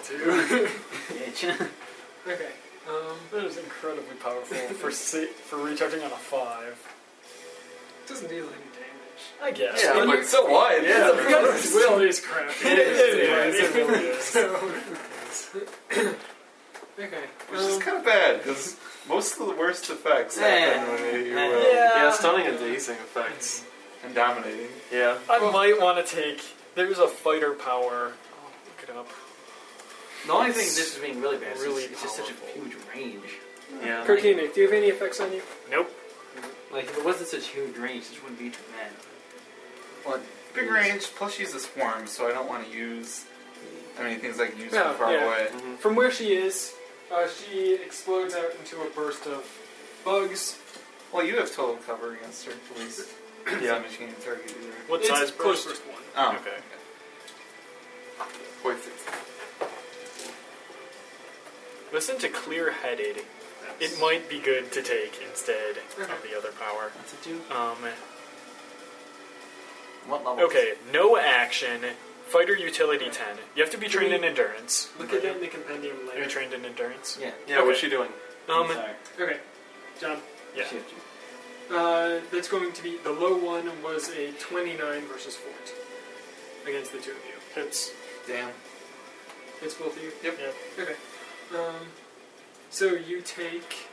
too. Bitch. okay. Um, that is incredibly powerful for si- for recharging on a five. Doesn't deal any damage. I guess. Yeah, But but- you- so what? yeah, Yeah. because his will is crappy. It is, Yeah, it his will is. So. okay. Which is um, kind of bad because most of the worst effects Yeah. happen when you uh, Yeah. Yeah. Yeah. stunning and dazing effects. and dominating. Yeah. I might want to take. There's a fighter power. I'll look it up. The only thing this is being really bad is Really it's just such a powerful. huge range. Yeah. Like, Kokinic, do you have any effects on you? Nope. like, if it wasn't such huge range, this wouldn't be too bad. Well, big range. Plus, she's a swarm, so I don't want to use. I mean, things like use from Yeah, far yeah. away. From where she is, uh, she explodes out into a burst of bugs. Well, you have total cover against her, please. Yeah. So she can't target either. What It's size close burst? to one. Oh. Okay. Point six. Listen to clear headed. It might be good to take instead of the other power. What's it do? Um, What level? okay, no action. Fighter utility 10. You have to be trained in endurance. Look at it in the compendium Are you later. trained in endurance? Yeah. Yeah, what's she doing? Um, Sorry. Okay, John. yeah. Shift. Uh, that's going to be the low one was a 29 versus 14 against the two of you. It's, Damn. It's both of you. Yep. Yep. Okay. Um, so you take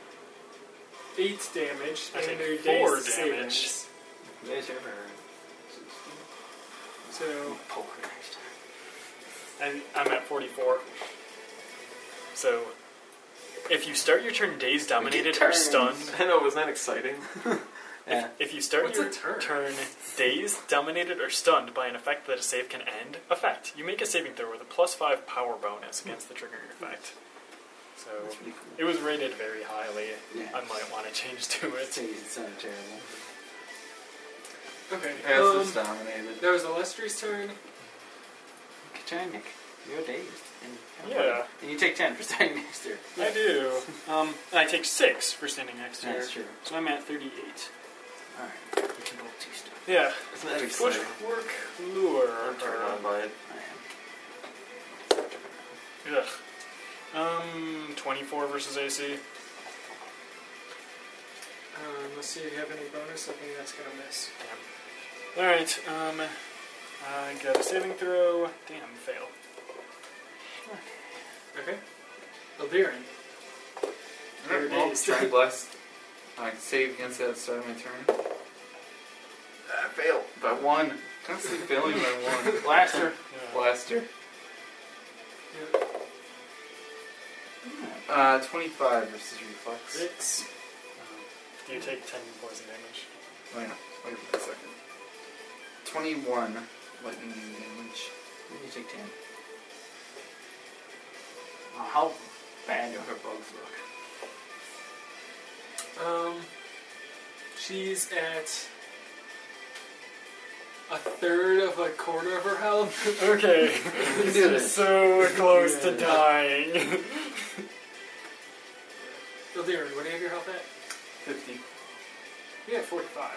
eight damage. I take and your four dazed damage. savings. Yeah, sure. So Poker next time. and I'm at 44. So, if you start your turn dazed, dominated, or stunned, I know, wasn't that exciting? Yeah. if you start What's your a turn? dazed, dominated, or stunned by an effect that a save can end, effect. You make a saving throw with a plus 5 power bonus against the triggering effect. So, That's pretty cool. it was rated very highly. Yeah. I might want to change to It it. sounded terrible. okay. Yeah, it's um, just dominated. that was Illustrious' turn. Katernik, you're dazed. And Yeah. And you take 10 for standing next to her. I do. Um, and I take 6 for standing next to her. That's true. So I'm at 38. Alright. You can roll two stuff. Yeah. Isn't that Push, exciting? work, lure. I'm turned on by it. I am. Ugh. Um, 24 versus AC. Um, let's see if you have any bonus. I think that's gonna miss. Damn. Alright, um, I got a saving throw. Damn, fail. Okay. Albirin. Alright, There it well, is. try and bless. I can save against that at the start of my turn. I fail by one. Constantly failing by one. Blaster. Yeah. Blaster. Yeah. Uh, 25 versus reflex. Six. Do you take 10 poison damage? Wait, no, Oh, wait a second. 21 lightning damage. You take 10. Wow, how bad do her bugs look? Um, she's at a third of a quarter of her health. Okay, You do this. so close to Yeah. dying. Ildirin, what do you have your health at? 50. You have 45.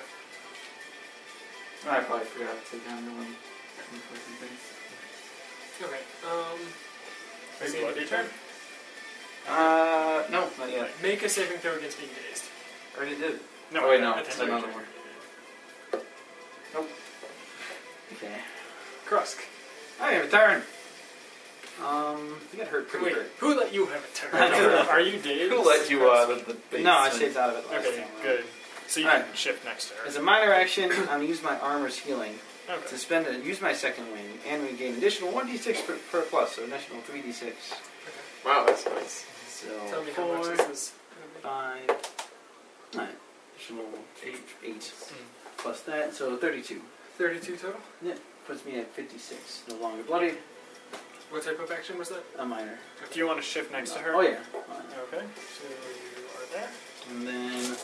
Oh, I probably forgot to take down the one. important things. Okay. Um, is it end of your turn? Uh, no, not yet. Make a saving throw against being dazed. I already did. No, Oh, wait, no, at the it's end of your another turn. one. Okay. Krusk. I have a turn. Um, you got hurt pretty Wait, good. who let you have a I turn? know. Are you dazed? Who let you uh, out of the basement? No, I saved out of it last Okay, time. around. good. So you Alright. can shift next to her. As a minor action, I'm gonna use my armor's healing Okay. to spend and use my second wing, and we gain additional 1d6 per, per plus, so an additional 3d6. Wow, that's nice. So Tell me how Oh, four, much this is. five, nine, additional eight, eight Hmm. plus that, so 32. 32 total? Puts me at 56. No longer bloody, What type of action was that? a minor. Do you want to shift next to her? Oh yeah. minor. Okay. So you are there. And then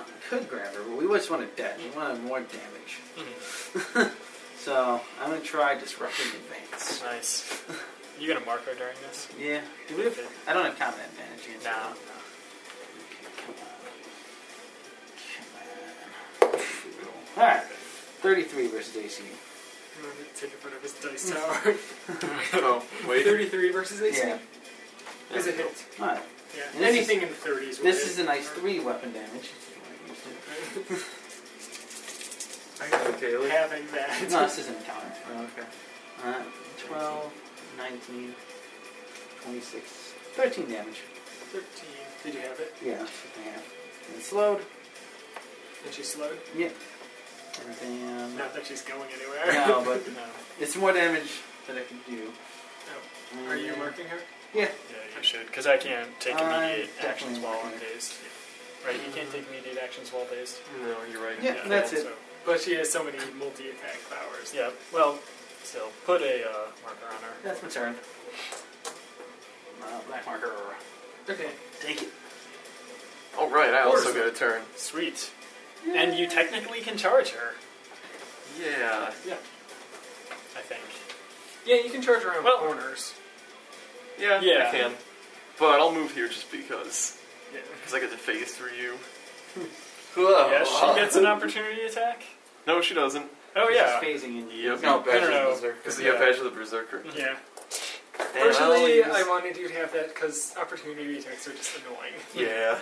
I could grab her, but we just want to dead. We want more damage. Hmm, so I'm gonna try disrupting advance. Nice. You gonna mark her during this? Yeah. Do we have? I don't have combat advantage yet. so- Nah. Okay, come on. Come on. All right. Thirty-three versus AC. I'm going to take a photo of his dice tower. Oh, wait. 33 versus AC? Yeah. Is a hit. Alright. Yeah. And this Anything in the 30s. will This hit. is a nice three weapon damage. Okay, look. Having that. No, this is an encounter. Oh, Okay. Uh, 12, 19, 26, 13 damage. 13. Did you have it? Yeah, that's what they have. And it's slowed. And she's slowed? Yeah. Everything. Um, Not that she's going anywhere. no, but No. it's more damage that I can do. No. Are you Um, marking her? Yeah, you should, because I can't take I'm immediate Uh, definitely actions while working I'm it. dazed. Right, you can't take immediate actions while dazed. No, you're right. Yeah, that's it. so- But she has so many multi attack powers. Yeah, well, still, put a uh, marker on her. That's my turn. Uh, black marker. Okay. Take it. All Oh, right, I also Orson. get a turn. Sweet. And you technically can charge her, Yeah. Uh, Yeah. I think. Yeah, you can charge around Well- corners. Yeah, Yeah. I can. But I'll move here just because. Yeah. Because I get to phase through you. Oh, Oh. Yes, she gets an opportunity attack? No, she doesn't. Oh, yeah. It's phasing in. Yep. No, I don't know. Badger Berserker. Because Yeah. you have Badge of the Berserker. Yeah. Damn, Personally, I'll I use- wanted you to have that because opportunity attacks are just annoying. Yeah.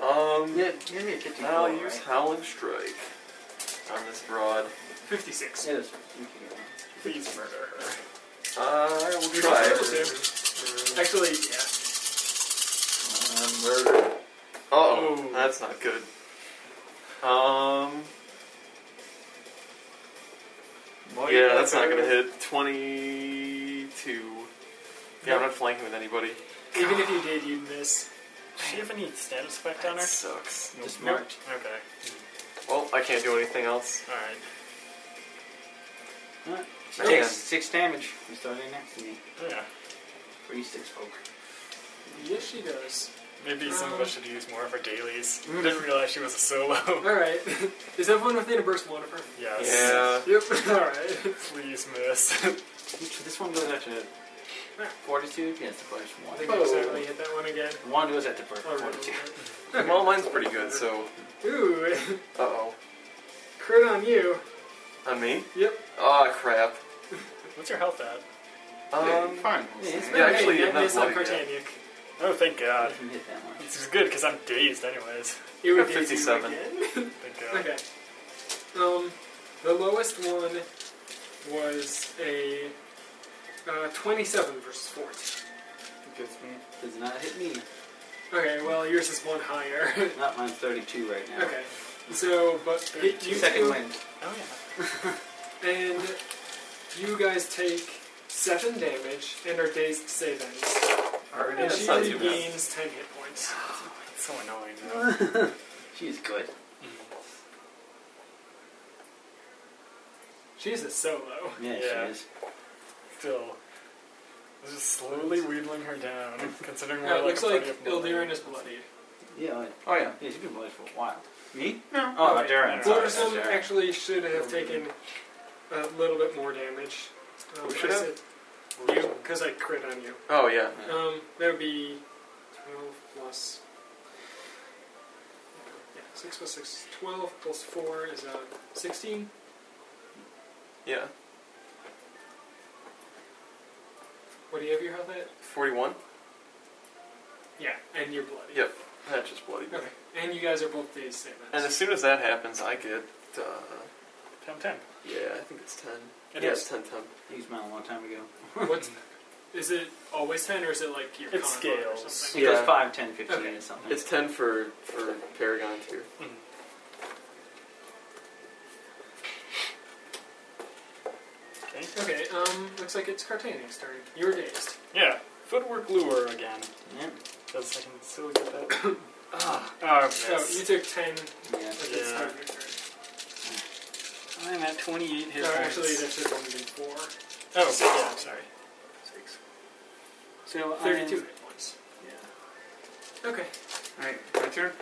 um. Yeah, give me a 54. Now I'll use right? Howling Strike on this broad. 56. It is. Okay. Please murder her. Uh, I will You try. can murder Actually, yeah. Uh, murder. Oh, Ooh. that's not good. Um. yeah, that's not gonna hit. Twenty-two. Yeah, I'm not flanking with anybody. Even if you did, you'd miss. Does she have any status effect on That her? sucks. Just Nope. marked. Okay, Well, I can't do anything else. alright. Alright. Man. Six, six damage. He's starting next to me. Oh, Yeah. Three six folk. Yes, she does. Maybe some of us Um. should use more of her dailies. Mm. Didn't realize she was a solo. Alright. Is everyone within a burst one of her? yes. Yeah. Yep. Alright. Please miss. This one goes out to fortitude. Yes, the first I one. think you accidentally hit that one again. One goes at the first Or- fortitude. Well, mine's pretty good. So. Ooh, Uh oh. crit on you. On me? Yep. Ah, crap. What's your health at? Um. Fine. Yeah, it's Yeah, Alright, actually, that not missed on bloody yet. Cartaniac. Oh, thank I God. didn't hit that one. It's good because I'm dazed, anyways. It would Got be 57. again. Thank God. Okay. Um, the lowest one was a uh, 27 versus 40. Gets me. Does not hit me. Okay, well, yours is one higher. Not mine's 32 right now. okay. So, but it, you Second two- wind. Oh yeah. And you guys take 7 damage and are dazed save ends. Alright, And that's she not too bad. regains 10 hit points. It's so annoying. Though. She's good. She's a solo. Yeah, Yeah. she is. Still, just slowly wheedling her down, considering we're Uh, it like looks a party like of one. Ildirin is bloodied. Yeah, like, Oh yeah. yeah, she's been bloody for a while. Me? No. Oh, Okay. Darren. Sorry, Fluttersome Darren. actually should have taken a little bit more damage. Um, Who should I have? said You, because I crit on you. Oh yeah. Um, that would be 12 plus. Yeah, 6 plus 6 is 12, plus 4 is uh, 16. Yeah. What do you have your health at? Forty-one. Yeah, and you're bloody. Yep. That just bloody. Okay, and you guys are both days same And as soon as that happens, I get. Uh, Temp, temp. yeah, I think it's ten. It yeah, is. it's ten ten. He used mine a long time ago. What's, is it always 10 or is it like your It con scales. or It something? Yeah. goes 5, 10, 15 Okay. or something. It's ten for for Paragon tier. Okay. Okay, um, looks like it's Cartania's turn. You're dazed. Yeah. Footwork lure again. yeah. Because I can still get that. ah, oh, So you took yeah. 10 at the Yeah. start of your turn. I'm at 28 hit No, points. actually, that should have only been 4. oh, yeah, I'm sorry. So, 32 I'm, hit points. Okay. Alright, my turn.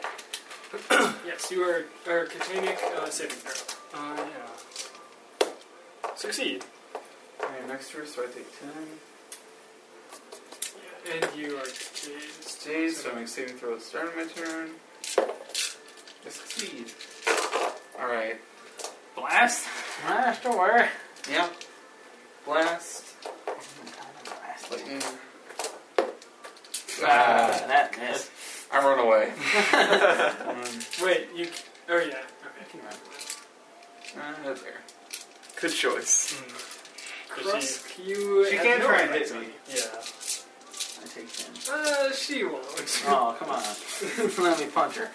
Yes, you are, are Katanic uh, saving throw. Uh, yeah. Succeed. Alright, next turn, so I take 10. And you are dazed. Stays, so I make saving throw at the start of my turn. I succeed. Alright. blast. Last or Yep. Blast. last. Lightning. Ah, Ah, that missed. I run away. Wait, you. c- Oh yeah. Okay. Uh, that's fair. Good choice. Mm. Does Krusk, you. She have can no try and effect hit on me. you. he, yeah. I take ten. Uh, she won't. Oh come on! Let me punch her.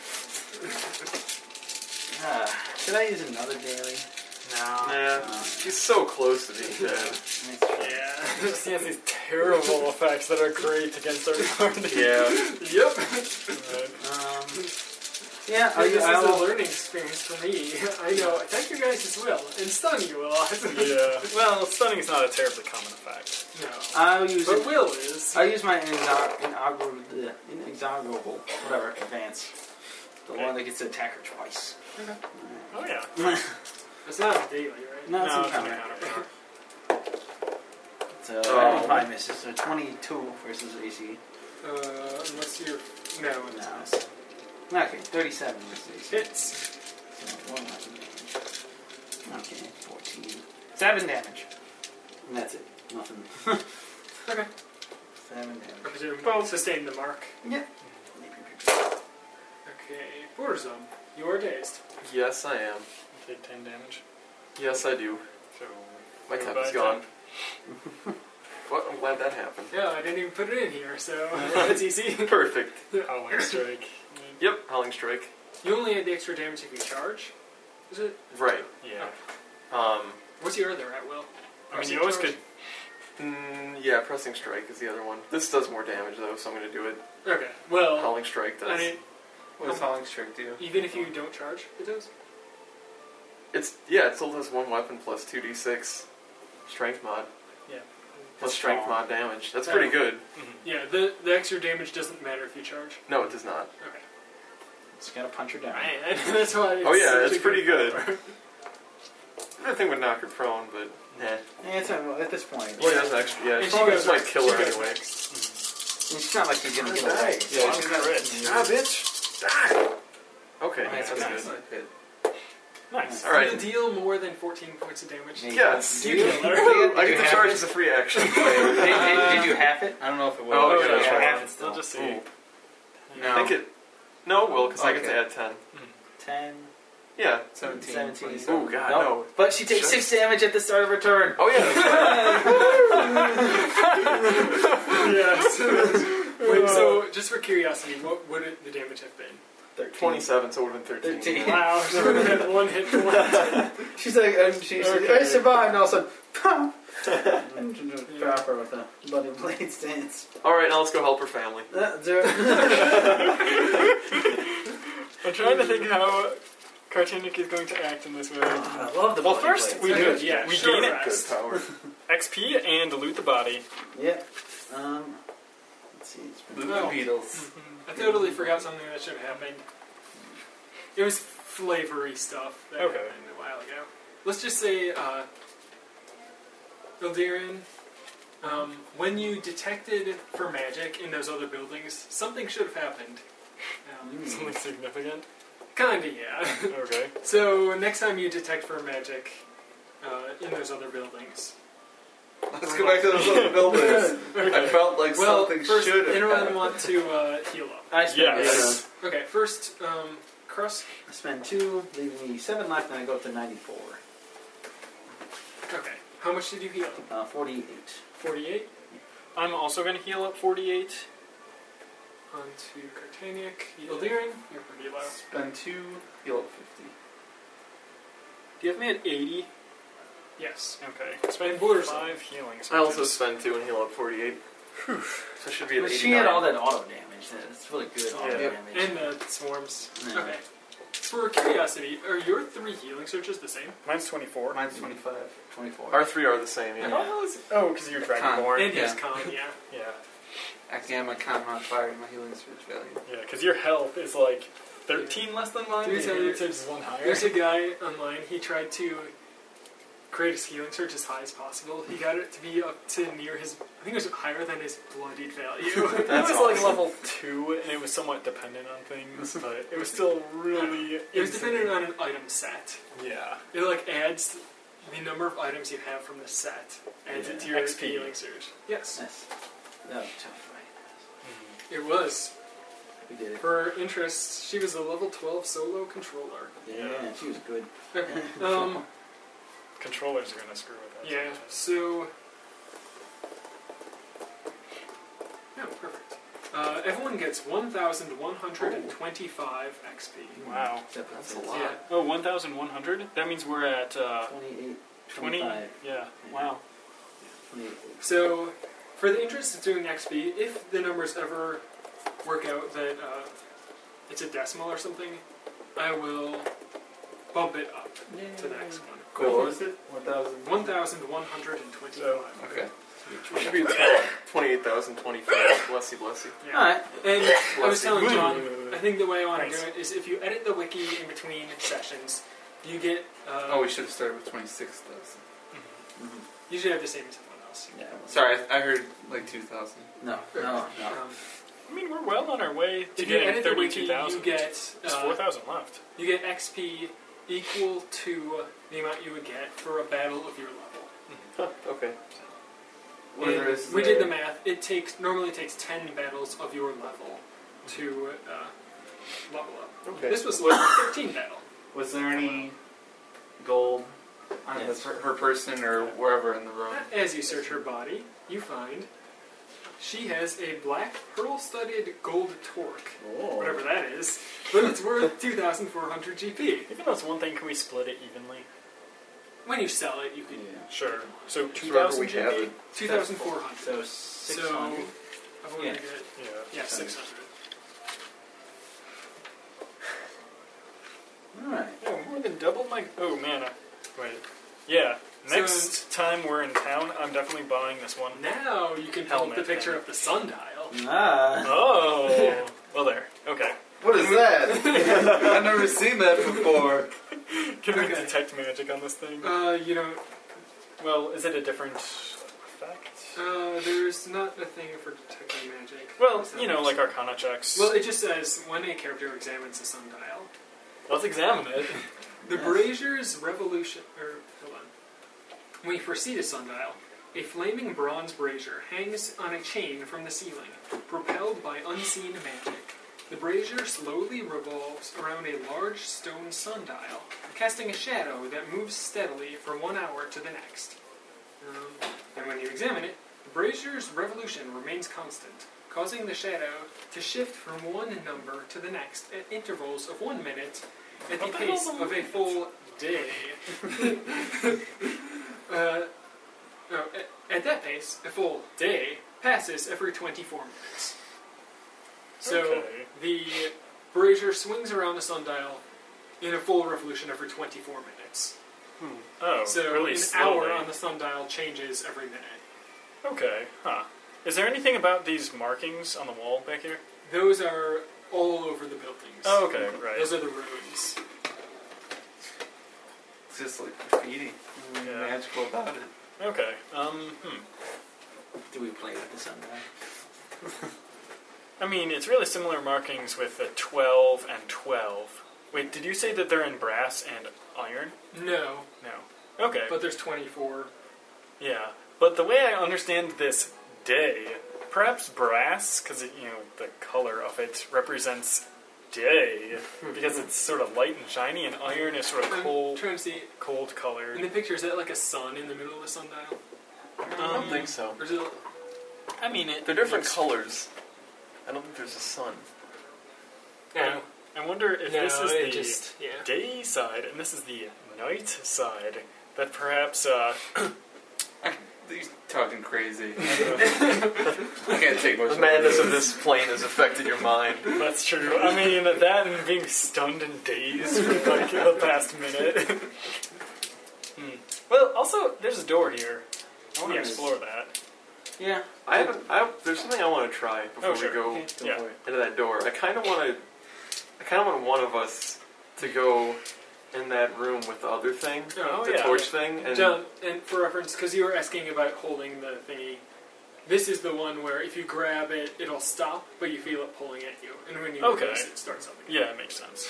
Ah, should I use another daily? No. Nah, she's so close to being dead. yeah. It just has these terrible effects that are great against our party. yeah. yep. Uh, Um, yeah, I I'll, this use- is a I'll, learning experience for me. I know. Thank you guys as well, and stun you a lot. yeah. Well, stunning is not a terribly common effect. No. I'll use But it. will is. I'll use my inexor- inaugur- bleh, inexorable, whatever, advance. The Okay. one that gets to attack her twice. Oh yeah. It's not a daily, right? No, it's no, in it's not a counter. counterpower. So Oh. that one probably misses. So 22 versus AC. Uh, unless you're. No, No. it's not. Okay, 37 versus AC. Hits. So one less damage. Okay, 14. 7 damage. And that's it. Nothing. Okay. 7 damage. I presume both sustain the mark. Yeah. Okay, Burzum, you are dazed. Yes, I am. Take ten damage. Yes, I do. So My Goodbye, temp is gone. Well, I'm glad that happened. Yeah, I didn't even put it in here, so that's easy. Perfect. howling strike. Yep, Howling Strike. You only had the extra damage if you charge. Is it? Right. Yeah. Um, What's your other at will? I mean, you always could. mm, yeah, Pressing Strike is the other one. This does more damage, though, so I'm going to do it. Okay. Well, Howling Strike does. Oh, I mean, What does Howling Strike do? even if you don't charge, it does. It's Yeah, it still does one weapon plus 2d6 strength mod. Yeah. Plus strength mod damage. That's pretty good. Mm-hmm. Yeah, the the extra damage doesn't matter if you charge. No, it does not. Okay. Just gotta punch her down. Man, that's why. It's Oh, yeah, such it's a pretty good. number. That thing would knock her prone, but nah. Yeah, it's, uh, at this point. Well, Oh, yeah, that's actually, yeah, And she's she probably goes just like next. kill her She goes anyway. next. It's not like she's gonna get Die. away. Yeah, she's not rich. Ah, bitch! Die! Okay, Nice, that's nice. good. Nice. All Alright. right. deal more than 14 points of damage. Maybe. Yes. Do you, You can do I you get to have charge it? as a free action. Wait, Did, did, did you half it? I don't know if it will. uh, Oh, Oh, yeah, yeah, that's yeah. right. half it still. They'll just see. Ooh. No. I think it. No, well, because I get Okay. to add 10. 10, Yeah. 17. 17. 27. Oh, God, Nope. no. But she takes Sure. 6 damage at the start of her turn. Oh, yeah. that's right. yes. Wait, so just for curiosity, what would it, the damage have been? 13. 27, so it would have been 13. 13. Wow, so we had one hit point. She's like, and she's like, I Okay. survived, and all of a sudden, pum! and just drop her with a bloody blade stance. Alright, now let's go help her family. Uh, zero. I'm trying to think how Cartanic is going to act in this way. I love the Well, bloody first we blades. do Good, yeah, we sure, gain right. it. Good power. XP and loot the body. Yep. Um, let's see. It's been Loot No. the Beatles. I totally forgot something that should have happened. It was flavory stuff that Okay. happened a while ago. Let's just say, uh, Eldirin, um, when you detected for magic in those other buildings, something should have happened. Um, Something significant. kinda, yeah. Okay. so next time you detect for magic uh, in those other buildings, Let's go back to those little buildings. I felt like well, something first, should have anyone happened. want to uh, heal up? I spent, Yes. Okay, first, um, Krusk. I spent two, leaving me seven left, and I go up to 94. Okay, how much did you heal? Uh, 48. 48 I'm also going to heal up 48. onto Cartaniac. Eldirin, you're pretty low. Spend two, heal up 50. Do you have me at 80? Yes. Okay. And Spend Buddha's- five healing. I also surges. spend 2 and heal up 48. So I should be at But 89. she had all that auto damage. that- That's really good auto Yeah. damage. And the swarms. Yeah. Okay. For curiosity, are your three healing searches the same? Mine's 24. Mine's 25. 24. Our three are the same, yeah. Oh, is- Oh, because you're Dragonborn. and his yeah. con, yeah. Yeah, Actually, I'm a con modifier. My healing surge value. yeah, because your health is like 13 less than mine. Three and your times- tips is one higher. There's a guy online, he tried to create his healing search as high as possible. He got it to be up to near his, I think it was higher than his bloodied value. It was That's like level 2, and it was somewhat dependent on things, but it was still really. it was insane. dependent on an item set. Yeah. It like adds the number of items you have from the set adds it to your XP. healing surge. Yes, That's, that was a tough fight. Mm-hmm. it was. We did it. For interest, she was a level 12 solo controller. Yeah, she was good. Okay. Um, Controllers are gonna screw with that. yeah, so. No, perfect. Uh, everyone gets 1,125 XP. Wow. Except for That's a Fitz. lot. Yeah. Oh, 1,100? That means we're at uh, 28, 20? 25, Yeah. Wow. 28. So, for the interest of doing XP, if the numbers ever work out that uh, it's a decimal or something, I will bump it up to the next one. Cool. What was it? 1,000. 1,125. Okay. It should be 28,025. Blessy, blessy. Yeah. Alright. And uh, I was telling Blessing. John, I think the way I want to Nice. do it is if you edit the wiki in between sessions, you get. Uh, Oh, we should have started with 26,000. usually have the same as someone else. Mm-hmm. Yeah, well, Sorry, I, I heard like 2,000. No, no, no. Um, I mean, we're well on our way to if you getting edit the wiki, you 32,000. get There's uh, 4,000 left. you get XP equal to the amount you would get for a battle of your level. Huh, okay. Whether And it's we did the math. It takes normally takes ten battles of your level to uh, level up. Okay. This was level thirteen battle. Was there any gold on Yes. the per- her person or wherever in the room? As you search her body, you find she has a black pearl-studded gold torque, Oh. whatever that is, but it's worth 2,400 GP. Even though it's one thing, can we split it evenly? When you sell it, you can Sure. So Whoever 2,000 we have GB? it. 2,400. So, So 600. I'm only Yeah. gonna get Yeah. yeah 600. Alright. Oh, more than double my. Oh, man. I... Wait. Yeah. So- Next time we're in town, I'm definitely buying this one. Now you can pull up the Helmet picture thing. of the sundial. Ah. Oh. well, there. Okay. What is that? I've never seen that before. Can we Okay. detect magic on this thing? Uh, you know, Well, is it a different effect? uh, there's not a thing for detecting magic. Well, Is that you know, what like Arcana checks. Well, it just says when a character examines the sundial, Let's examine it. The Yes. Brazier's revolution. Or, hold on. When you proceed a sundial, a flaming bronze brazier hangs on a chain from the ceiling, propelled by unseen magic. The brazier slowly revolves around a large stone sundial, casting a shadow that moves steadily from one hour to the next. Um, and when you examine it, the brazier's revolution remains constant, causing the shadow to shift from one number to the next at intervals of one minute at the What the pace hell's a of a full day. uh, no, at, at that pace, a full day passes every 24 minutes. So Okay. the brazier swings around the sundial in a full revolution every 24 minutes. Oh, So really an slowly. hour on the sundial changes every minute. Okay, huh. Is there anything about these markings on the wall back here? Those are all over the buildings. Oh, okay, right. Those are the ruins. It's just like graffiti. Yeah. Magical about it. Okay. Um. Hmm. Do we play with the sundial? I mean, it's really similar markings with the twelve and twelve. Wait, did you say that they're in brass and iron? No, No. Okay. but there's 24. yeah. But the way I understand this day, perhaps brass, because you know the color of it represents day, Hmm. because it's sort of light and shiny, and iron is sort of I'm cold, trying to see. cold In colored. the picture, is that like a sun in the middle of the sundial? I don't Um, think so. Or is it I mean, it. They're different looks- colors. I don't think there's a sun. Yeah. I wonder if oh, no, this is it the just yeah. day side and this is the night side. That perhaps uh, You're talking crazy. I can't take much. The of madness it. of this plane has affected your mind. that's true. I mean, that and being stunned and dazed for like the past minute. Hmm. Well, also there's a door here. I want to Yeah. explore that. Yeah. I haven't. I, there's something I want to try before Oh, sure. we go Okay, go Yeah. for it. into that door. I kind of want to. I kind of want one of us to go in that room with the other thing, Oh, the yeah. torch thing, and John, and for reference, because you were asking about holding the thingy, this is the one where if you grab it, it'll stop, but you feel it pulling at you, and when you Okay. release it, it starts up again. Yeah, it makes sense.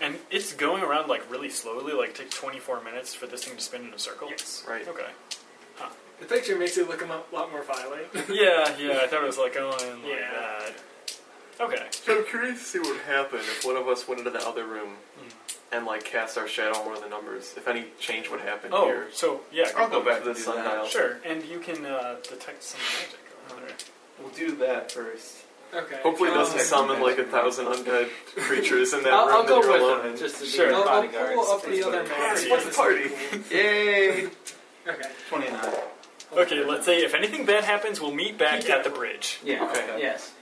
And it's going around like really slowly, like take 24 minutes for this thing to spin in a circle. Yes. Right. Okay. The picture makes it look a mo- lot more violent. Yeah, yeah. I thought it was like going like Yeah. that. Okay. So I'm curious to see what would happen if one of us went into the other room Mm. and like cast our shadow on one of the numbers. If any change would happen Oh, here. so yeah. I'll go back To the to do sundial. that. back. Sure, and you can uh, detect some magic over there. We'll do that first. Okay. Hopefully, it um, doesn't summon like a thousand undead creatures in that I'll, room. I'll that go you're alone with him, in. just to be Sure. I'll, I'll bodyguards. pull up the other map. party. This is Party. cool. Yay! Okay. 29. Okay, let's say if anything bad happens, we'll meet back at the bridge. Yeah. Okay. Yes.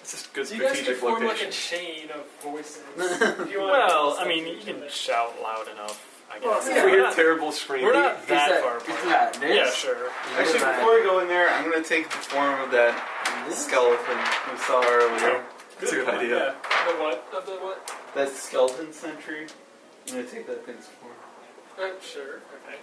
It's just good So you guys can strategic form like location. a chain of voices. If you want Well, to I mean, you can shout loud enough, I Well, guess. yeah. We're Weird, not, terrible screaming. we're not Is that, that- far It's apart. not this. Yeah, sure. Actually, before I go in there, I'm gonna take the form of that skeleton we saw earlier. That's a good idea. Yeah. The what? Of the what? That skeleton sentry. I'm gonna take that thing's form. Oh, sure. Okay.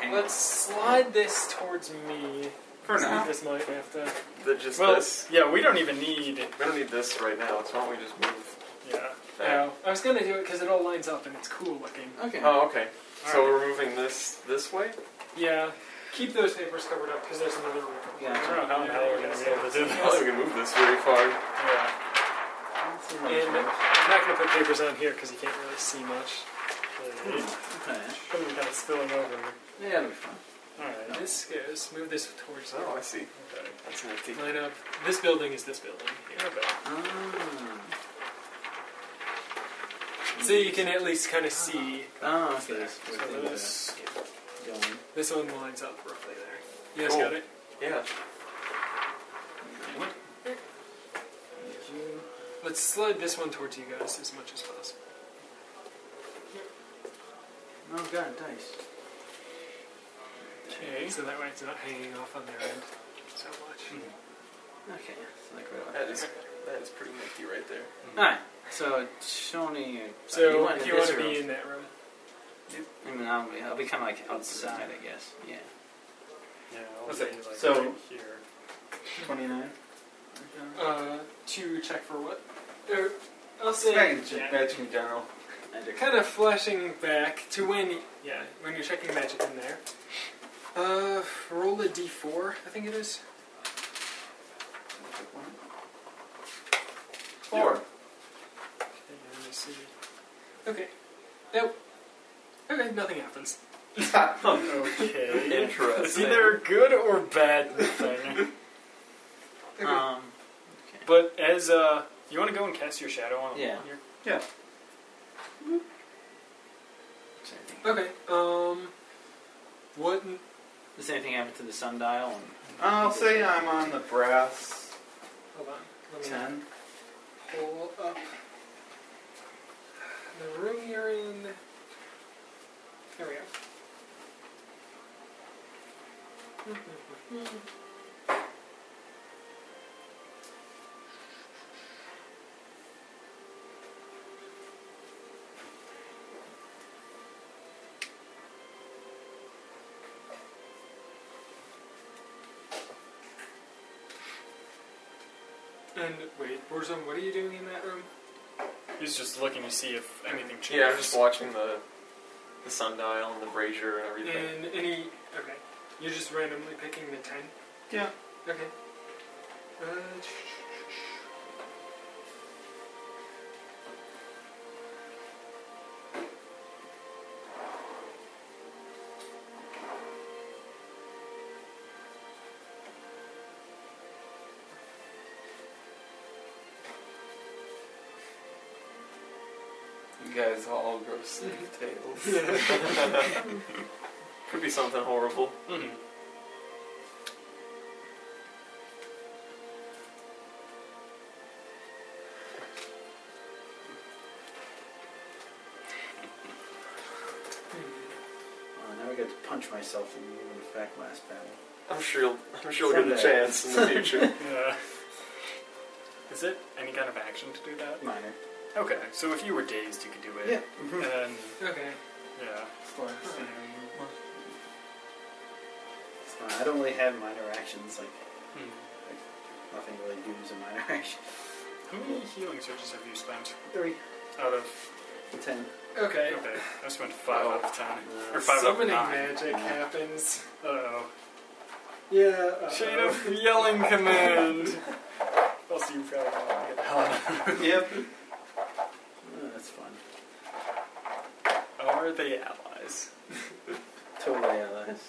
Hang Let's slide this towards me. For now. This might have to. That just Well, this. yeah, we don't even need. We don't need this right now. So why don't we just move? Yeah. That. No, I was gonna do it because it all lines up and it's cool looking. okay. Oh, okay. So All right. we're moving this this way. Yeah. Keep those papers covered up because there's another room. I Yeah. don't know how in the hell we're gonna be able to do I don't this. think we can move this very far. Yeah. And I'm not gonna put papers on here because you can't really see much. Really, Okay. Something kind of spilling over. All Yeah, that'll be fun. right. This goes. Move this towards. Oh, I see. Okay. That's nifty. Line up. This building is this building. Here. Okay. Ah. So you can at least kind of see. Oh, okay. That's So where things this, are going. this one lines up roughly there. You guys Cool. got it? Yeah. Let's slide this one towards you guys as much as possible. Oh god, dice. Okay. So that way it's not hanging off on their end so much. Okay. It's like right That is that is pretty nifty right there. Alright, so Tony. So you want you want to this room. be in that room? I mean, I'll be, I'll be kind of like outside, I guess. Yeah. Yeah. I'll Okay, be, like, so- right here. 29. Uh, to check for what? Or I'll It's say magic, magic in general. Magic. kind of flashing back to when yeah when you're checking magic in there. Uh, roll a d4, I think it is. Four. Okay, let me see. Okay. Nope. Okay, nothing happens. Okay. It's Interesting. either a good or bad thing. Um, but as uh, you want to go and cast your shadow Oh, on Yeah. here? so I think- Okay. Um, what? Does anything happen to the sundial? And, I'll say I'm on the brass Hold on. Let me 10. pull up the room you're in. There we go. And wait, Borzum, what are you doing in that room? He's just looking to see if anything changes. Yeah, I'm just watching the the sundial and the brazier and everything. And any okay, you're just randomly picking the ten. Yeah. Okay. Uh, You guys all grow snake tails. Could be something horrible. Mhm. oh, now I got to punch myself in the effect last battle. I'm sure you'll, I'm sure you'll get a Someday. chance in the future. Yeah. Is it any kind of action to do that? Minor. Okay, so if you were dazed, you could do it. Yeah. And okay. yeah. It's fine. I don't really have minor actions. Like Hmm. nothing really do is a minor action. How many healing surges have you spent Three. out of? Ten. Uh, Okay. Okay, I spent five Oh. out of ten. Or five out of Summoning nine. magic happens. Uh-oh. Yeah. uh, uh-oh. Shade of yelling command. I'll see you probably get the hell out of yep. Oh, that's fun. Are they allies? Totally uh, allies.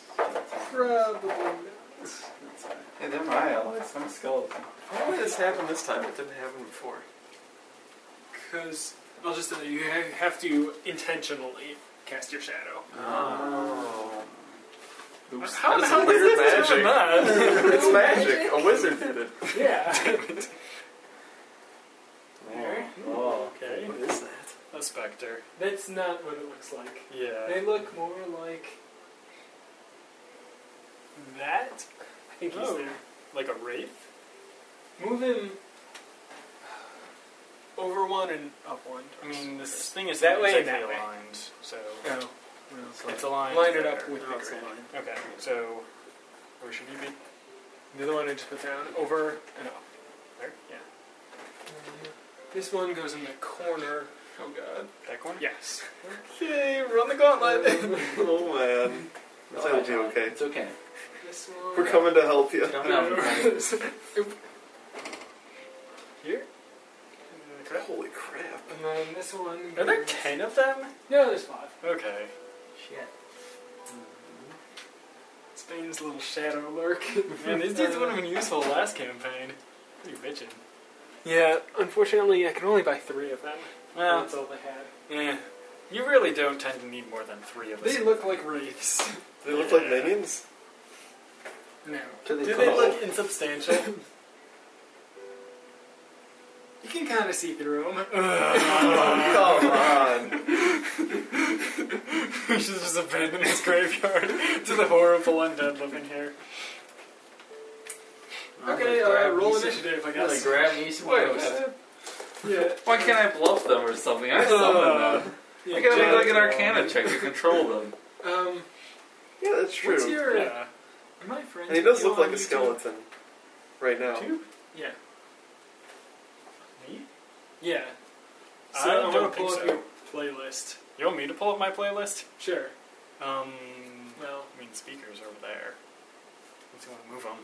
Probably. That's fine. Hey, they're my allies. I'm a skeleton. Why did this happen this time? It didn't happen before. Because I'll just uh, tell you, you ha- have to intentionally cast your shadow. Oh. Oops. How That's the hell some does weird this magic. turn that? it's magic. A wizard did it. Yeah. Oh. Okay. What is that? A specter. That's not what it looks like. Yeah. They look more like that. I think he's Oh. there. Like a wraith? Move him over one and up one. I mean, this thing is That that way way and exactly that way. aligned, so Oh, it's aligned. line it up there. with the That's grid. fine. Okay, so where should you be? The other one I just put down over and up. There? Yeah. Mhm. This one goes in the corner. Oh god. That corner? Yes. Okay, run the gauntlet. Um, oh man. It's Oh, gonna be okay. It's okay. this one. We're coming to help you. Come on. Here? Holy crap. And then this one. Are there goes- ten of them? No, there's five. Okay. Shit. Spain's little shadow lurk. Man, these dudes would have been useful last campaign. Pretty bitchin'. Yeah, unfortunately, I can only buy three of them. Well, That's all they had. eh. You really don't tend to need more than three of us. They look like wreaths. They look like Yeah. minions. No. Do Do they they Oh. look insubstantial? You can kind of see through them. Oh. Come on. we should just abandon this graveyard to the horrible undead living here. Okay, uh, roll initiative, I I'm gonna guess. grab me some Wait, ghosts. what? Yeah. why can't I bluff them or something? I Uh, summon them. yeah I gotta make like Jack, an arcana check to control them. Um, Yeah, that's true. what's your... Yeah. Am I friends And he with does you look on like a YouTube? skeleton. Right now. Two? Yeah. Me? Yeah. I So I'm gonna don't think pull up so. your playlist. You want me to pull up my playlist? Sure. Um, Well, I mean, speakers over there. Let's see want to move them.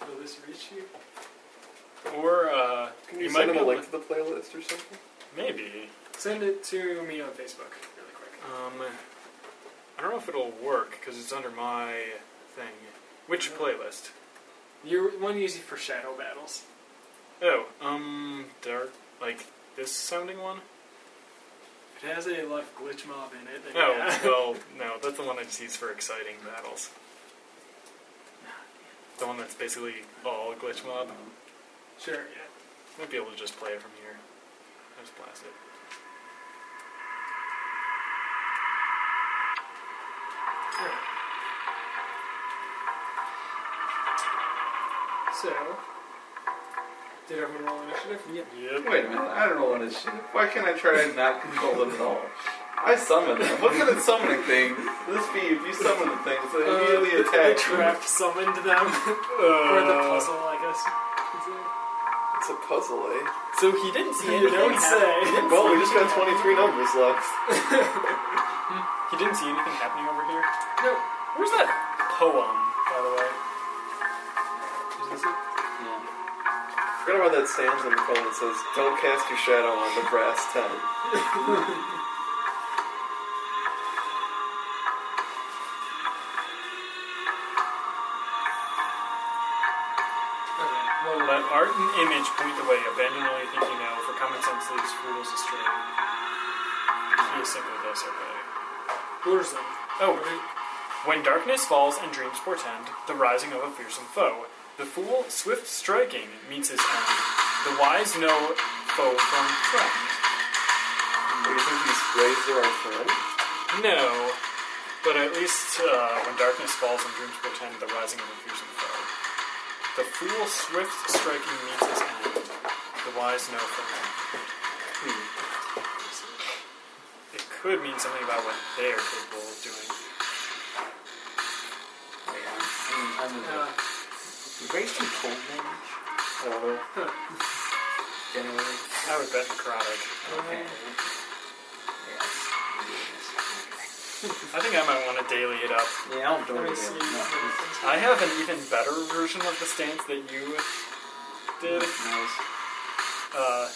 will this reach you? Or, uh, Can you, You send might him a be link to the playlist or something? maybe. Send it to me on Facebook, really quick. Um, I don't know if it'll work because it's under my thing. Which playlist? Your one used for shadow battles. Oh, um, dark, like this sounding one? It has a left glitch mob in it. then No, yeah. Oh, well, no, that's the one I just use for exciting battles. The one that's basically all glitch mob. Sure, yeah. Might be able to just play it from here. I'll just blast it. So, did everyone roll initiative? Yep. Yep. Wait a minute, I don't know what this shit. Why can't I try and not control them at all? I summon them. What kind of summoning thing would this be if you summon the things that immediately Uh, attack The you? trap summoned them. or the Uh, puzzle, I guess. It's a puzzle, eh? so he didn't see You anything. don't hap- say. Well, we just got 23 numbers left. He didn't see anything happening over here. No. Where's that poem, by the way? Is this it? Yeah. Forgot about that stands on the phone that says, Don't cast your shadow on the brass town. Okay. Well, Let art and image point the way, abandon all you think you know, for common sense leads fools astray. He is simply this, okay. Where's them? Oh, when darkness falls and dreams portend the rising of a fearsome foe, the fool, swift striking, meets his end. The wise know foe from friend. Do you think these raised are our friend? No, but at least uh, when darkness falls and dreams portend the rising of a fearsome foe, the fool, swift striking, meets his end. The wise know foe from It could mean something about what they are capable of doing. Wait, I'm, I'm, I'm Uh, Raise some cold damage. I don't know. January. I would bet necrotic. Okay. Yes. I think I might want to daily it up. Yeah, I don't do Let me it. see. No, it's- I have an even better version of the stance that you did. nice. Uh,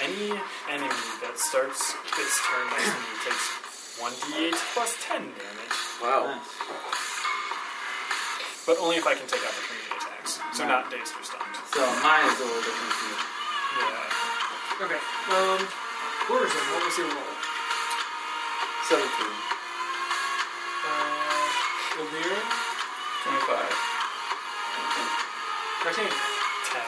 any enemy that starts its turn next to me takes 1d8 plus 10 damage, Wow. Nice. but only if I can take opportunity attacks, so not dazed or stunned. So mine is a little different from yours. Yeah. Okay. Um, Orison, what was your roll? 17. Uh, O'Leary, 25. Cartain. 10.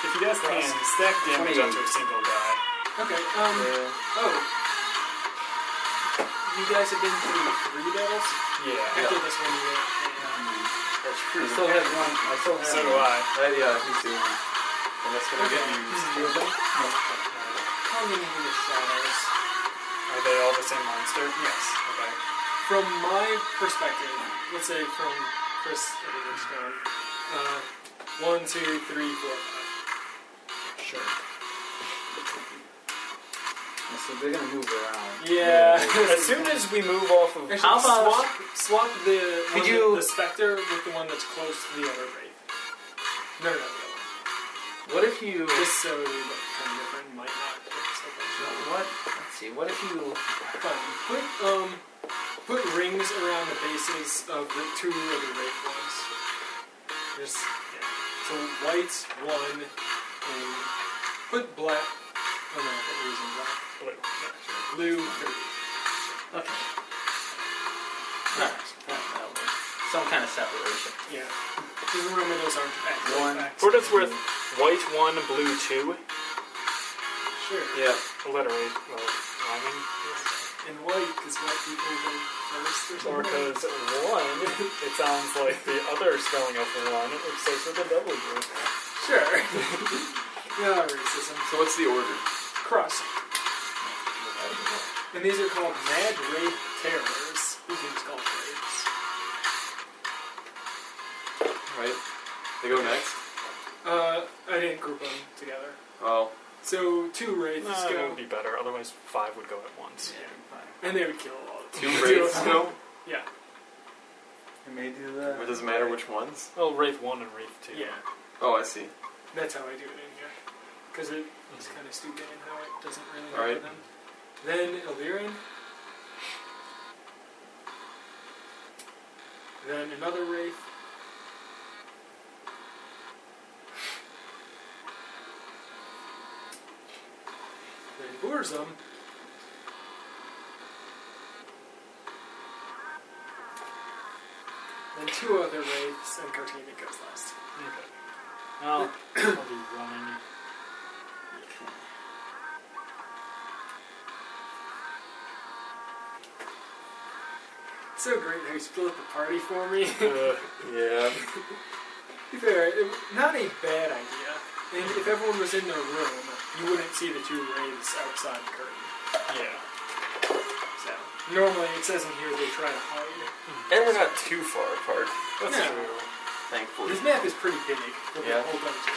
If you guys can, stack damage 28. onto a single die. Okay. Um. Oh. You guys have been through three battles. Yeah. After this one, you went. Yeah. That's true. I still have one. I still have. So do I. Uh, yeah, me too. And that's gonna get you. How many were the shadows? Are they all the same monster? Yes. Okay. From my perspective, let's say from Chris Edwards down. Uh, one, two, three, four, five. Sure. So they're gonna move around. Yeah. As soon as we move off of. Actually, How about- swap, swap the Could one- you- the specter with the one that's close to the other wraith. No, no, no. the other one. What if you? Just so we look kind of different, might not put so much. What? Let's see. What if you? Fine. Put um, put rings around the bases of the two of the wraith ones. Just yeah. So white one, and put black. Oh no, that was in black. Blue. Blue three. Okay. Alright, that'll work. Some kind of separation. Yeah. Just remember those aren't actual One. facts. For what it's worth, white 1, blue 2. Sure. Yeah. Alliterate. Well, rhyming. And white because white people don't first or something. Because one, it sounds like the other spelling of one, it starts with a W. Sure. yeah, racism. So what's the order? Crust. And these are called Mad Wraith Terrors. You can just call them wraiths. Right. They go next. Uh, I didn't group them together. Oh. So two wraiths Nah, that go, would be better, otherwise five would go at once. and they would kill all of them. Two wraiths go. Yeah, It may do that. It doesn't matter which ones. Well, Wraith 1 and Wraith 2. yeah. Oh, I see. That's how I do it in here, because it is kind of stupid in how it doesn't really All work right. them. Then Illyrian. Then another wraith. Then Burzum. Then two other wraiths, and Cartina goes last. Okay. Oh, Well, I'll be running. It's so great how you split the party for me. Uh, Yeah. To be fair, it- not a bad idea. And if everyone was in their room, you wouldn't see the two wraiths outside the curtain. yeah. So normally it says in here they try to hide. And we're not too far apart, That's Yeah. true. thankfully. This map is pretty big for Yeah. the whole dungeon.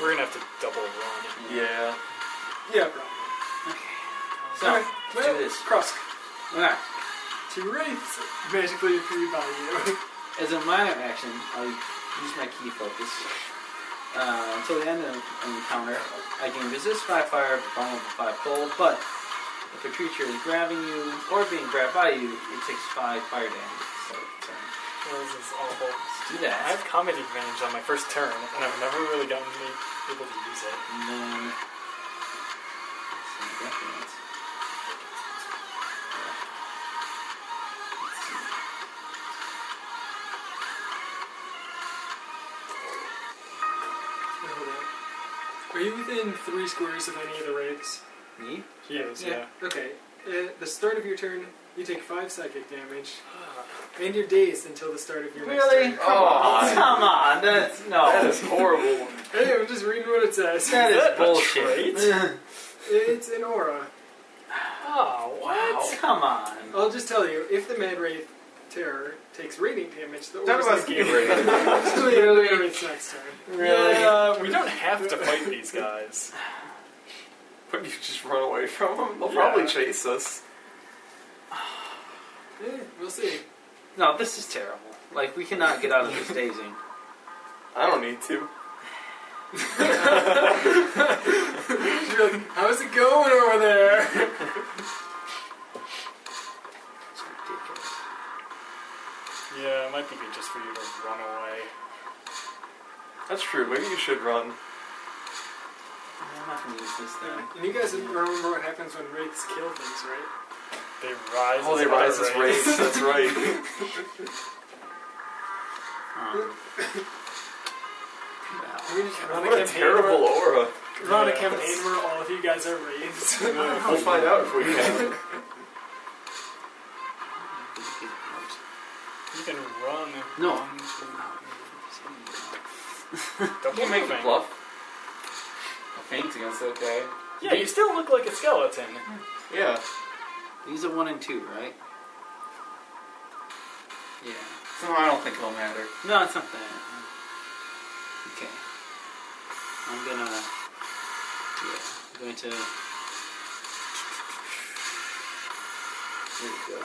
We're gonna have to double run. Yeah. Yeah, probably. So, Alright, let's do this. Krusk, Alright. two wraiths magically appear by you. As a minor action, I'll use my key focus. Uh, until the end of an encounter, I can resist 5 fire, vulnerable 5 cold, but if a creature is grabbing you or being grabbed by you, it takes 5 fire damage at the start of the turn. Well, this is awful. Let's do I that. have combat advantage on my first turn, and I've never really gotten to be able to use it. And then. Some deference. Hold on. Are you within three squares of any of the wraiths? Me? He is, yeah. Okay. At the start of your turn, you take five psychic damage, and you're dazed until the start of your Really? next turn. Come on. Come on. That's no. That is horrible. Hey, I'm just reading what it says. That is that a bullshit. it's an aura. Oh, Wow. Come on. I'll just tell you, if the Mad Wraith terror takes radiant damage. The None of orcs us negate get raided. It's next turn. Yeah, we don't have to fight these guys. But you just run away from them. They'll Yeah. probably chase us. Eh, we'll see. No, this is terrible. Like, we cannot get out of this dazing. I don't need to. You're like, how's it going over there? It's ridiculous. Yeah, it might be good just for you to run away. That's true. Maybe you should run. I'm not going to use this thing. And you guys remember what happens when wraiths kill things, right? They rise. Oh, as they other rise as rays. rays. That's right. Um, Can we just run What a campaign terrible aura. Where, run a Yeah. campaign where all of you guys are wraiths. We'll find out if we can. You can run. No. One, well, two- Don't You make moving. a bluff. A faint against that guy. Yeah, you still look like a skeleton. Yeah. These are one and two, right? Yeah. So I don't think it'll matter. No, it's not that. Okay. I'm gonna. Yeah. I'm going to. There we go.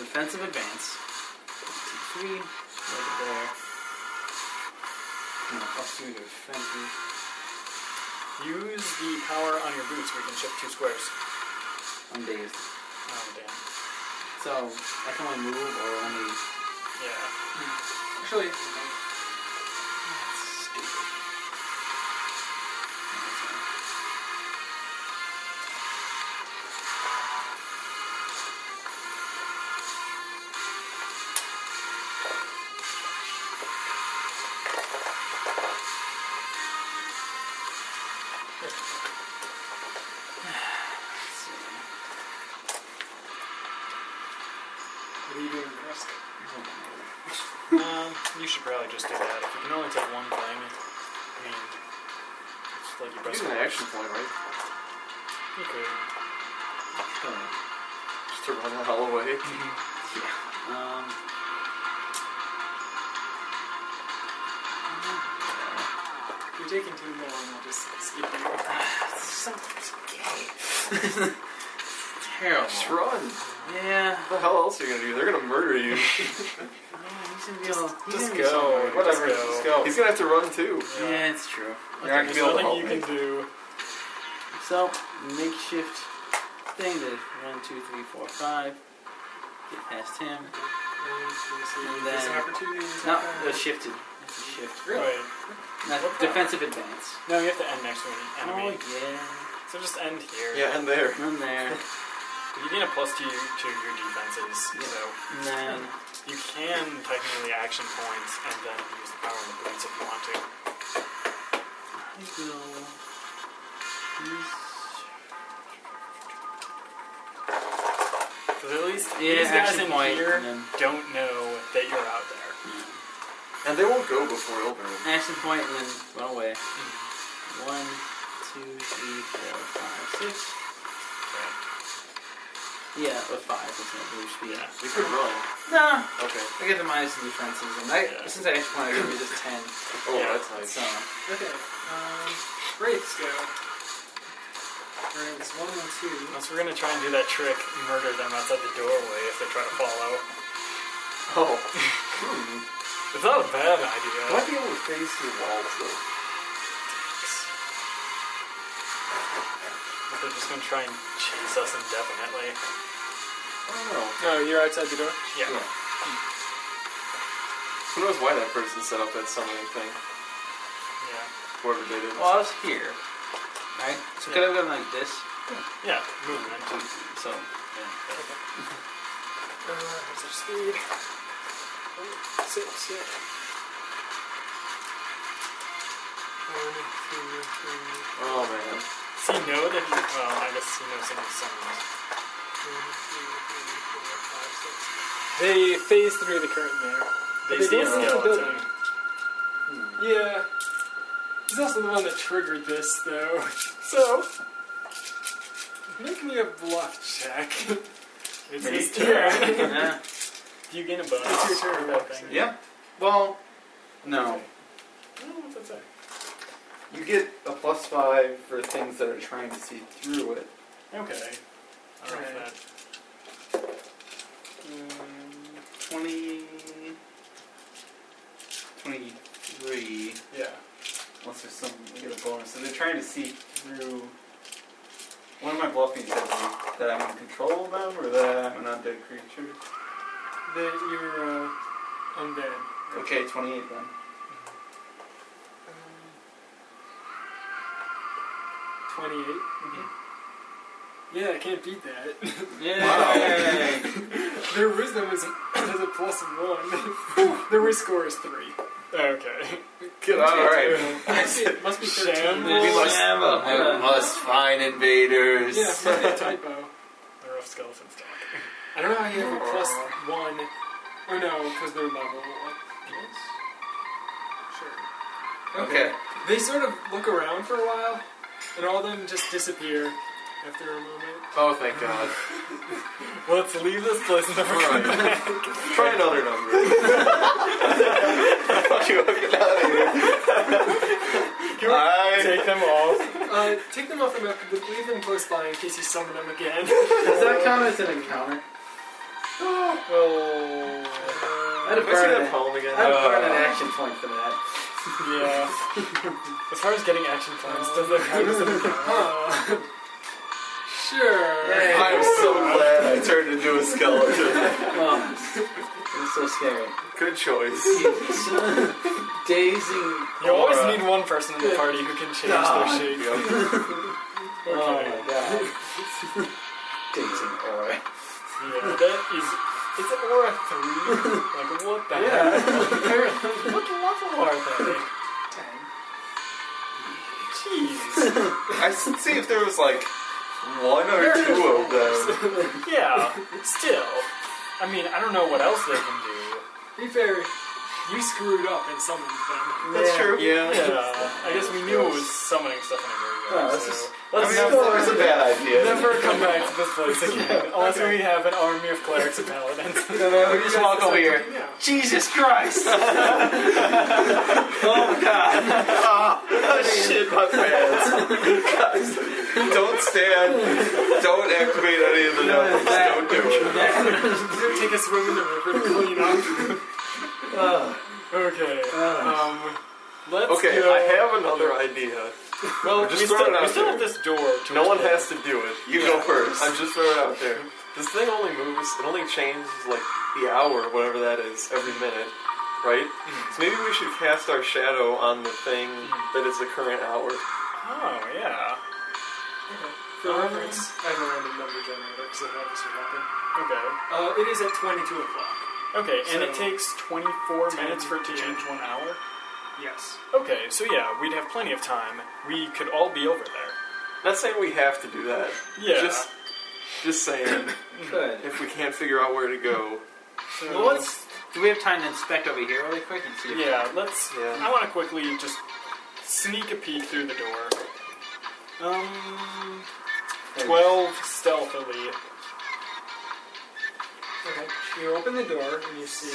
Defensive advance. Two, three. Right there. No, plus two defensive. Use the power on your boots. We can shift two squares. I'm dazed. Oh damn. So I can only move or only. Yeah. Actually, That's stupid. Let's see. what are you doing, Chris? um, you should probably just do that. If you can only take one thing, I mean, it's like your best. Use an action point, right? You could. Oh, Just to run the hell away. Um. You're taking too long. I'll just skip you. It's so gay. Terrible. Just run. yeah. What the hell else are you gonna do? They're gonna murder you. Yeah, he's in real. he's just in go. real somewhere. Just Whatever, go. just go. He's gonna have to run too. Yeah. it's true. You're not gonna There's be able to nothing help you me. can do. So makeshift thing to one, two, three, four, five. Get past him. And there's an then- opportunity to No, attack uh, on- shifted. That's a shift. Really? Wait. Not What the- defensive advance. No, you have to end next to an enemy. Oh So just end here. Yeah, and there. yeah. Run there. You gain a plus two to your defenses, Yeah. so And then you can technically action points and then use the power of the boots if you want to. I will use Because at least Yeah, these guys in action point, here and then- don't know that you're out there. And they won't go before it'll burn. Action point and then run away. One, two, three, four, five, six. Yeah, with five, that's not move speed. Yeah. You could run. Nah, Okay. I get the minus in defenses, and I, Yeah. since I action point, I can resist ten. Oh, Yeah. that's nice. So Okay. Um, wraiths go. Wraiths one and two. Unless we're gonna try and do that trick, murder them outside the doorway if they try to follow. Oh. hmm. It's not a bad idea. You might be able to phase through walls though. If they're just gonna try and chase us indefinitely. I don't know. No, you're outside the door. Yeah. Yeah. Who knows why that person set up that summoning thing? Yeah. Whoever did it. well, I was here, right? So could I have gone like this? Yeah. Movement. So yeah. Uh, what's their speed? Oh, Six, yeah. One, two, three, Oh man. See, no, that well, I guess he knows some summons. one, two, three, four, five, six. They phase through the curtain there. They, They see a don't leave the skeleton. building. Yeah. He's also the one that triggered this, though. So, make me a bluff check. It's Me his too. turn. yeah. Do you gain a bonus? It's your for turn. that thing? Yeah. Well, no. Oh, what's that say? You get a plus five for things that are trying to see through it. Okay. I don't know if Alright. that. Mm. Um, 20. 23. Yeah. Unless there's some, you get a bonus. So they're trying to see through. What am I bluffing to That I'm in control of them or that I'm an undead creature? That you're uh, undead. Okay, 28 then. Uh, Twenty-eight. Yeah, I can't beat that. Yay! Their wisdom is has a plus one. Their risk score is three. Okay. Good. Alright. Must be, must be thirteen. Shambles. We must- I must find invaders. Yeah, probably a typo. The rough skeletons talk. I don't know how you have a plus one. Or no, because they're level. I guess. Sure. Okay. They sort of look around for a while, and all of them just disappear after a moment. Oh, thank God. Let's leave this place and never come back. Try another number. Can we I- take them all? Uh, take them off the map, but leave them close by in case you summon them again. Does that count as an encounter? Uh, I'd have Can I see burned that an, poem again? Uh, I'd have burned an action point for that. yeah. As far as getting action plans, does that count as an Huh. sure. Yay. I'm so glad I turned into a skeleton. Oh, it was so scary. Good choice. Dazing. You always Aura. need one person in the party who can change God. their shape. Oh Okay. my god. Dazing aura. Yeah, that is. It's an aura three. like what the Yeah. hell? what level are they? Jeez. I should see if there was like one or two of them. Yeah. Still. I mean, I don't know what else they can do. Be fair, you screwed up and summoned them. That's true. Yeah. Yeah. I guess we knew it was summoning stuff in every Yeah, way. let's so just- I let's mean, never- that was a bad idea. never come back to this place again, unless we have an army of clerics and paladins. we just walk over here. Yeah. Jesus Christ! oh god. Oh, shit, my pants. Guys, don't stand. Don't activate any of the numbers. Don't do it. You're gonna take a swim in the river to clean up. Uh, Uh. Okay. Um, let's Okay, go. I have another idea. Well, just we throwing still, we it out still there. have this door. To No one explore. has to do it. You go first. I'm just throwing it out there. This thing only moves, it only changes like the hour, whatever that is, every minute, right? So maybe we should cast our shadow on the thing that is the current hour. Oh yeah. For reference, I have a random number generator because I have this weapon. Okay. Uh, it is at 22 o'clock. Okay, and it So- takes 24 Ten, minutes for it to yeah. change one hour. Yes. Okay, so yeah, we'd have plenty of time. We could all be over there. Not saying we have to do that. Yeah. Just, just saying, Good. if we can't figure out where to go. So- Well, let's. Do we have time to inspect over here really quick and see? if- Yeah. Let's. Yeah. I want to quickly just sneak a peek through the door. Um, twelve stealthily. Okay. You open the door and you see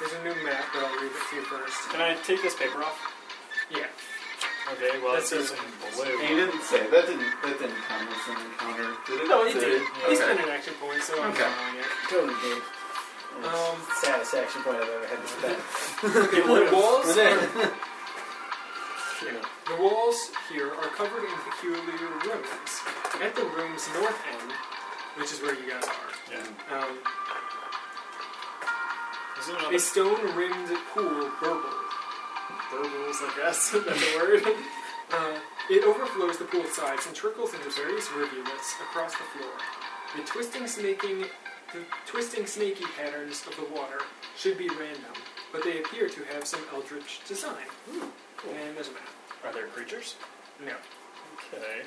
there's a new map, but I'll read it to you first. Can I take this paper off? Yeah. Okay. Well, That's it says it. in blue. You didn't say that. Didn't that didn't count as an encounter? Did it? No, he did. He Okay. spent an action point, so I'm Okay. counting it. Totally did. Um, Saddest action point I've ever had to spend. the walls Wasn't it? The walls here are covered in peculiar runes. At the room's north end, which is where you guys are, Yeah. um, Is it another a stone-rimmed pool burble. Burbles, I guess, that's the word. Uh, it overflows the pool sides and trickles into various rivulets across the floor. The twisting, snaking, the twisting, snaky patterns of the water should be random, but they appear to have some eldritch design. And there's a map. Are there creatures? No. Okay.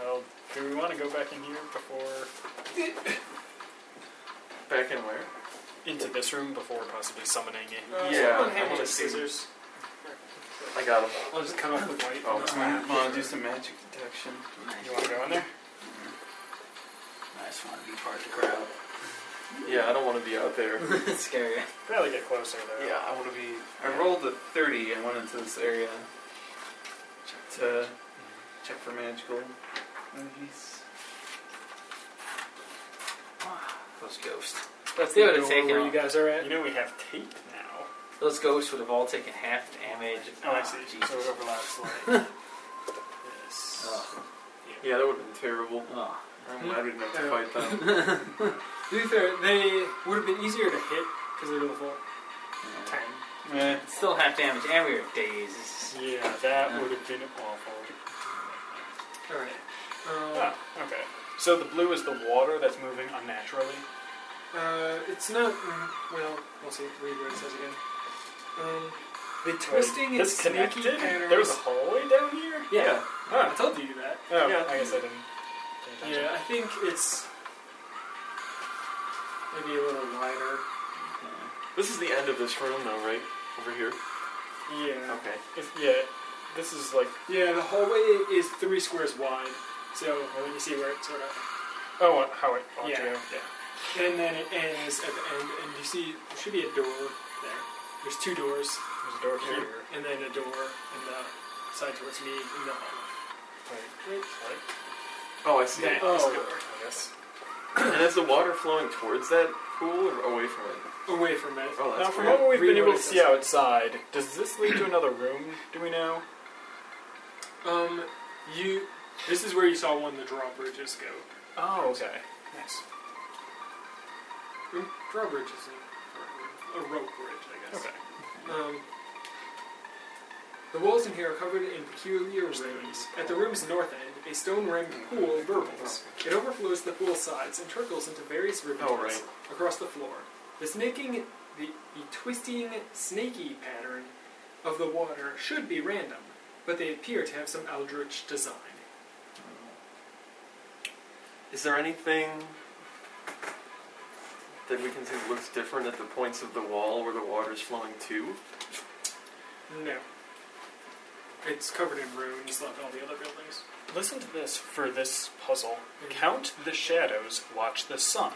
Well, do we want to go back in here before Back in where? into this room before possibly summoning it? Uh, Yeah, someone hand I me wanna the see. scissors. I got him. I'll just cut off the white. Oh, and- Come on, do some magic detection. You want to go in there? I just want to be part of the crowd. Yeah, I don't want to be out there. it's scary. Probably get closer though. Yeah, I want to be. I rolled a 30 and went into this area. Checked, uh, check for magical energies. Those ghosts. That's They the would've door taken where off. you guys are at. You know we have tape now. Those ghosts would have all taken half the damage. Oh, I see. So it Jesus. overlaps like this. Oh. Yeah, that would have been terrible. Oh. I'm glad we didn't have to fight them. To be fair, they would have been easier to hit because they're level Yeah. 10. Eh. Still half damage, and we were dazed. This is- Yeah, that would have been awful. Alright. Uh, Ah, okay. So the blue is the water that's moving unnaturally. uh, it's not. mm, Well, we'll see. Read what it says again. Um, the twisting and This sneaky connected? patterns. There was a hallway down here? yeah, I Huh. told you that. Oh, Yeah. I guess I didn't. pay attention. Yeah, I think it's maybe a little wider. This is the end of this room, though, right? Over here. Oh. Yeah. Okay. If, yeah. This is like. Yeah, the hallway is three squares wide. So you see where it sort of. Oh, uh, how it. Oh, Yeah. yeah. And then it ends at the end, and you see there should be a door there. There's two doors, There's a door Yeah. here. and then a door in the side towards me in the hallway. Right. Right? Right. Oh, I see. That Oh, is a door. I guess. And is the water flowing towards that pool or away from it? Away from it. Oh, Now, that's from weird. what we've Read been able what to it see says. outside, does this lead to another room? Do we know? Um, you. This is where you saw one of the drawbridges go. Oh, okay. Nice. Mm, Drawbridge is a, a rope bridge, I guess. Okay. Um, the walls in here are covered in peculiar rims. At the room's north end, a stone-rimmed pool burbles. It overflows the pool sides and trickles into various rivulets Oh, right. across the floor. The snaking, the, the twisting, snaky pattern of the water should be random, but they appear to have some eldritch design. Is there anything that we can see looks different at the points of the wall where the water's flowing to? No. It's covered in runes like all the other buildings. Listen to this for this puzzle. Mhm. Count the shadows, watch the sun.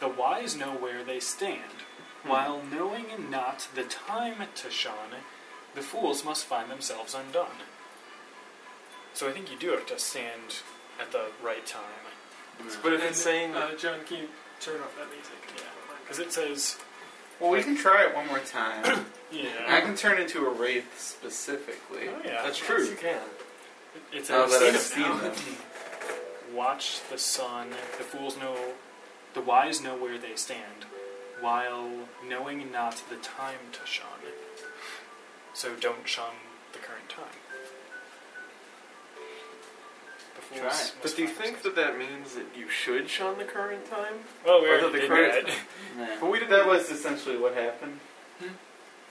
The wise know where they stand. While knowing not the time to shun, the fools must find themselves undone. So I think you do have to stand at the right time. But if And, it's saying uh, John, can you turn off that music? Yeah. Because it says. Well, we can try it one more time. I Yeah. can turn into a wraith specifically. Oh, yeah. that's true, you can. It's Now a that Oh, I've seen seen now. them. Watch the sun. The fools know, the wise know where they stand, while knowing not the time to shun. So don't shun the current time. The fools Try it. must But do you find think themselves. that that means that you should shun the current time? Well, we or already that the did current- that. Nah. But we didn't. That was essentially what happened.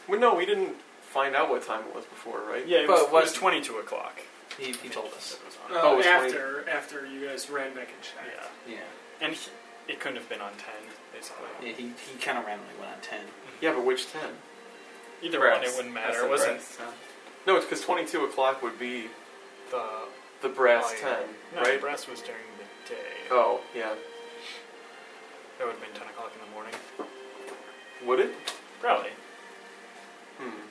Well, no, we didn't find out what time it was before, right? Yeah, it But was, what- it was twenty-two o'clock. He, he told us. That was Uh, on. Oh, it's twenty- after after you guys ran back and checked. yeah, Yeah. and he, it couldn't have been on ten, basically. Yeah, he, he kind of randomly went on 10. Yeah, but which ten? Either one, Brass. it wouldn't That's matter. the It wasn't brass, huh? No, it's because twenty-two o'clock would be the the brass Oh, yeah. ten, no, right? brass was during the day. Oh, yeah. That would have been ten o'clock in the morning, Would it? probably. Hmm.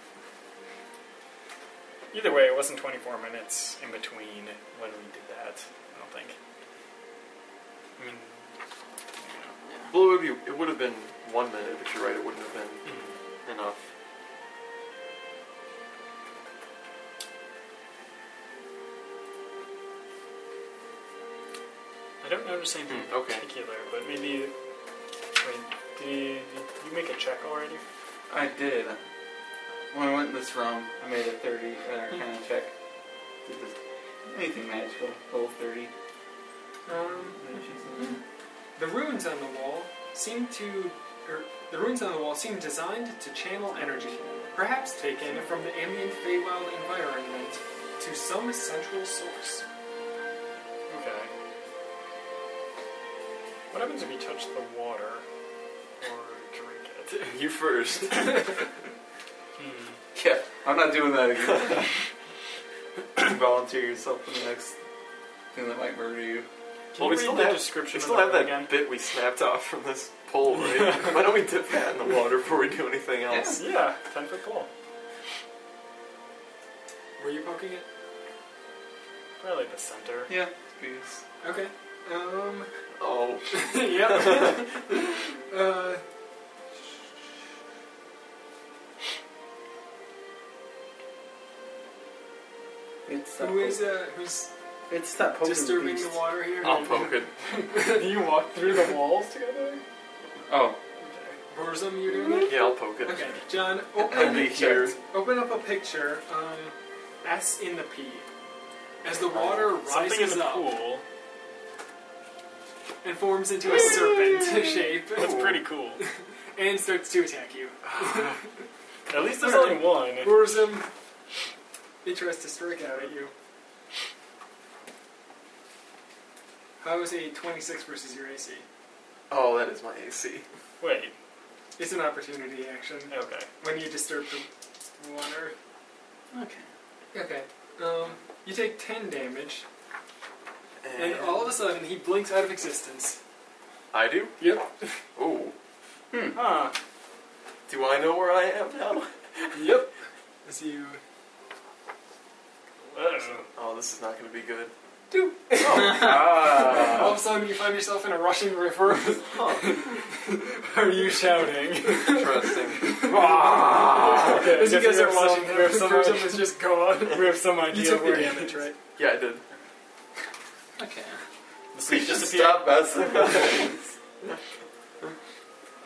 Either way, it wasn't 24 minutes in between when we did that. I don't think. I mean, Well, it would be. It would have been one minute, but you're right. It wouldn't have been hmm, enough. I don't notice anything Hmm, okay. particular, but maybe. Wait, did you, did you make a check already? I did. When I went in this room, I made a 30 uh, kind of check. Did this- Anything magical? Roll 30. Um, the runes on the wall seem to, or the runes on the wall seem designed to channel energy, perhaps taken from the ambient Feywild environment to some central source. Okay. What happens if you touch the water or drink it? You first. Hmm. Yeah, I'm not doing that again. Volunteer yourself for the next thing that might murder you. Can you well, we read still the have description We of still the have room that again? bit we snapped off from this pole, right? Why don't we dip that in the water before we do anything else? Yeah, ten foot pole. Were you poking it? Probably the center. Yeah, please. Okay. Um. Oh, yep. uh. It's that Who is uh, who's It's that poker disturbing beast. the water here? I'll poke it. Do you walk through the walls together? Oh, Burzum, you're doing it. Yeah, I'll poke it. Okay, John. oh, I'll Open, be here. open up a picture. Um, S in the P. As the water Something in rises the up pool. and forms into a serpent shape, That's pretty cool. and starts to attack you. At least there's Alright. only one. Burzum, it tries to strike out at you. How is a 26 versus your AC? Oh, that is my AC. Wait. It's an opportunity action Okay. when you disturb the water. Okay. Okay. Um, you take 10 damage, and all of a sudden he blinks out of existence. I do? Yep. Oh. Huh. Do I know where I am now? Yep. As you Uh-oh. Oh, this is not going to be good. do. Ah. All of a sudden you find yourself in a rushing river. Are you shouting? Interesting. Ah, okay, As you guess guys we are have some, watching him, we have some, uh, Burzum is just gone. we have some idea You took the where damage, right? Yeah, I did. Okay. The sleep disappeared. Stop messing.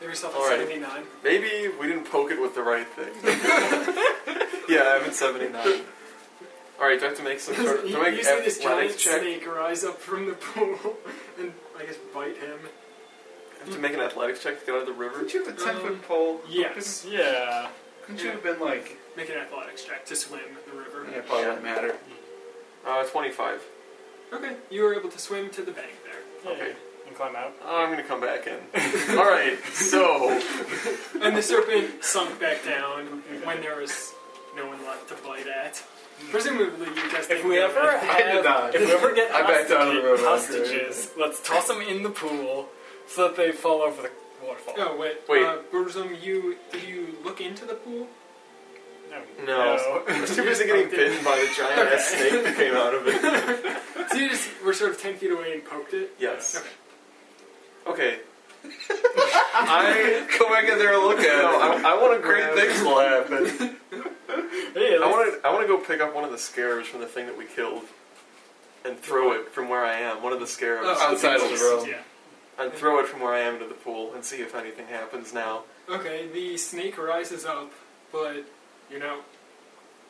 Give yourself a Alrighty. 79. Maybe we didn't poke it with the right thing. yeah, I'm at 79. All right, do I have to make some sort of, you do I you make see this giant athletics check? I snake rise up from the pool and I guess bite him. have to make an athletics check to get out of the river? couldn't you have a 10 Um, foot pole? Yes. Yeah. Couldn't you have been like. Make an athletics check to swim the river. Yeah, probably doesn't matter. Uh, 25. Okay, you were able to swim to the bank there. yeah. Okay. And climb out. Oh, I'm going to come back in. All right, so. And the serpent sunk back down when there was no one left to bite at. Presumably, you guys If think we that- ever I did have, not. if we ever get I backed out of the hostage- room after. hostages, let's toss them in the pool so that they fall over the waterfall. Oh, wait. Wait. Uh, Burzum, you, did you look into the pool? No. No. I was too busy getting bitten by the giant ass snake that came out of it. So you just were sort of 10 feet away and poked it? Yes. Okay. I come back in there and look No, at I, I want to it. Great grab. things will happen. Hey, Uh, I want to. I want to go pick up one of the scarabs from the thing that we killed, and throw it from where I am. One of the scarabs Oh. Uh, Outside of the room. Yeah. and throw it from where I am into the pool and see if anything happens now. Okay, the snake rises up, but you're not.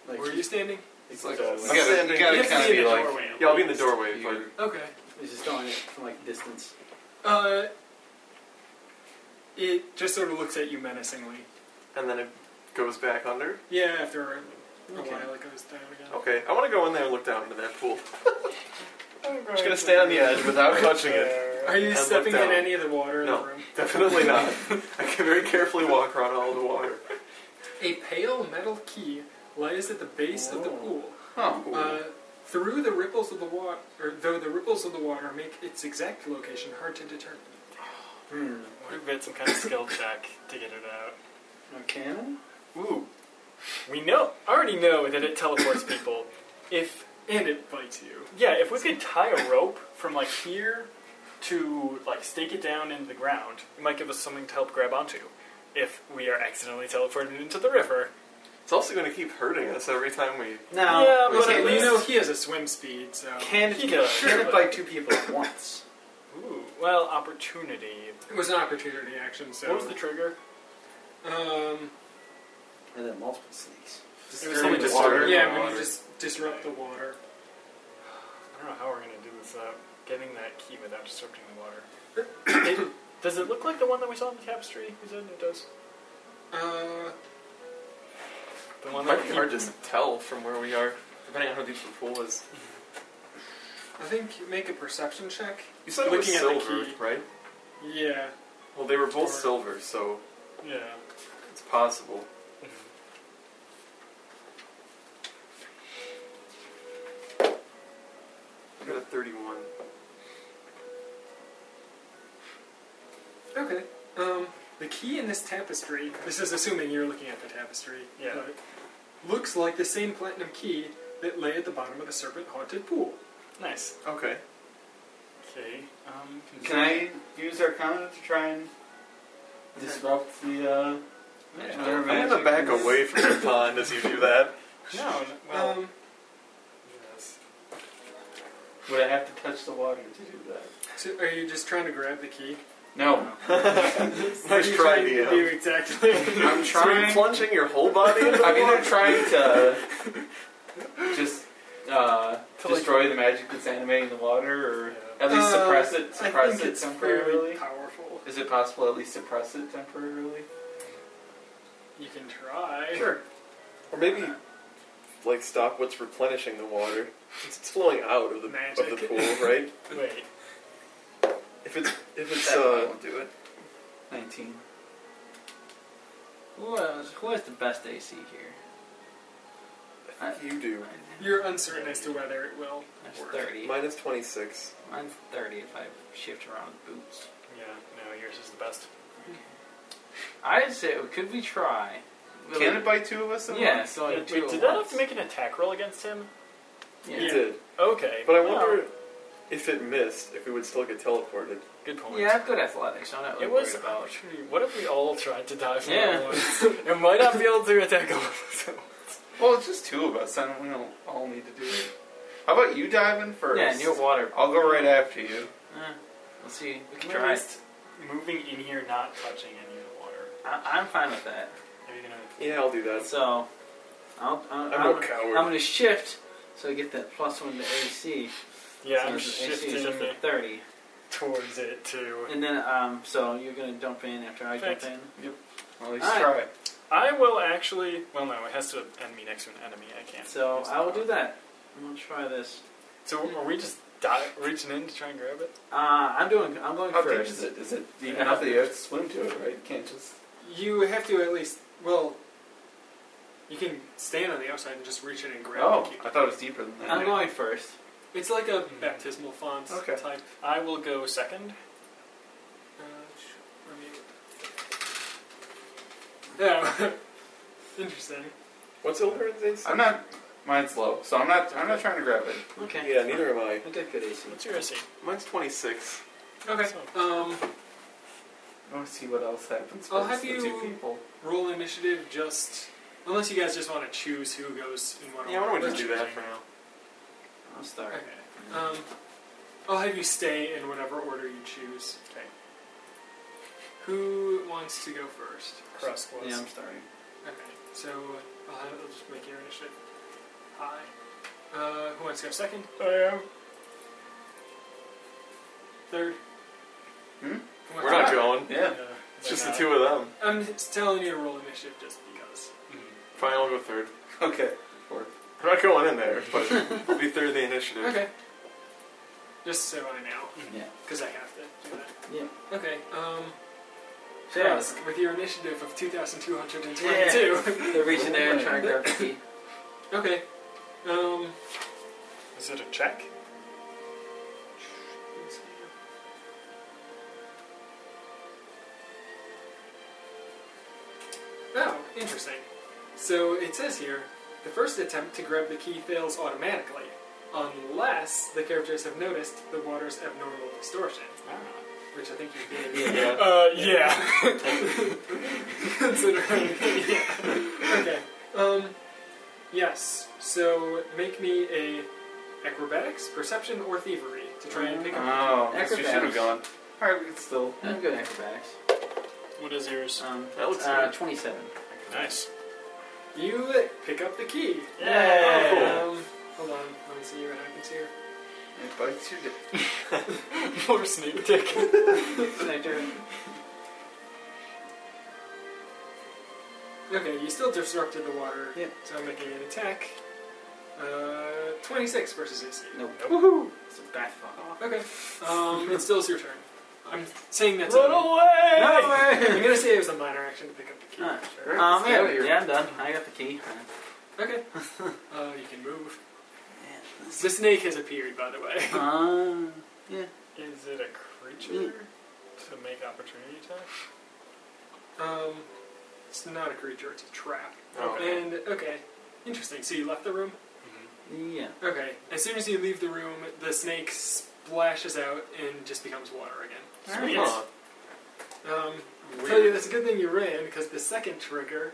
Like, Where are you standing? It's like I'm you gotta, standing- you gotta You have to kind of be in the be like. doorway. Yeah, I'll be in the doorway, but you're- Okay. He's just throwing it from like distance. Uh, it just sort of looks at you menacingly. and then it goes back under. Yeah, after a, a Okay. while it goes down again. Okay, I want to go in there and look down into that pool. I'm just gonna stay on the edge without touching it. Are you And look stepping in down. any of the water in No. the room? Definitely not. I can very carefully walk around all the water. A pale metal key lies at the base of the Whoa. pool. Oh. Uh, through the ripples of the water, or though the ripples of the water make its exact location hard to determine. Hmm. What if we had some kind of skill check to get it out? Okay. Ooh. We know, already know that it teleports people. If And it bites you. yeah, if we could tie a rope from like here to like stake it down in the ground, it might give us something to help grab onto. If we are accidentally teleported into the river, It's also going to keep hurting us every time we. Now, Yeah, but okay, at Well, you least- know he has a swim speed, so. can it, He does. can it bite two people at once? ooh, well, opportunity. It was an opportunity action, so. What was the trigger? um, Or then multiple It snakes? was Disturbing something the disturbing. water. yeah, when water. you just disrupt the water. I don't know how we're gonna do this without getting that key without disrupting the water. It- does it look like the one that we saw in the tapestry? You said it does. Uh, The It one that might we be hard to tell from where we are, depending on how deep the pool is. I think you make a perception check. You said it was Looking at the silver, key. right? Yeah. Well, they were both Or- silver, so Yeah. it's possible. I got a 31. Okay. Um, the key in this tapestry, this is assuming you're looking at the tapestry, Yeah. but looks like the same platinum key that lay at the bottom of the serpent haunted pool. Nice. Okay. Okay. Um, Can I use Arcana to try and disrupt the? Uh, Yeah. other I'm gonna magic? back away from the pond as you do that. No. n- Well. um, yes. Would I have to touch the water to do that? so are you just trying to grab the key? No. Nice try, What are you trying to DM. do exactly. I'm So you're trying. plunging your whole body into the I'm either water? trying to just uh, destroy the magic that's animating the water, or at least Uh, suppress it. I Suppress think it it's fairly temporarily. powerful. Is it possible to at least suppress it temporarily? You can try. Sure. Or maybe, like, stop what's replenishing the water. It's, it's flowing out of the, of the Magic. pool, right? Wait. If it's, if it's, That uh, won't do it. Nineteen. Who has, who has the best AC here? I think you do. You're uncertain as to whether it will Mine's work. 30. Minus 26. Mine's 30 if I shift around with boots. Yeah. No. Yours is the best. I'd say, could we try? Will Can we- it bite two of us? At Yeah, Once? so like Wait, two at did that have once. to make an attack roll against him? Yeah. You did. Okay. But I well, wonder if it missed, if we would still get teleported. Good point. Yeah, I have good athletics. so I'm not really It was worried about. actually- What if we all tried to die from Yeah. that one? It might not be able to attack all of them. Well, it's just two of us. I don't. We don't all need to do it. How about you dive in first? Yeah, new water. I'll go right after you. Eh, we'll see. We can Am I try. just moving in here, not touching any of the water. I, I'm fine with that. Are you gonna? Yeah, I'll do that. So, I'll, I'll, I'm, I'm a I'm coward. going to shift so I get that plus one to AC. Yeah, so I'm it's an AC is shifting for 30. towards it too. And then, um, so you're going to jump in after I jump in? Perfect. Well, at least Alright. try. I will actually. Well, no, it has to end me next to an enemy. I can't. So, use the I will power. do that. I'm going to try this. So are we just di- reaching in to try and grab it? Uh, I'm doing. I'm going How deep first. is it? Is it deep Yeah. enough that you have to swim to it, right? You can't just. You have to at least, well, you can stand on the outside and just reach in and grab Oh, the key. I thought it was deeper than I'm that. going first. It's like a baptismal font Okay. type. I will go second. Uh, let me- yeah, interesting. What's Ilderen's AC? I'm not. Mine's low, so I'm not. I'm not trying to grab it. Okay. Yeah, neither am I. I got good AC. What's your AC? Mine's 26. Okay, um, I want to see what else happens. I'll have first, the you- Two people. roll initiative just, unless you guys just want to choose who goes in what Yeah, why order. don't we just do that for now? I'll start. Okay. Um, I'll have you stay in whatever order you choose. Okay. Who wants to go first? Cross was. Yeah, I'm starting. Okay. So uh, I'll, have, I'll just make your initiative. Hi. Uh, who wants to go second? I am. Third? Hmm? Who wants We're to not go- going. Yeah. Uh, It's just the they're two of them. I'm just telling you to roll initiative just because. not- Mhm. Fine, I'll go third. Okay. Four. I'm not going in there, but I'll be third in the initiative. Okay. Just so I know, Yeah. because I have to do that. Yeah. Okay. Um. So yeah, Trask, with your initiative of 2,222. they're reaching there and trying to grab the key. okay. Um. Is it a check? Oh, interesting. So it says here the first attempt to grab the key fails automatically, unless the characters have noticed the water's abnormal distortion, which I think you did. Yeah. Uh, yeah. Considering. yeah. Okay. Um, yes, so make me a acrobatics, perception, or thievery to try and pick up. Oh, I guess you should have Acrobatics. gone. All right, we can still. I'm good acrobatics. what is yours? Um, That looks uh, good. 27. Nice. You pick up the key. Yeah. Um, hold on, let me see what happens here. It bites your dick. More sneak attack. It's my turn. Okay, you still disrupted the water, Yep. so I'm making an attack. Uh, 26 versus AC. Nope. Woohoo! It's a bat fuck off. Okay, um, it's still your turn. I'm saying that's Run a- away! No I'm way! gonna say it was a minor action to pick up the key. Alright. Sure. Um, Let's go yeah, here. yeah, I'm done. I got the key. Okay. uh, you can move. The snake has appeared, by the way. Um, yeah. Mm. Is it a creature to make opportunity attack? Um, It's not a creature, it's a trap. Okay. And, okay, interesting. So you left the room? Yeah. Okay. As soon as you leave the room, the snake splashes out and just becomes water again. Sweet. Huh. Um, I'll tell you, Weird. that's a good thing you ran because the second trigger,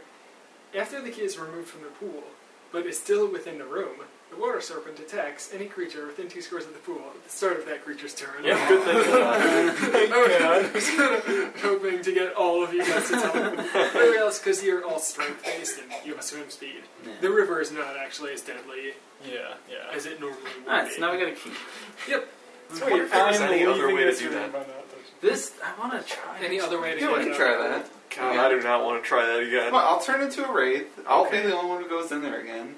after the key is removed from the pool, but is still within the room, the water serpent attacks any creature within two squares of the pool at the start of that creature's turn. Yeah, good thing. I was kind of hoping to get all of you guys to tell them. Everybody else, because you're all strength based and you have swim speed. yeah. The river is not actually as deadly Yeah, yeah. as it normally would Alright, so be. now we got a key. Yep. I wonder if there's any other way to do that. This I want to try. Any other way to Yeah, get we can out. try that. God, I do not want to try that again. Come on, I'll turn into a wraith. I'll Okay. be the only one who goes in there again.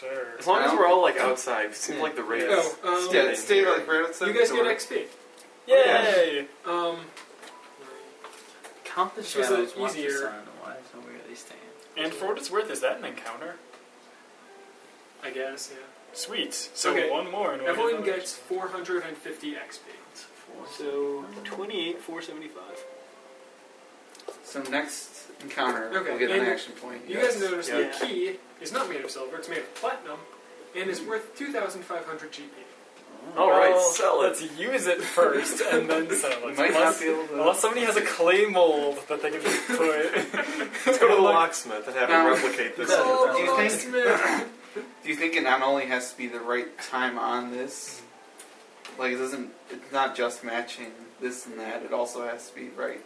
Sure. As long as Well- we're all like outside, it seems Yeah. like the race. Oh, um, Stay, Yeah. stay like right outside you guys the get door. XP. Yay! Um, Count the This was shadows. a Watch the easier- sun. Why is nobody really staying? And for what it's worth, is that an encounter? I guess, yeah. Sweet. So Okay. one more. And we'll get Everyone another. gets 450 XP. So twenty-eight, four seventy-five. So next encounter, Okay, we'll get an and action point. You yes. guys notice Yeah. the key is not made of silver, it's made of platinum, and is worth 2,500 GP. All right, Well, Oh. sell it. Oh. Let's use it first and then sell it. You might unless, not be able to. Oh. unless somebody has a clay mold that they can just Oh, put. Let's go to the locksmith and have him No. replicate this. No. Oh, do you think- locksmith. Do you think it not only has to be the right time on this? Like it doesn't. It's not just matching this and that. It also has to be right.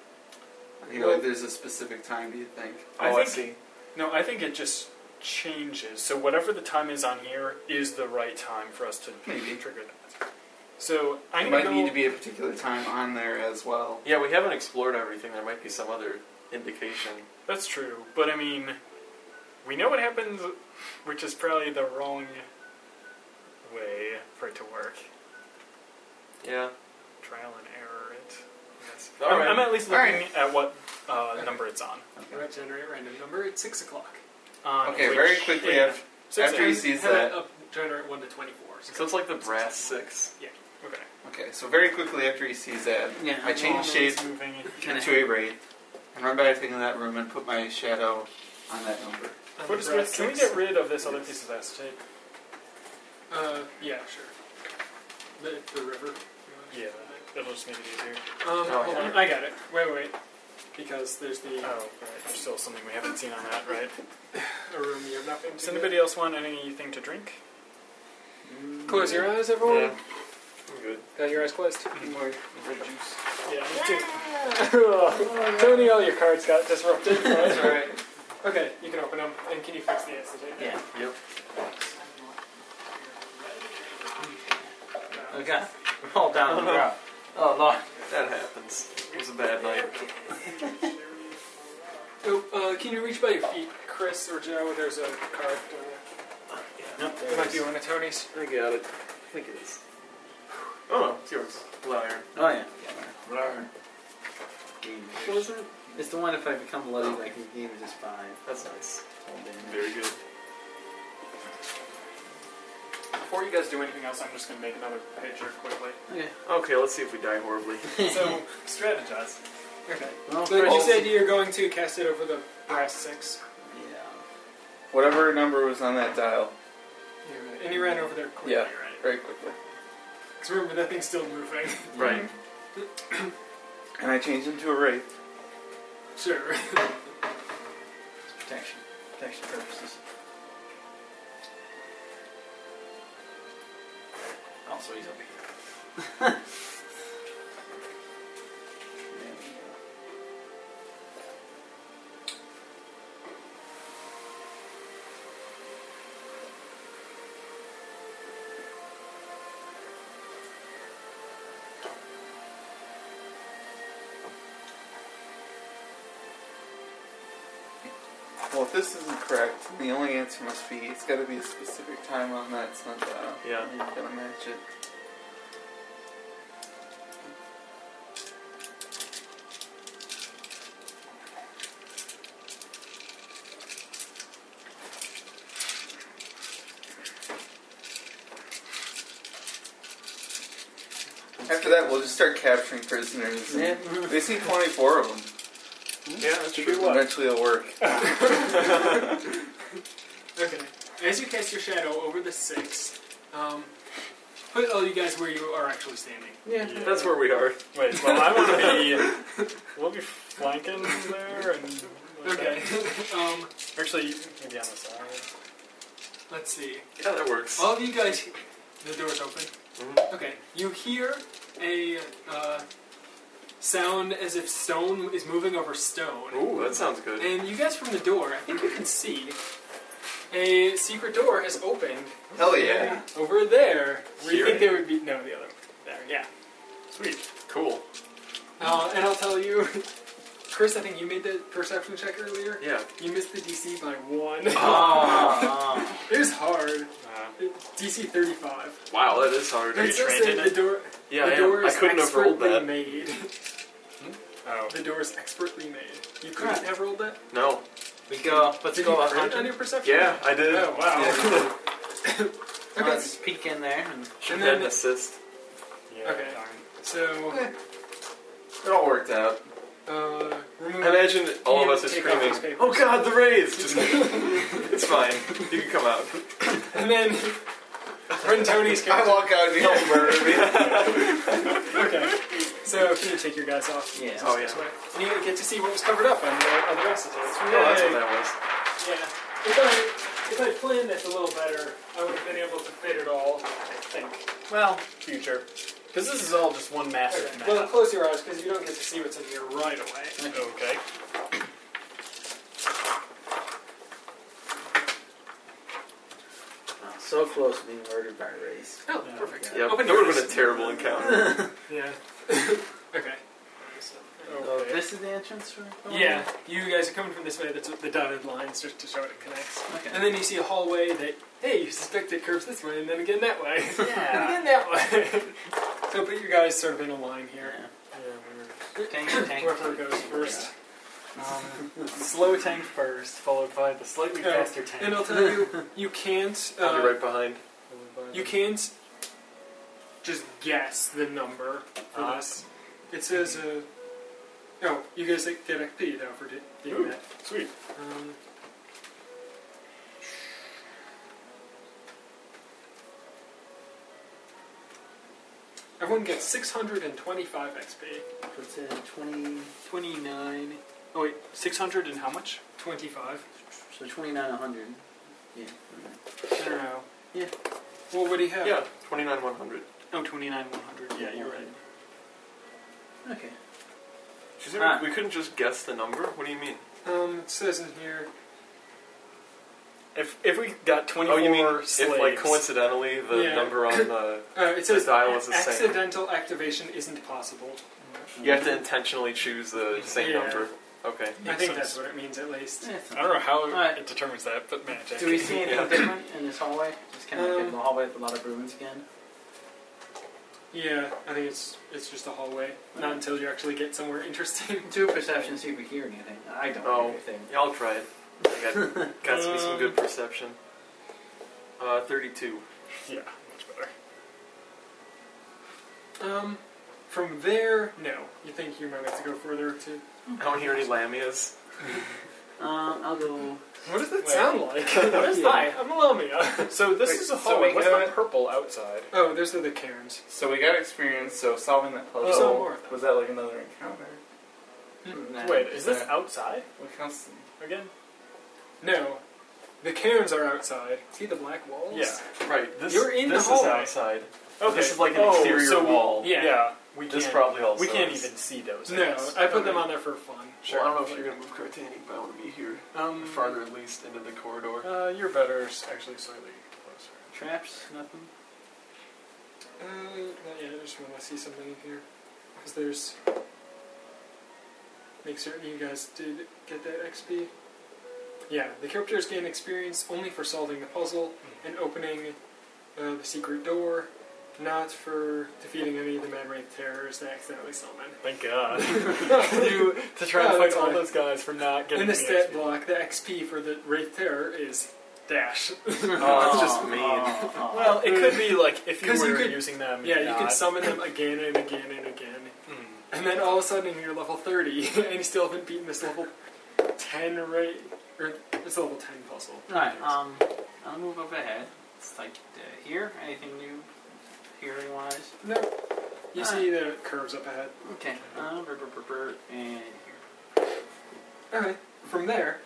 You know, like there's a specific time. Do you think? I Oh, I, think- see. no, I think it just changes. So whatever the time is on here is the right time for us to Maybe. trigger that. So I'm it gonna might go, need to be a particular time on there as well. Yeah, we haven't explored everything. There might be some other indication. That's true, but I mean, we know what happens, which is probably the wrong way for it to work. Yeah. Trial and error, it. Yes. All I'm, right. I'm at least looking All right. at what uh, number it's on. All right, generate random number at 6 o'clock. on Okay, which- very quickly yeah. after, Six after he and- sees Have it that. Up, generate 1 to 24. So it's like the brass six. Okay. Okay, so very quickly after he sees that, Yeah. I change shape It's moving. Kinda- into a wraith and run back in that room and put my shadow on that number. On What um, the is brass with, can we six. get rid of this other piece of acetate? Uh, yeah, sure. The, the river. Yeah, that'll just make it easier. Um, hold yeah. on, I got it. Wait, wait. Because there's the Oh, right. There's still something we haven't seen on that, right? a room you have not been to. Does yet. anybody else want anything to drink? Close your eyes, everyone. Yeah. I'm good. Got your eyes closed. Mm-hmm. More red juice. Yeah, me too. Tony, all your cards got disrupted. That's all right. Okay, you can open them. And can you fix the acetate? Yeah. Yep. Okay. All down on the ground. Oh lord. That happens. It was a bad night. Oh, uh, can you reach by your feet, Chris or Joe? There's a card. down Nope. there. It might be one of Tony's. I got it. I think it is. Oh no, it's yours. Liar. Oh yeah. What was it? It's the one if I become bloodied, I can gain just five. That's nice. Hold in. Very good. Before you guys do anything else, I'm just going to make another picture quickly. Okay. Okay, let's see if we die horribly. So, strategize. Okay. Well, So you first- said you're going to cast it over the brass six. Yeah. Whatever number was on that dial, And you ran over there quickly, Yeah. right? very quickly. Because remember, that thing's still moving. right. And I changed into a wraith. sure. Protection. Protection purposes. Also, he's up here. There we go. Well, if this isn't correct, the only answer must be it's got to be a specific time on that sun dial. Yeah. It's got to match it. After that, we'll just start capturing prisoners. Yeah. mm-hmm. They see 24 of them. Yeah, that's Should we true. What? Eventually it'll work. Okay. As you cast your shadow over the six, um, put all you guys where you are actually standing. Yeah. Yeah. That's where we are. Wait, well, I want to be. We'll be flanking there and. like Okay. um, that. Actually, maybe on the side. let's see. Yeah, that works. All of you guys, the door's open. Mm-hmm. Mhm. Okay. You hear a uh, sound as if stone is moving over stone. Ooh, that sounds good. And you guys from the door, I think you can see a secret door has opened Hell yeah. over there. Where you Here? think there would be no the other one. There, yeah. Sweet. Cool. Uh, and I'll tell you, Chris, I think you made the perception check earlier. Yeah. You missed the DC by one. Ah. Oh, it was hard. Uh, DC 35. Wow, that is hard. Are you It says trained in that it? the door, Yeah, I the am. door I is couldn't have rolled expertly that. made. oh. The door is expertly made. You couldn't have rolled that? No. we go. Let's Did go. you print on Hunter. your perception? Yeah, I did. Oh, wow. Yeah. Let's peek in there. And Should And have had then- an assist. Yeah, Okay. darn. So, It all worked out. uh, remove... Imagine all of us are Take off screaming, his paper. "Oh God, the rays!" Just kidding. it's fine. You can come out. And then Brentoni's I character. walk out and he'll murder me. Okay. So can you take your guys off? Yeah. Oh, yeah. This way. And you get to see what was covered up on the other messages. Oh, that's what that Yeah. If I if I planned this a little better, I would have been able to fit it all. I think. Well, future. Because this is all just one massive Okay. map. Well, close your eyes because you don't get to see what's in here right away. okay. So close to being murdered by race. Oh, Yeah. perfect. was. Yeah, Open that would have doors. been a terrible encounter. Yeah. okay. Oh, So Okay. Oh, this is the entrance for. Yeah, you guys are coming from this way. That's what the dotted lines just to show it connects. Okay. And then you see a hallway that, hey, you suspect it curves this way, and then again that way, and Yeah. again that way. so put you guys sort of in a line here. Yeah. Tank, tank. Whoever goes first. Um, slow tank first, followed by the slightly Yeah. faster tank. And I'll tell you, you can't, I'll be uh, right behind. you can't just guess the number for Ah. this. It says, uh, oh, you guys like, get XP though for di- doing Ooh. that. Sweet. Um, everyone gets 625 XP. What's it? Twenty. 29, Oh wait, 600 and how much? 25. So twenty nine hundred. Yeah. I don't know. Well, what do you have? Yeah, twenty nine one hundred. No, 29, 100. Yeah, you're right. Okay. She said Ah. we couldn't just guess the number. What do you mean? Um, it says in here. If if we got 24 Oh, you mean slaves, if like coincidentally the Yeah. number on the Uh, it says dial is the same. accidental activation isn't possible. you have to intentionally choose the same Yeah. number. Okay. I Makes think sense. that's what it means, at least. Yeah, it's I don't know how Alright. it determines that, but magic. Do we see anything Yeah. different in this hallway? Just kind of like Um, in the hallway with a lot of ruins again. Yeah, I think it's it's just a hallway. Not until you actually get somewhere interesting. Do a perception, see if we hear anything. I don't Oh. hear anything. Yeah, I'll try it. I got, got to be some good perception. Uh, thirty two. Yeah, much better. Um, from there, no. You think you might have to go further to? I don't hear any lamias. Um, I'll go. What does that Wait. sound like? what is that? I'm a Lamia. So this Wait, is a so hallway. we What's got- the purple outside? Oh, there's the Cairns. So we got experience, so solving that puzzle. saw more of them. was that like another encounter? Nah. Wait, is this Yeah. outside What counts? again? No, the Cairns are outside. See the black walls? Yeah. Right. This, You're in the this hallway. is outside. Okay. This is like an oh, exterior so we- wall. yeah. we This can't, probably also. we can't is- even see those. No, guys. I put them on there for fun. Well, I don't know if you're gonna move Cartani, but I want to be here, Um, farther at least into the corridor. Uh, your better is actually slightly closer. Traps? Nothing. Uh, yeah, I just want to see something in here. Because there's. Make certain you guys did get that XP. Yeah, the characters gain experience only for solving the puzzle and opening uh, the secret door, not for defeating any of the Mad Wraith terrors they accidentally summon. Thank God. you to try No, to that's fight all fine. those guys for not getting In the the stat XP. block, the XP for the Wraith Terror is dash. Oh, that's just mean. Oh, oh. Well, it could be like if you Because were you could- using them. yeah, you not- can summon them again and again and again. Mm. and then all of a sudden you're level 30, and you still haven't beaten this level 10 rate, or this level 10 puzzle. Right. Um, I'll move up ahead. It's like uh, here. Anything new, hearing wise? No. You see the curves up ahead. Okay. Uh, brr, brr, brr, brr, and here. Alright. From there,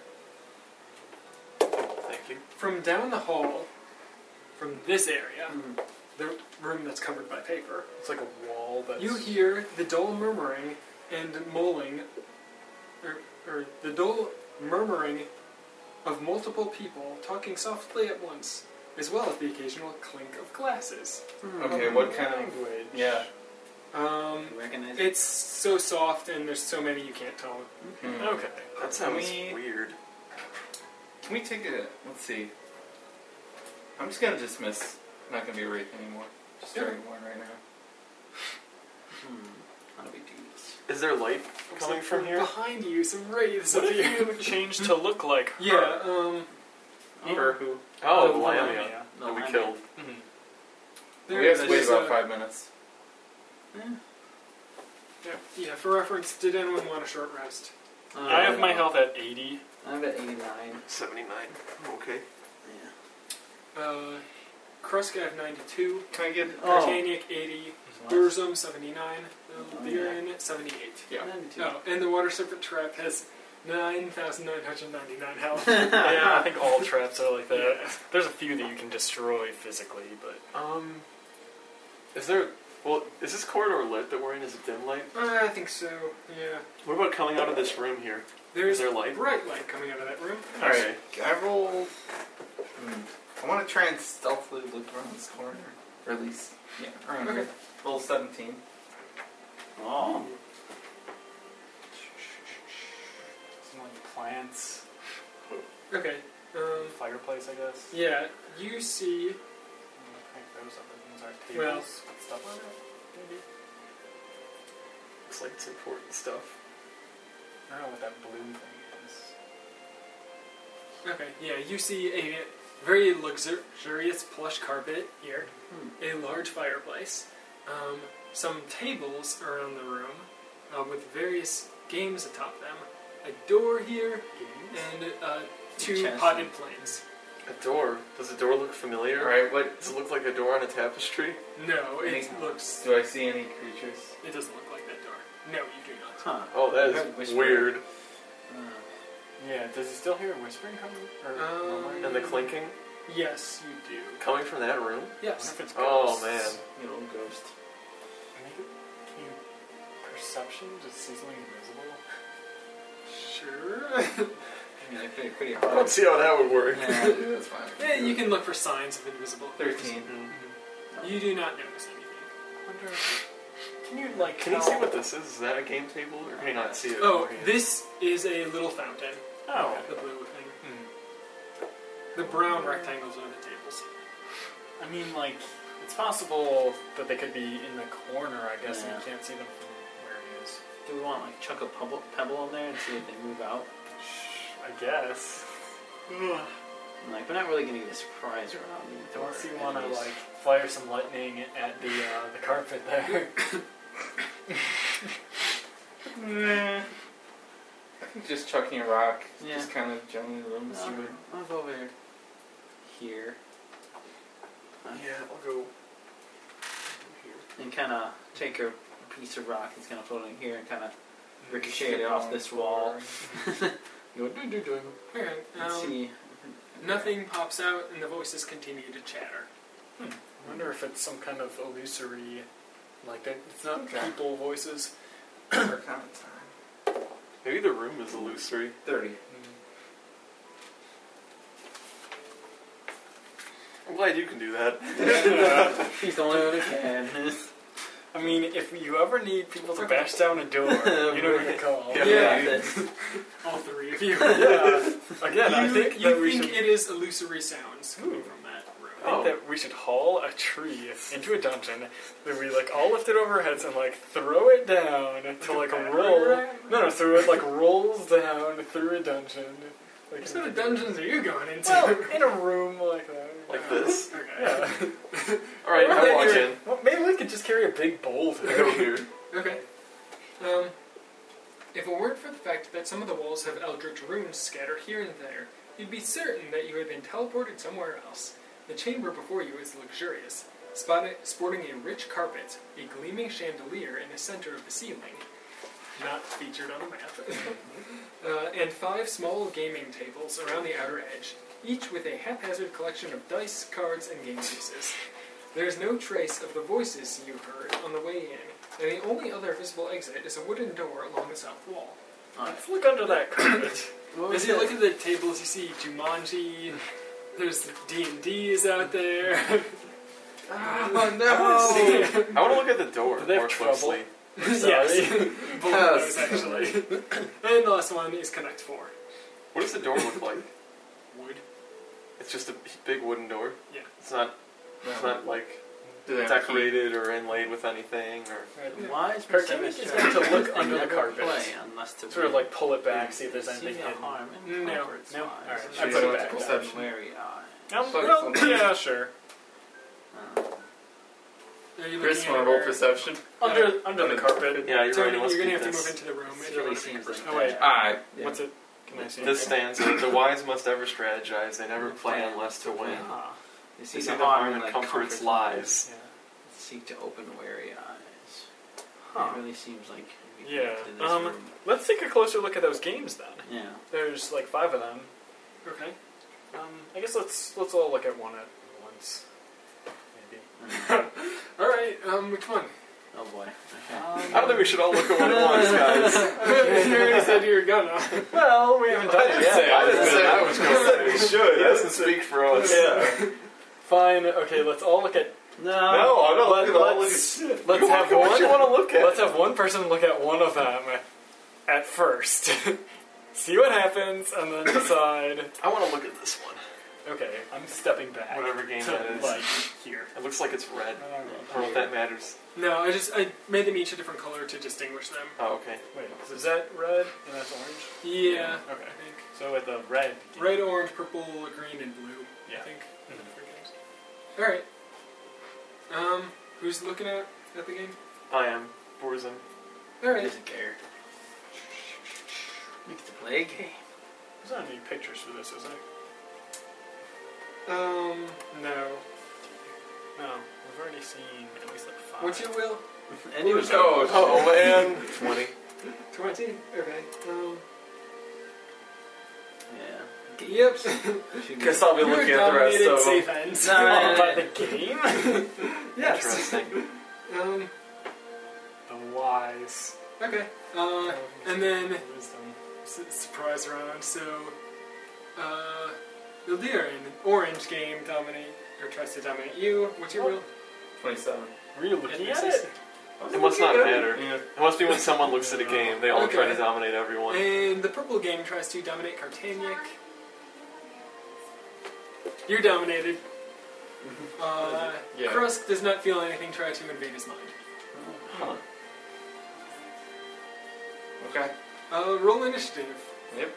Thank you. from down the hall, from this area, Mm. the room that's covered by paper, It's like a wall that's. you hear the dull murmuring and mulling, or, or the dull murmuring of multiple people talking softly at once, as well as the occasional clink of glasses. Hmm. Okay, what kind of? language. Yeah. Um, You recognize it? it's so soft and there's so many you can't tell. Hmm. Okay. That sounds We- weird. Can we take a let's see? I'm just gonna dismiss. I'm not gonna be wraith anymore. Just Yeah. very warned right now. Hmm. How do we do this? Is there light coming Except from here? Behind you, some wraiths What appear. if you changed to look like her? Yeah, um, Or who? Oh, the the Lamia. Lamia. The That we lamia. killed. Mhm. We have to wait there's about a- five minutes. Eh. Yeah, yeah, for reference, did anyone want a short rest? Uh, I have my health at 80. I'm at 89. Seventy-nine. Okay. Yeah. Uh, Kruskav 92, Can I get? Oh. Titanic 80, There's Burzum 79, Lyrian 78. Yeah. 92. Oh, and the water serpent trap has 9,999 health. yeah, I think all traps are like that. Yeah. There's a few that you can destroy physically, but Um. Is there? Well, is this corridor lit that we're in? Is it dim light? Uh, I think so, yeah. What about coming out of this room here? There's there light? bright light coming out of that room. All right. Can I roll? Hmm. I want to try and stealthily look around this corner, or at least yeah, around Okay. here. Roll seventeen. Oh. some like plants, Okay, um, fireplace, I guess. yeah, you see, Well- I Looks like it's important stuff. don't know what that blue thing is. okay, yeah, you see a very luxurious plush carpet here. Hmm. a large fireplace, um, some tables around the room uh, with various games atop them, a door here, and uh, two Chess. potted plants. A door. Does the door look familiar? All right. What Does it look like a door on a tapestry? No, it Anything looks. do I see? Any creatures? It doesn't look like that door. No, you do not. Huh. Oh, I heard that is whispering. weird. Uh, Yeah, does he still hear whispering coming? Or Um, murmuring? And the clinking Yes, you do. coming from that room. I wonder Yes. if it's Oh ghosts. man. you old ghost. Make it- Can you perception just see something invisible? Sure. I mean, like, pretty, pretty I don't hard. see how that would work. Yeah, Yeah. that's fine. yeah, you can look for signs of invisible. things. Thirteen. Mm. You do not notice anything. Wonder. Can you like? Can you tell- see what this is? Is that a game table, or can you not see it? Oh, Okay. this is a little fountain. Oh. The blue thing. Hmm. The brown rectangles are the tables. I mean, like, it's possible that they could be in the corner, I guess, Yeah. and you can't see them from where he is. Do we want like chuck a pebble, pebble in there and see if they move out? I guess. Ugh. I'm like, we're not really gonna get a surprise around the door. Unless you at want to least. like fire some lightning at the uh, the carpet there. Nah. I think just chucking a rock, Yeah. just kind of generally the room, see No, what I'll go over here I'll go. and kind of take a piece of rock that's kind of floating here and kind of ricochet it off this wall. Go do do do. Okay. And Um, see. Nothing pops out, and the voices continue to chatter. I wonder if it's some kind of illusory, like that. It's not Okay. people voices. For comment time. Maybe the room is illusory. Thirty. I'm glad you can do that. He's the only one who can. I mean, if you ever need people to bash down a door, you know who to call. Yeah. Got this. All three of you. Yeah. uh, Again, you I think you that we think should. it is illusory sounds coming Ooh. from that I room. think Oh. that we should haul a tree into a dungeon that we like all lift it over our heads and like throw it down to like a roll. battering ram? No, no, so it like rolls down through a dungeon. Like What sort of dungeons are you going into? Well, in a room like that. Like this. okay. Yeah. All right, I walk in. Well, maybe we could just carry a big boulder. I go here. Okay. Um, if it weren't for the fact that some of the walls have eldritch runes scattered here and there, you'd be certain that you had been teleported somewhere else. The chamber before you is luxurious, spotted, sporting a rich carpet, a gleaming chandelier in the center of the ceiling, not featured on the map, uh, and five small gaming tables around the outer edge, each with a haphazard collection of dice, cards, and game pieces. There is no trace of the voices you heard on the way in, and the only other visible exit is a wooden door along the south wall. Alright. Let's look under that carpet. Oh, As you look at the tables, you see Jumanji. There's D and D is out there. Oh no! yes, I want to look at the door Do they have more trouble? closely. both of those actually. and the last one is Connect Four. What does the door look like? Wood. It's just a big wooden door. Yeah. It's not. It's not like Do they have a key? decorated or inlaid with anything. Or Why is Her gimmick is meant to look under uh, the carpet. Play unless to Sort of like pull it back, see if there's there's anything hidden. harm in No, comfort's no, eyes. alright, She I put it wants back. to Perception. wary eye. Um, Sorry, well, something. yeah, sure. Uh, Are you Chris, looking want at to roll her? perception? Under under the carpet. yeah, you're So right. it you're must gonna be have to this. move into the room. This if you really want to make seems a like perception. Oh wait, Alright. Yeah. what's it? Can I see? This it? stanza: The wise must ever strategize; they never play unless to win. Ah, you They see, see the the harm in and like comforts comfort lies. Yeah. Seek to open wary eyes. Huh. It really seems like we Yeah, connect to this um, room. Let's take a closer look at those games then. yeah. There's like five of them. Okay. Um, I guess let's let's all look at one at once. Maybe. All right. Um, which one? Oh boy. Okay. I don't think we should all look at one at once, guys. you already said you were gonna. Well, we haven't done it yet. Yeah, I didn't say I was said we should. That doesn't speak for us. Yeah. Fine. Okay, let's all look at. no. No, I'm not Let, looking at all us these. let's You have look at what you one. want to look at. Let's have one person look at one of them at first. see what happens, and then decide. I want to look at this one. Okay, I'm stepping back. Whatever game to, that is. Like here. It looks like it's I red. don't know. I don't know if that matters. No, I just I made them each a different color to distinguish them. Oh, okay. Wait, so is that red and that's orange? Yeah. Okay. I think So with the red. red, orange, purple, green, and blue. Yeah. I think. Mhm. Different games. All right. Um, who's looking at at the game? I am Borzin. All He right. doesn't care. You get to play a game. There's not any pictures for this, is there? Um, No. No. We've already seen at least like five. what's your will? Anyway, Oh, oh man. Twenty. Twenty. Okay. Um. yeah. Yep. She Guess I'll be You're looking at the rest dominated of them. safe ends. No, no, no, Oh, no. by the game? Yes. Interesting. Um. the wise. Okay. Uh, and then Wisdom. su- surprise round. So, uh, the deer in orange game dominate or tries to dominate you. What's your will? 27. Were you looking at misses. it? It must not matter. Yeah. It must be when someone looks at a game, they all try Okay. to dominate everyone. And the purple game tries to dominate Cartaniac. You're dominated. Uh, Yeah. Krusk does not feel anything try to invade his mind. Huh. Okay. Uh, roll initiative. Yep.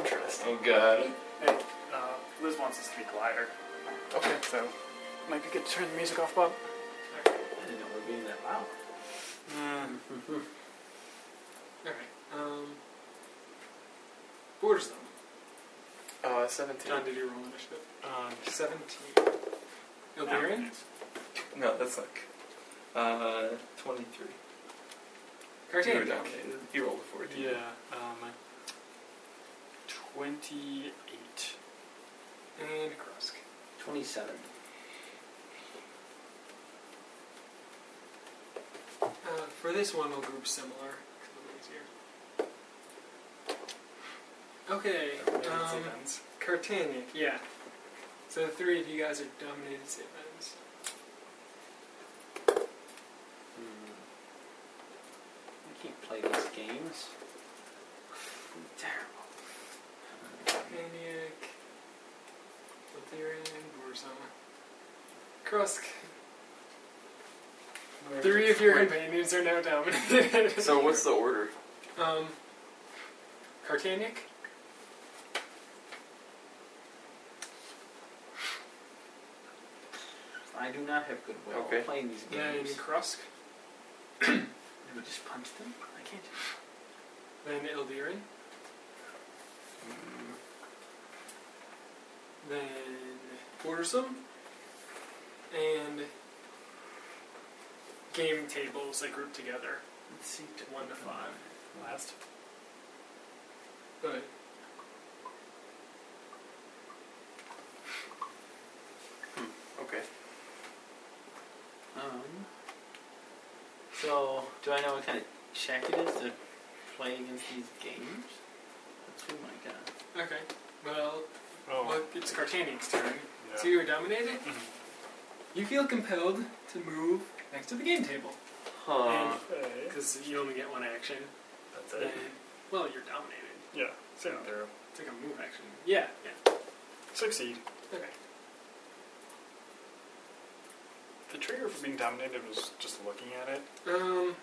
Interesting. Oh god. Hey, uh, Liz wants us to be louder. Okay. So, might be good to turn the music off, Bob. I didn't know we were being that loud. Alright. Um, borders them. Uh, 17. John, did you roll initiative? Um, 17. Illyrian? No, that's like. Uh, 23. You were Cartaniac. dominated. You rolled a 14. yeah, um, 28. And Krusk. Twenty-seven. Uh, for this one, we'll group similar. 'cause it'll be easier. Okay. Um, Cartaniac, yeah. So the three of you guys are dominated save ends. You Hmm. can't play these games. Terrible. Cartaniac, Illyrian, Warzone. Krusk. Three of your companions are now dominated. So what's the order? um, Cartaniac? I do not have good will Okay. playing these And games. Krusk? Can we just punch them? I can't. Then Eldiri. Then Quartersome. And game tables they group together. Let's see. One to five. Last. But Okay. Um. So, do I know what kind of check it is to play against these games? That's what my god. okay. Well, Oh, look, it's Cartanian's turn. So yeah. you were dominated. Mhm. You feel compelled to move next to the game table Huh. Okay. because you only get one action. Uh, That's Then, it. well, you're dominated. Yeah, same throw. It's like a move action. Yeah, yeah. Succeed. Okay. The trigger for being dominated was just looking at it. Um.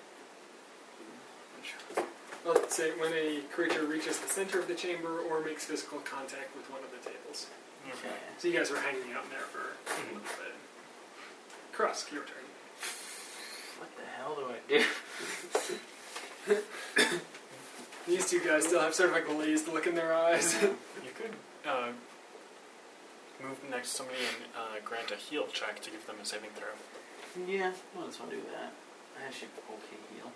Let's say when a creature reaches the center of the chamber or makes physical contact with one of the tables. Okay. So you guys were hanging out in there for a little bit. Krusk, your turn. What the hell do I do? These two guys still have sort of like a glazed look in their eyes. You could uh, move next to somebody and uh, grant a heal check to give them a saving throw. yeah, might as well do that. I should okay heal.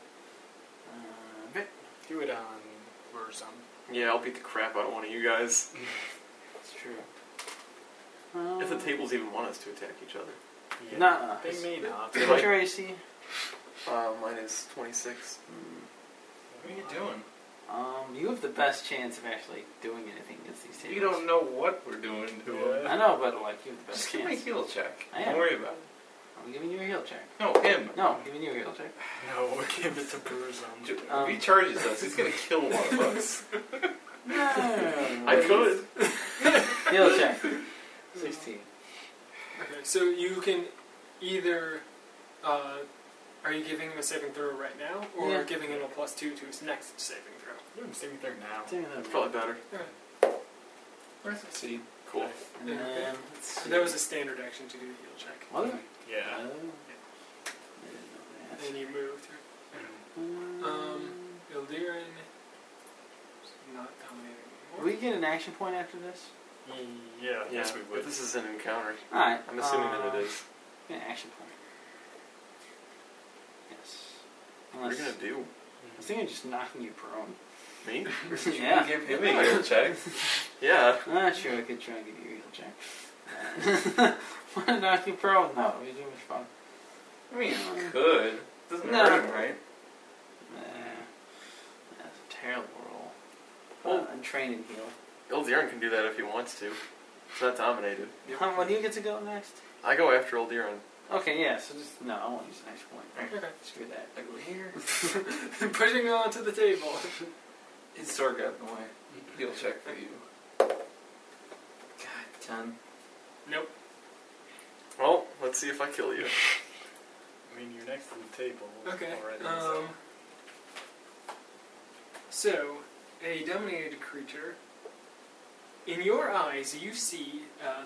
Uh, but Do it on Warzone. Yeah, I'll beat the crap out of one of you guys. it's true. Um, If the tables even want us to attack each other. Yeah. Nah. They may not. They're What's like- your AC? Uh, mine is 26. What are you doing? Um, you have the best chance of actually doing anything against these tables. You don't know what we're doing to him. I know, but like you have the best Just give chance. me a heal check. I am. Don't worry about it. I'm giving you a heal check. No, him. No, I'm giving you a heal check. No, give it to Burzum. J- Um. if he charges us, he's gonna kill one of us. I could. Heal check. Sixteen. Okay, so you can either. Uh, are you giving him a saving throw right now, or Yeah. giving him a plus two to his next saving throw? Do a saving throw now. It's probably better. Where's the seed? Cool. And then let's see. That was a standard action to do the heal check. Was it? Oh. I Yeah. didn't And you moved. know that. Um, Ildirin is not dominating Do anymore. we get an action point after this? Yeah, yes we but would. This is an encounter. All right. I'm assuming that um, it is. An action point. Yes. What are Unless, you gonna do? I was thinking of just knocking you prone. Me? yeah. Give him a heal check. Yeah. I'm not sure I could try and give you a heal check. Want to knock you prone? No, it'd be too much fun. I mean, could. Doesn't No. hurt him, right? Nah, that's a terrible roll. Well- uh, I'm training heal. Old Deering can do that if he wants to. It's not dominated. Huh, when do you get to go next? I go after Old Deering. Okay, yeah. So just no, I won't use an action point. Right? Okay. Screw that. I go here. Pushing onto the table. His sword got in the way. Heal check for you. God, ten. Nope. Well, let's see if I kill you. I mean, you're next to the table Okay. already. so- Um, so, a dominated creature. In your eyes, you see. Uh,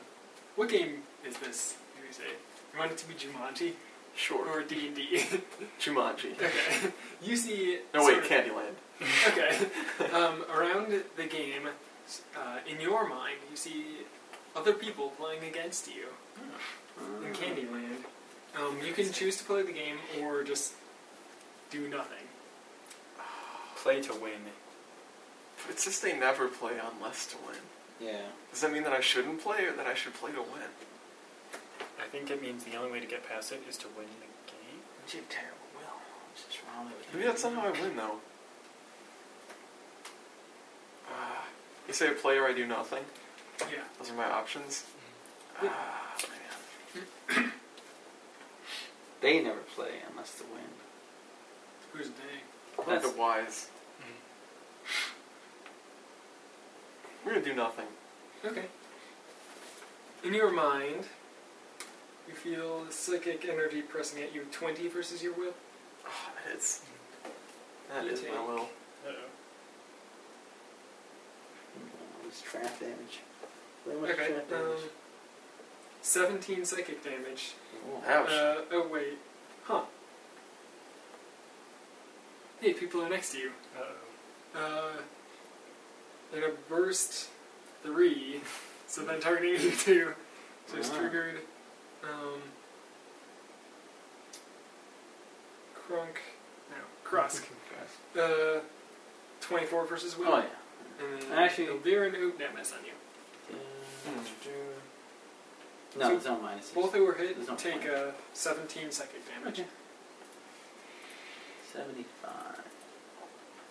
what game is this? Did we say? You want it to be Jumanji Sure. or D and D? Jumanji. Okay. You see. No, wait, sort of- Candyland. Okay. Um, around the game, s- uh, in your mind, you see other people playing against you Hmm. in Mm, Candyland. Um, you can choose to play the game or just do nothing. Play to win. It says they never play unless to win. Yeah. Does that mean that I shouldn't play or that I should play to win? I think it means the only way to get past it is to win the game. But you have terrible will. What's just wrong with you? Maybe that's not how I win, though. Ah, you say I play or I do nothing? Yeah. Those are my options? Ah, man. They never play unless to win. Who's they? Not That's- the wise. We're gonna do nothing. Okay. In your mind, you feel psychic energy pressing at you 20 versus your will. Ah, that is. That You is take- my will. Uh-oh. Oh, It's trap damage. Very much Okay. trap Um, damage. 17 psychic damage. Oh. Ouch. Uh, oh, wait. Huh. Hey, people are next to you. Uh-oh. Uh, they're gonna burst three, so then targeting you two. So it's Ah. triggered. Um, Krunk. No, Krusk. uh, 24 versus Will. Oh yeah. And then Actually- Eldirin Oognamis on you. Hmm. No, So it's not minus. Both who were hit There's no take point. a 17 psychic damage. Seventy-five.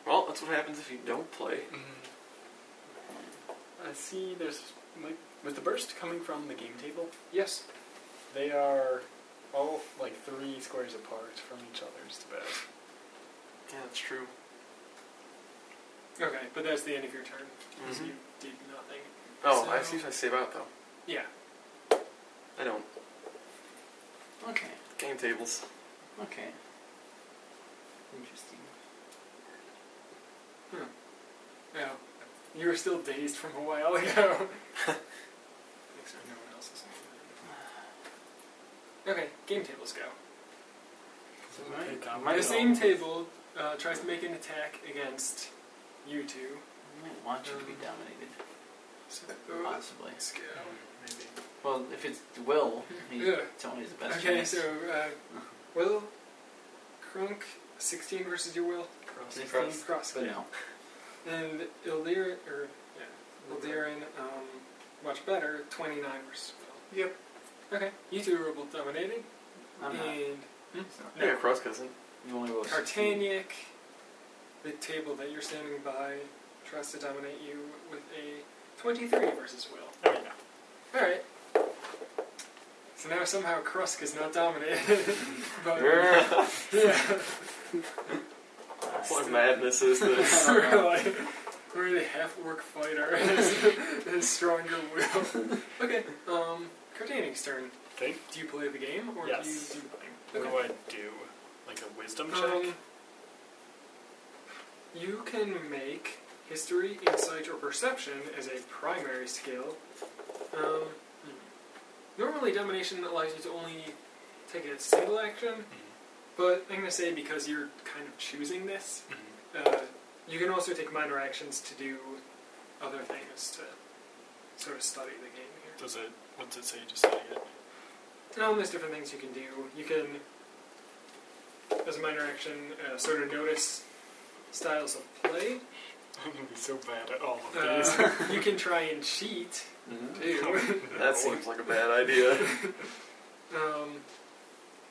Well, that's what happens if you don't play. Mm-hmm. I see there's. Like, was the burst coming from the game table? Yes. They are all like three squares apart from each other's to best. Yeah, that's true. Okay, but that's the end of your turn. Mm-hmm. So Mhm. you did nothing. Oh, I Mm-hmm. So- see if I save out though. Yeah. I don't. Okay. Game tables. Okay. Interesting. No. You were still dazed from a while ago. Except no one else is. Okay, game tables go. Right. Okay, Might The as well- same table uh, tries to make an attack against you two. might want you to Um, be dominated, So, possibly. let's go. Mm-hmm. Maybe. Well, if it's Will, he, Yeah. Tony's the best. okay, chance. so uh, Mm-hmm. Will, Krunk, 16 versus your Will, Cross. Sixteen? Cross. Cross, But no. and Illyrin or yeah, Illyrin, um, much better, 29 versus Will. Yep. Okay, you two are both dominated, I'm not. and It's not. No. Yeah, cross cousin. You only roll sixteen. Cartaniac, the table that you're standing by, tries to dominate you with a 23 versus Will. Oh yeah. Alright. So now somehow Krusk is not dominated. but, yeah. what madness is this? really, really half orc fighter has, has stronger will. Okay, um, Cartaniac's turn. Okay. Do you play the game or Yes. do you do the What game? do I do? Like a wisdom check? Um, you can make history, insight, or perception as a primary skill. Um, normally, domination allows you to only take a single action, but I'm going to say because you're kind of choosing this, uh, you can also take minor actions to do other things to sort of study the game here. Does it? What does it say? Just like it. Um, there's different things you can do. You can, as a minor action, uh, sort of notice styles of play. I'm gonna be so bad at all of these. Uh, you can try and cheat Mhm. too. That seems like a bad idea. um,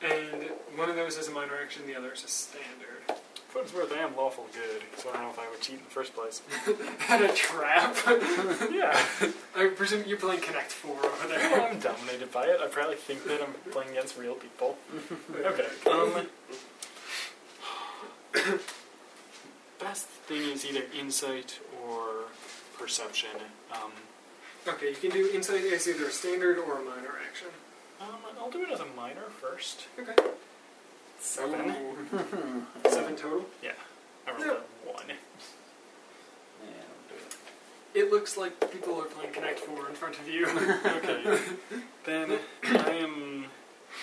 and one of those is a minor action, the other is a standard. For what it's worth, I am lawful good, so I don't know if I would cheat in the first place. Had a trap. yeah. I presume you're playing Connect Four over Well, there. I'm dominated by it. I probably think that I'm playing against real people. Okay. Um, best thing is either insight or perception. Um, Okay, you can do insight as either a standard or a minor action. um, I'll do it as a minor first. Okay. Seven. Seven total. Yeah. I rolled Yep. a one. Yeah, I'll do it. It looks like people are playing Connect Four in front of you. Okay. then I am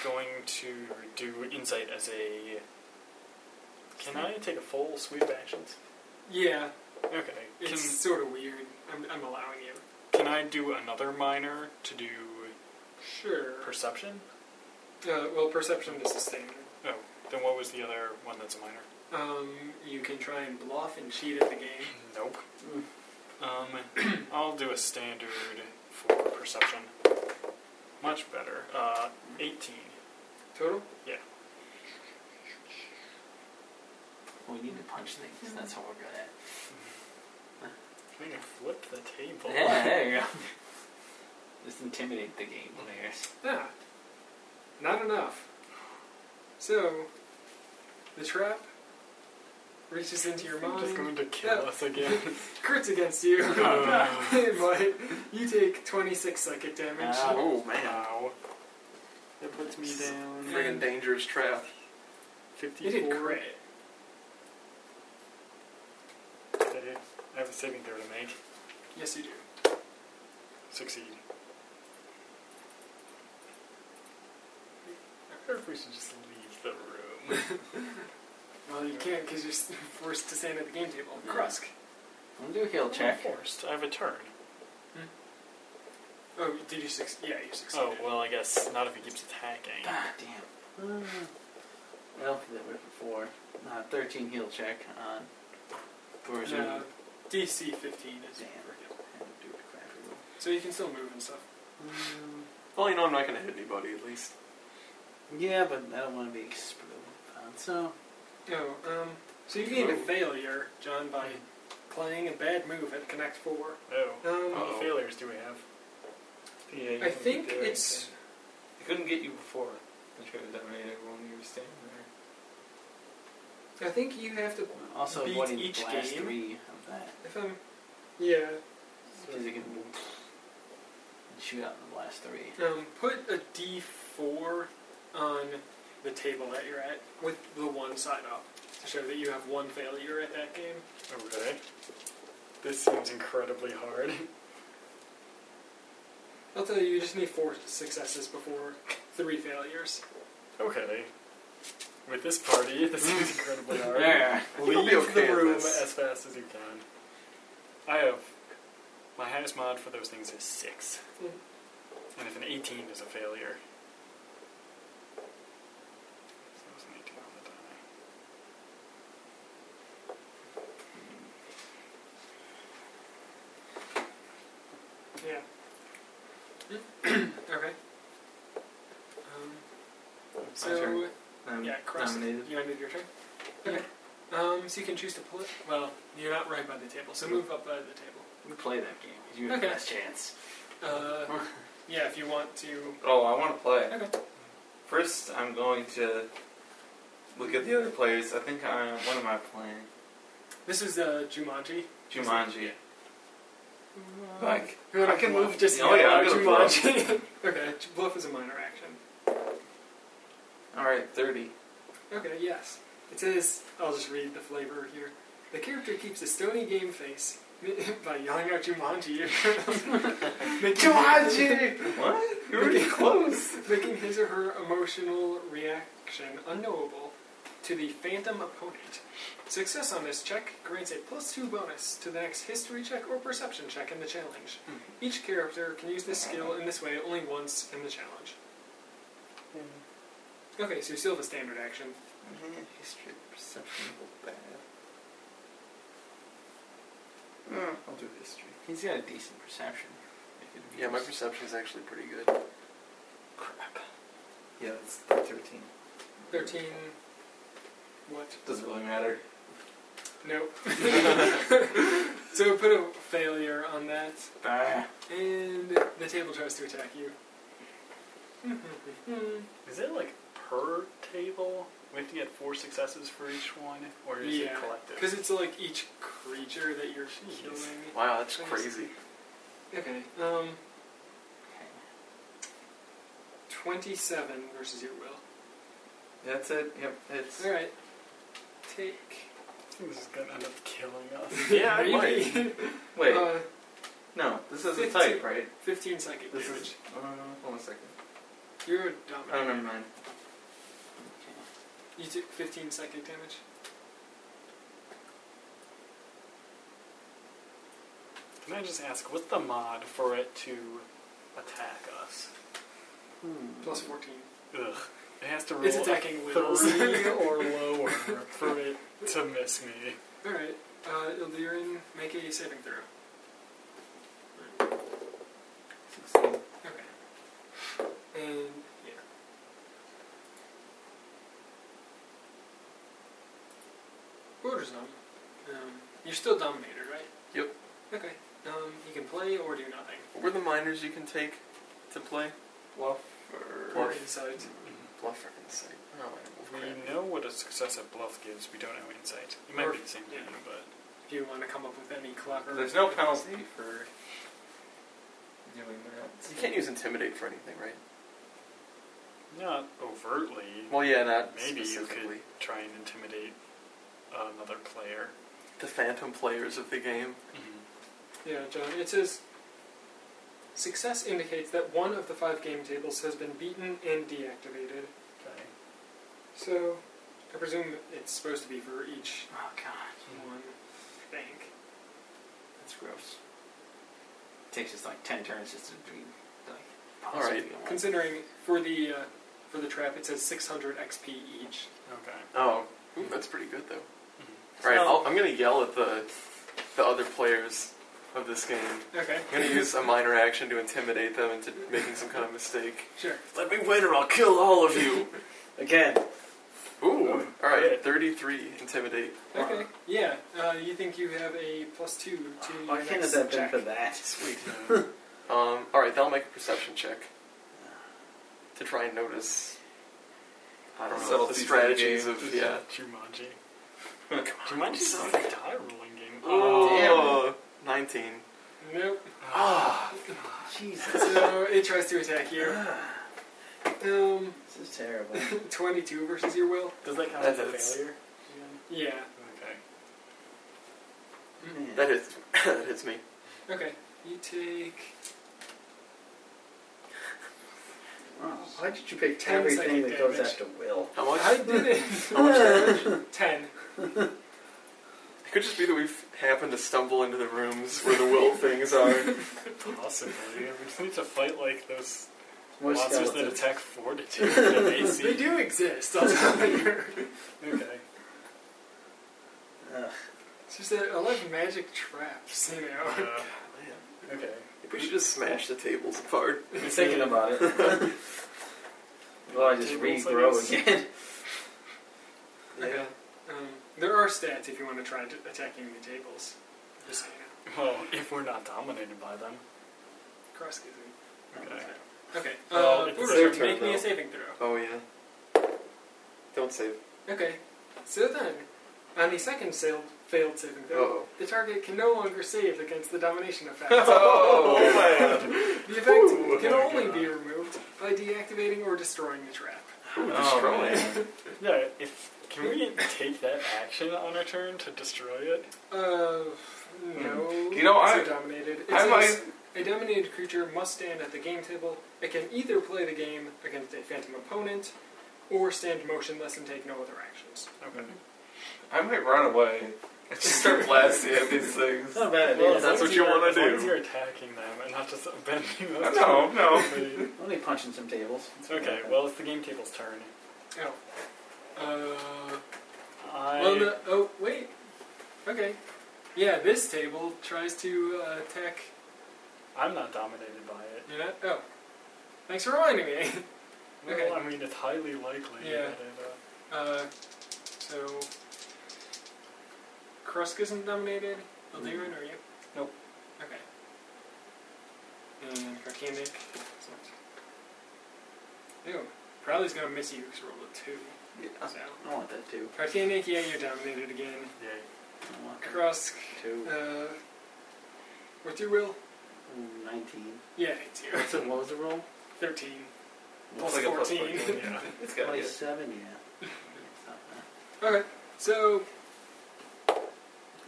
going to do insight as a. Can I take a full sweep of actions? yeah, Okay. it's Can, sort of weird. I'm, I'm allowing you. can I do another minor to do Sure. perception? uh, well, perception is a standard. Oh, then what was the other one that's a minor? Um, you can try and bluff and cheat at the game. Nope. Um, I'll do a standard for perception. Much better. Uh, 18. Total? Well, we need to punch things. That's what we're good at. I'm gonna flip the table. Yeah, there you go. Just intimidate the game players. Yeah. Not enough. So, the trap reaches into your I'm mind, just going to kill Yeah. us again. crits against you. Oh. It might. you take 26 psychic damage. Ah. Oh man, Wow. That puts me down. friggin' dangerous trap. you 54. did crit. Did it? I have a saving throw to make. Yes, you do. Succeed. I wonder if we should just leave the room. Well, you can't because you're s- forced to stand at the game table. Yeah. Krusk. I'm gonna do a heal check. Forced. I have a turn. Oh, did you succeed? Yeah, you succeeded. Oh well, I guess not if he keeps attacking. God damn. Uh, well, that would before. Uh, 13 heal check on Thor's Uh, own. DC 15 is Damn. freaking- Had to do a crappy roll. So you can still move and stuff. Mm, Well, you know I'm not going to hit anybody at least. Yeah, but I don't want to be exploded upon, so No, um, so you gained a Move. failure, John, by playing a bad move at Connect 4. Oh. Um, How many failures do we have? Yeah, I think it's. I couldn't get you before. I tried to dominate everyone. You were standing there. I think you have to. also Beat avoiding each the blast game? three of that If I'm. Yeah. because you can shoot out the blast three. Um, put a D4 on the table that you're at with the one side up to show that you have one failure at that game. Okay. This seems incredibly hard. I'll tell you, you just need four successes before three failures. Okay. With this party, this seems incredibly hard. There. You'll Leave be okay the at room this. as fast as you can. I have my highest mod for those things is six, Mhm. and if an eighteen is a failure, so it was an 18 on the die. Yeah. okay. Um, My so turn. I'm yeah, Crust, nominated. you ended your turn. Okay. Um, so you can choose to pull it. Well, you're not right by the table, so move up by the table. We play that game. 'cause You have Okay. the best chance. Uh, yeah, if you want to. Oh, I want to play. Okay. First, I'm going to look at the other players. I think I what am I playing? This is uh, Jumanji. Jumanji. Like You wanna I can bluff move- just oh, yeah, I'm uh, gonna bluff. Jumanji. okay, bluff is a minor action. all right, thirty. Okay, yes. It says, I'll just read the flavor here. The character keeps a stony game face by yelling out Jumanji. making, What? You're already close. Making his or her emotional reaction unknowable to the phantom opponent. Success on this check grants a plus two bonus to the next history check or perception check in the challenge. Each character can use this skill in this way only once in the challenge. Okay, so you still have a standard action. History perception bad. Mm, I'll do history. He's got a decent perception. If it Yeah, my appears. perception is actually pretty good. Crap. Yeah, it's thirteen. 13. What? Doesn't really matter. Nope. so put a failure on that, Bah. and the table tries to attack you. Hmm. Is it like per table? We have to get four successes for each one, or is Yeah, it collective? Because it's like each creature that you're killing. Wow, that's Nice. crazy. Okay. Um, 27 versus your will. That's it. Yep, it's. Alright. Take. this is gonna end up killing us. Yeah, I might. Maybe. Wait, Uh, no, this is a fifteen. type, right? 15 psychic This damage. is. Uh, Oh, hold on a second. You're Oh, dominant. never mind. You took 15 psychic damage. Can I just ask, what's the mod for it to attack us? Hmm. Plus 14. Ugh. It has to roll It's a attacking wills. three or lower for it to miss me. Alright, uh, Illyrian, make a saving throw. Sixteen. Okay. And, yeah. Borders on. Um, you're still dominator, right? Yep. Okay. Um, you can play or do nothing. What were the minors you can take to play? Bluff. Or Bluff. insight. Bluff or insight. Oh, I don't know. We know what a success at bluff gives, we don't know insight. It might be the same thing, Yeah. but If you want to come up with any clever. There's no penalty for doing that. You can't use intimidate for anything, right? not overtly. Well, yeah, not Maybe you specifically. could try and intimidate another player. The phantom players of the game. Mm-hmm. Yeah, John, it says success indicates that one of the five game tables has been beaten and deactivated. Okay. So, I presume it's supposed to be for each Oh god, one. I think. that's gross. takes us like ten turns just to be like. All right. possibly one. Considering for the uh, for the trap, it says 600 XP each. Okay. Oh, Ooh, that's pretty good though. Mhm. All right, So- I'll, I'm gonna yell at the the other players of this game. Okay, I'm gonna use a minor action to intimidate them into making some kind of mistake. sure. Let me win, or I'll kill all of you. Again, Ooh, all right, Good. 33 intimidate. Okay, yeah. Uh, you think you have a plus two to why your can't it next have been check? for that? Sweet. um, all right, that'll make a perception check to try and notice. I don't know the Subtleties of the strategies game. of yeah. Jumanji. Come on. Jumanji's not like a die rolling game. Oh, 19. Nope. Ah, Jesus, so it tries to attack you. Ah. Um, this is terrible. 22 versus your will. Does that count That as a hits. failure? Yeah. Okay. Man. that hits. that hits me. Okay. You take Wow, Why did you pick Ten Oh. everything second that goes damage. after Will? How much? I did it. How much damage? Ten. It could just be that we've happened to stumble into the rooms where the will things are. Possibly. we just need to fight like those More monsters that skeletons. attack fortitude and AC. They do exist. I'll tell you. Okay. Ugh. It's just that I love magic traps. You know. Uh, okay. we should just smash the tables apart. I'm thinking about it. well, I just Tables, I regrow guess. again. Okay. Um, there are stats if you want to try t- attacking the tables. Just so you know. Well, if we're not dominated by them. Cross gazing. Okay. Okay. Well, Uh, it's Buddha, their make turn, me though. a saving throw. Oh yeah. Don't save. Okay. So then, on the second sail- failed saving throw, Oh. the target can no longer save against the domination effect. Oh, The effect Ooh. can Oh my only God. be removed by deactivating or destroying the trap. man. Ooh, Oh, destroy. man. Yeah, if can we take that action on our turn to destroy it? Uh, no. Hmm. You know, It's I- a dominated. It I says, might- A dominated creature must stand at the game table. It can either play the game against a phantom opponent, or stand motionless and take no other actions. Okay. Mm-hmm. I might run away. I just start blasting at these things. It's Oh, not a bad idea. Well, as long that's as what you you're- wanna as long do. As you're attacking them and not just bending them. No, no. Only punching some tables. It's Okay. not Well, it's the game table's turn. Oh. Uh. I. Well, no, oh wait. Okay. Yeah, this table tries to uh, attack. I'm not dominated by it. You know. Oh. Thanks for reminding me. Well, Okay. I mean, it's highly likely Yeah. that it. Uh, Uh, so, Krusk isn't nominated. Alderan, Mm-hmm. are you? Nope. Okay. And Krakemic. is not. Ew. Probably gonna miss you because rolled a two. bad. So. I want that too. Krakemic, yeah, you're dominated again. yeah. I want that Krusk, too. uh, what's your will? Mm, Nineteen. Yeah, it's you. What's it? What was the roll? 13. Looks Plus like a plus 14. 14. yeah. It's got to Twenty-seven. Yeah. It's not bad. Okay, so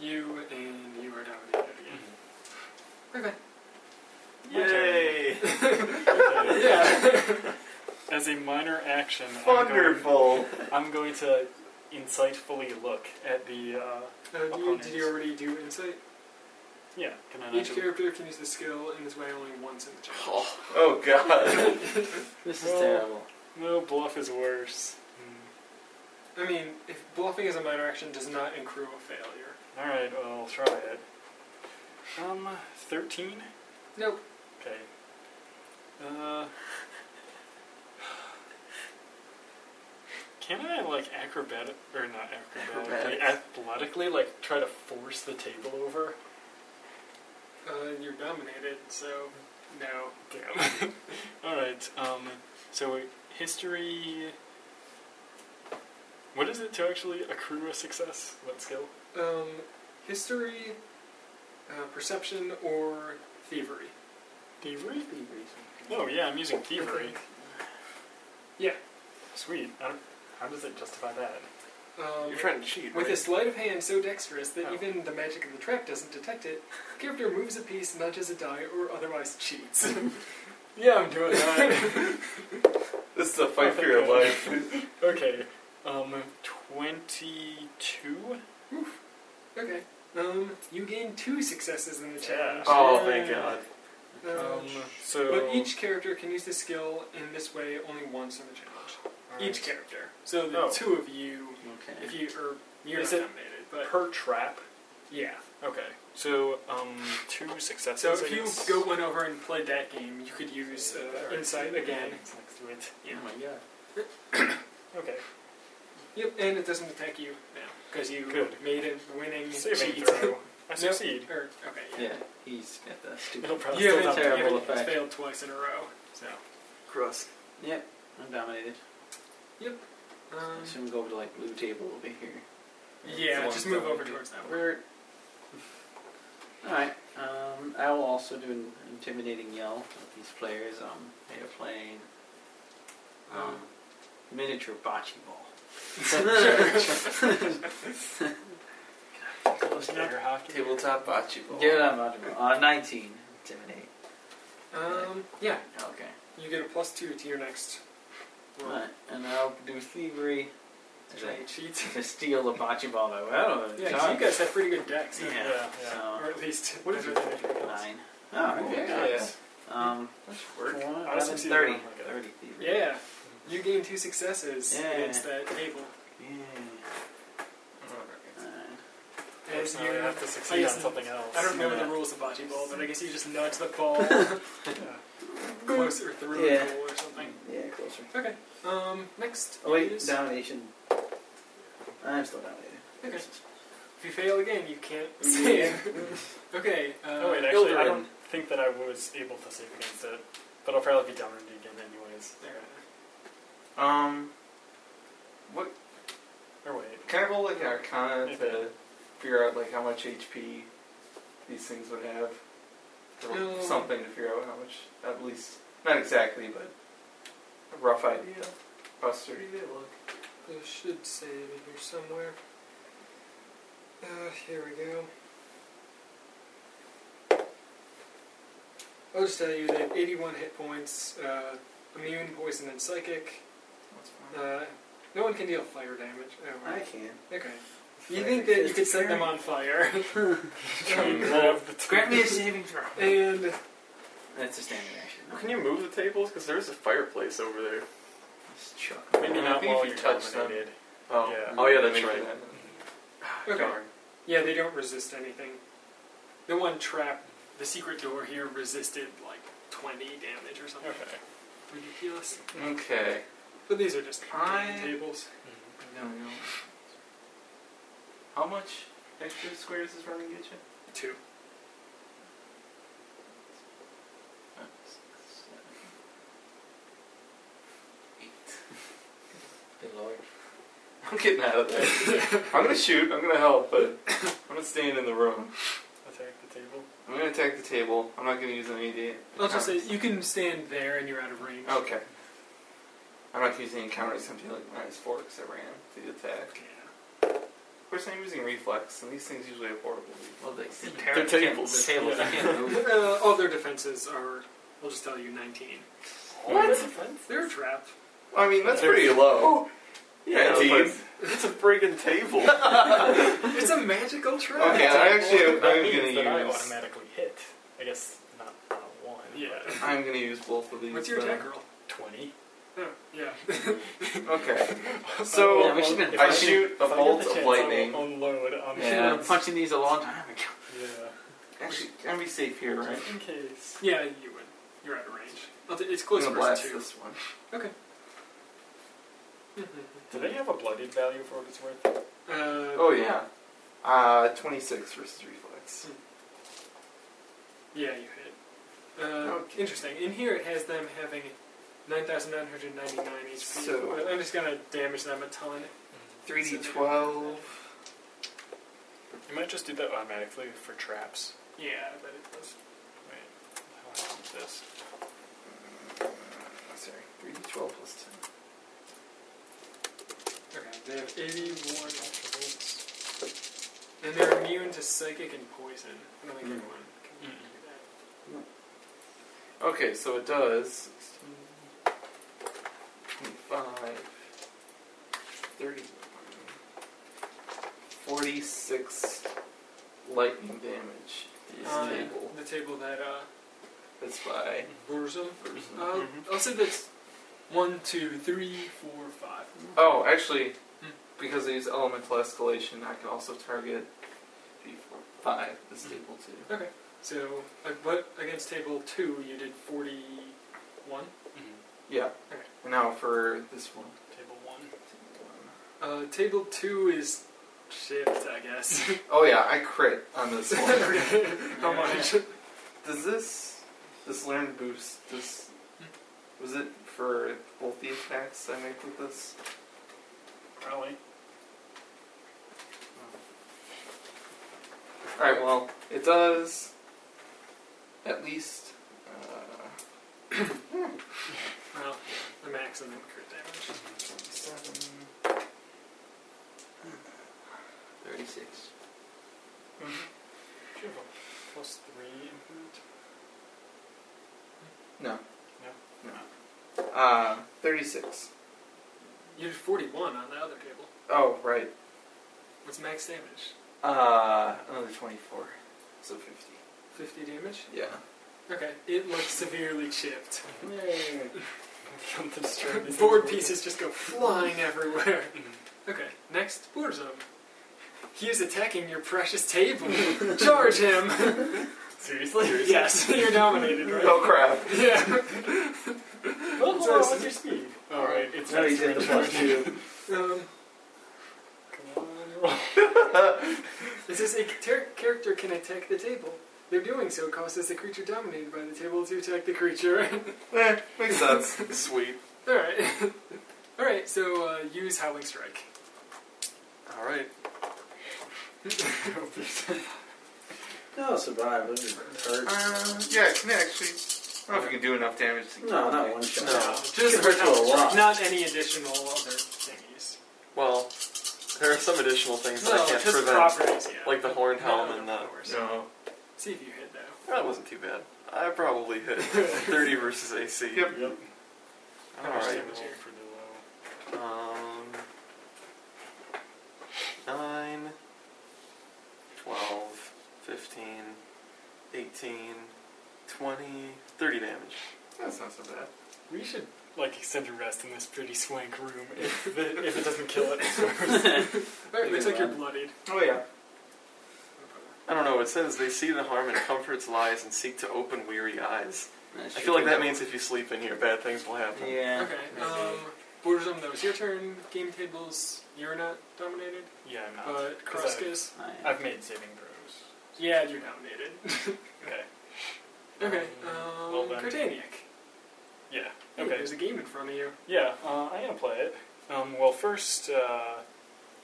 you and you are dominated again. Mm-hmm. Okay. Yay! Okay. Yeah. As a minor action, I'm going, Wonderful. I'm going to insightfully look at the. Uh, Uh, do you, Opponents. did you already do insight? yeah. Can I not Each do- character can use the skill in this way only once in the chapter. Oh, Oh, God. This is Well, terrible. No, bluff is worse. Hmm. I mean, if bluffing is a minor action, does not accrue a failure. All right, well, I'll try it. Um, thirteen. Nope. Okay. Uh. Can I like acrobatic or not acrobatically, Acrobatics. athletically like try to force the table over? Uh, you're dominated, so no. Mm-hmm. Damn. All right. Um. So history. What is it to actually accrue a success? What skill? Um, history, uh, perception, or thievery. Thievery. Be reasonable. Oh yeah, I'm using thievery. Yeah. Sweet. I don't- How does it justify that? Um, you're trying to cheat. With right? a sleight of hand so dexterous that Oh. even the magic of the trap doesn't detect it, the character moves a piece, nudges a die, or otherwise cheats. Yeah, I'm doing that. This is a fight for your Okay. life. Oh, okay. Um, 22? Okay. Um, you gain two successes in the challenge. Oh, thank God. Um, Um, so. but each character can use the skill in this way only once in the challenge. Each character. So the Oh. two of you, Okay. if you or you're Is not it- nominated, but Per trap. yeah. Okay. So, um, two successes. So I if you guess. go went over and played that game, you could use uh, insight again. It's next to it. Yeah. Oh my god. Okay. Yep, and it doesn't attack you now because you Good. made it winning Saving cheat. throw. I Nope. succeed. Or, okay, yeah. Yeah, he's got that stupid. It'll probably You still haven't, not you terrible haven't effect. failed twice in a row. So Crust. Yep, I'm dominated. um, I assume we'll go over to like blue table over here. yeah, It's just one move zone. over towards that one. We're. Alright, um, I will also do an intimidating yell at these players. Um, they are playing um, Mm. miniature bocce ball. Close enough? Air hockey. Tabletop bocce ball. Get out of bocce ball. Uh, 19. Intimidate. Um, yeah, Okay. you get a plus two to your next roll. Alright, and I'll do thievery to, Try and cheat. to steal the bocce ball that way. I don't know. Yeah, 'cause Tom- you guys have pretty good decks. Yeah. Yeah, yeah. So, Or at least What is better than everyone else. Nine. Oh, Ooh, okay. yeah. Um, Work. four, I also eleven, see 30. one like that. 30 thievery. Yeah, you gain two successes Yeah. against that table. Yeah. Alright. And So you I have to succeed on guess- something else. I don't know Yeah. the rules of bocce ball, but I guess you just nudge the ball Uh, closer through Yeah. the goal or something. Yeah, closer. Okay. Um. Next. Oh wait, is- domination. I'm still dominated. Okay. If you fail again, you can't save. okay. Uh, Oh, wait, actually, I Ilderim. don't think that I was able to save against it. But I'll probably be down again anyways. Um, what Or wait. can I roll like an Arcana Yeah. to figure out like how much HP these things would have, or No. something to figure out how much at least not exactly, but a rough idea. Posterity they look. I should save it here somewhere. Uh, here we go. I'll just tell you that 81 hit points, uh, immune, poison, and psychic. That's fine. Uh, no one can deal fire damage. Oh, I right. can. Okay. You think that you could set them on fire? Um, Um, have uh, the two- Grant me a saving throw. and That's a standard action. Can you move the tables? Because there's a fireplace over there. Just chuck. Maybe I not think if while you you're touch them- dominated. Oh, Yeah. oh yeah, that's Maybe right. that- Okay. Darn. Yeah, they don't resist anything. The one trap, the secret door here, resisted like 20 damage or something. Okay. Ridiculous. Okay. But these are just I- tables. No, no. How much extra squares does Robin get you? Two. Good lord. I'm getting out of there. I'm gonna shoot. I'm gonna help, but I'm not staying in the room. Attack the table. I'm gonna attack the table. I'm not gonna use any of the. I'll just say encounters. you can stand there and you're out of range. Okay. I'm not using encounters. Something like minus four because I ran to the attack. Yeah. Of course, I'm using reflex, and these things usually have horrible. Well, they see They're tables. The tables. I can't move. Uh, all their defenses are, I'll just tell you, 19. They're a trap. I mean, that's They're- pretty low. Oh. Yeah, Nineteen. but it's a friggin' table. It's a magical trap. Okay, I actually am, that I'm means that I gonna use. automatically hit. I guess not on a one. Yeah. but I'm gonna use both of these. What's your then. attack roll? Twenty. Oh, yeah. Okay. So Yeah, we should've been If I punching- shoot a if I get bolt the of chance, lightning. I will unload on we the should've yeah. been punching these a long time ago. Actually, can I be safe here, right? Just in case. Yeah, you would. You're out of range. I'll t- it's I'm close gonna versus blast two. this one. Okay. Do they have a blooded value for what it's worth? Uh, Oh yeah. Uh, 26 versus reflex. Yeah, you hit. Uh, Okay. Interesting. In here, it has them having 9,999 HP. So- Well, I'm just gonna damage them a ton. 3d12. You might just do that automatically for traps. Yeah, I bet it does. Wait, how do I do this? Oh, Sorry, 3d12 plus Okay, they have 81 attributes. And they're immune to psychic and poison. I don't think Mm. everyone can Mm. do that. 10. Okay, so it does. 16, 25, 30, 46 lightning damage. Is Uh, table. the table that uh, That's by. Burza. Mm-hmm. Uh, Burza. I'll say that's one, two, three, four, five. Oh, actually, because I use elemental escalation, I can also target D4, 5, this table too. Okay. So, uh, what against table two, you did forty-one. Yeah. Okay. And now for this one. Table one. Uh, table two is shift, I guess. Oh yeah, I crit on this one. How much? Does this this learn boost? Does was it for both the attacks I make with this? Probably. All right. Well, it does. At least. Uh, Well, the maximum crit damage. 27, 36. Should Mm-hmm. have a plus three improvement. No. No? No. Uh, thirty-six. You did forty-one on the other table. Oh right. What's max damage? Uh, another twenty-four. So fifty. Fifty damage. Yeah. Okay. It looks severely chipped. Something strange. Board pieces just go flying everywhere. Okay. Next, Burzum. He is attacking your precious table. Charge him. Seriously? yes, you're dominated, right? Oh crap. Yeah. Well, hold on, what's your speed? Alright, it's No, he did the plus two. Um, Come on, roll. It says a ter- character can attack the table. Their doing so causes the creature dominated by the table to attack the creature. Eh, makes sense. Sweet. All right, all right. So uh, use howling strike. All right. No, survive. It doesn't hurt. Uh, yeah, can it actually? I don't know if you can do enough damage to kill no, it. not one shot. No. just hurt you a lot. Not any additional other thingies. Well, there are some additional things that No, I can't just prevent, properties. Yeah. like the horned helm No, and no, the. no worries. No. See if you hit though. That wasn't too bad. I probably hit 30 versus AC. Yep. Yep. All How much right. damage here? Um, nine, twelve, fifteen, eighteen, twenty, thirty damage. That's not so bad. We should like extend a rest in this pretty swank room if, the, if it doesn't kill it. All right, You looks can like you're run. bloodied. Oh yeah. I don't know. It says they see the harm and comforts lies and seek to open weary eyes. That's I true. feel like that means if you sleep in here, bad things will happen. Yeah. Okay. maybe. Um, Burzum, that was your turn. Game tables, you're not dominated, yeah, I'm out. but Because Krusk is. I am. I've made saving throws. Yeah, you're nominated. Okay. okay, um, Um, well then. Cretaniac. Yeah. Hey, Okay. There's a game in front of you. Yeah, uh, I am gonna play it. Um, well, first, uh,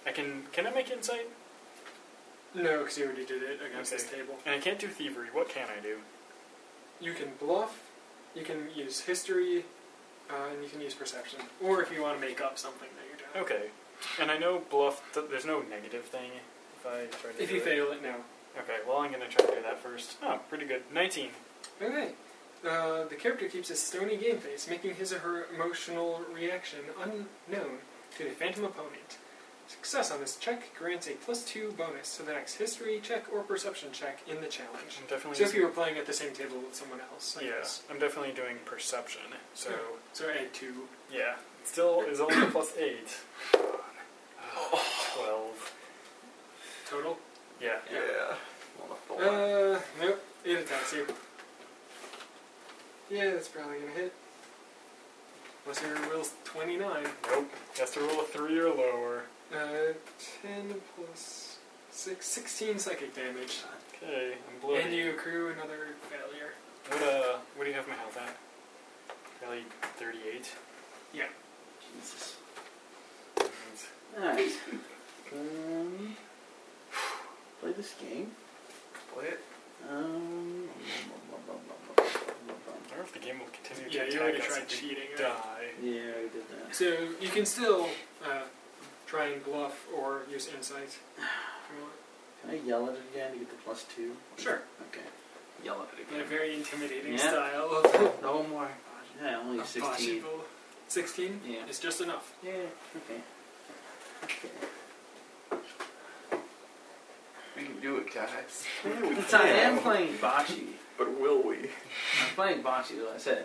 I can can I make insight? No, because you already did it against this Okay. table. And I can't do thievery. What can I do? You can bluff, you can use history, uh, and you can use perception. Or if you want to make up something that you're doing. Okay. And I know bluff. Th- there's no negative thing if I try to. If do you it. fail it, no. Okay. Well, I'm gonna try to do that first. Oh, pretty good. Nineteen. Okay. Uh, the character keeps a stony game face, making his or her emotional reaction unknown to the phantom opponent. Success on this check grants a plus two bonus to the next history check or perception check in the challenge. I'm definitely. So if you using- were playing at the same table with someone else, I yeah, guess. I'm definitely doing perception. So So add two. yeah, it still is only a plus eight. Twelve. Total? Yeah. Yeah. Uh, nope. It attacks you. Yeah, that's probably gonna hit. Unless your will's 29. Nope. Has to roll a three or lower. Uh, 10 plus 6, 16 psychic damage. Okay. I'm bloody. And you accrue another failure. What uh, what do you have my health at? Probably 38. Jesus. Alright. um, play this game. Play it. Um, I wonder if the game will continue Yeah, to you attack already us tried if we cheating. right? Die. yeah, I already did that. So you can still uh, try and bluff or use insight. if you want. Can I yell at it again to get the plus two? Sure. Okay. Yell at it In a very intimidating Yeah. style of No more. Yeah, only of 16. possible- 16 Yeah. is just enough. Yeah, okay. We can do it, guys. So I am playing bocce. But will we? I'm playing bocce, though. I said.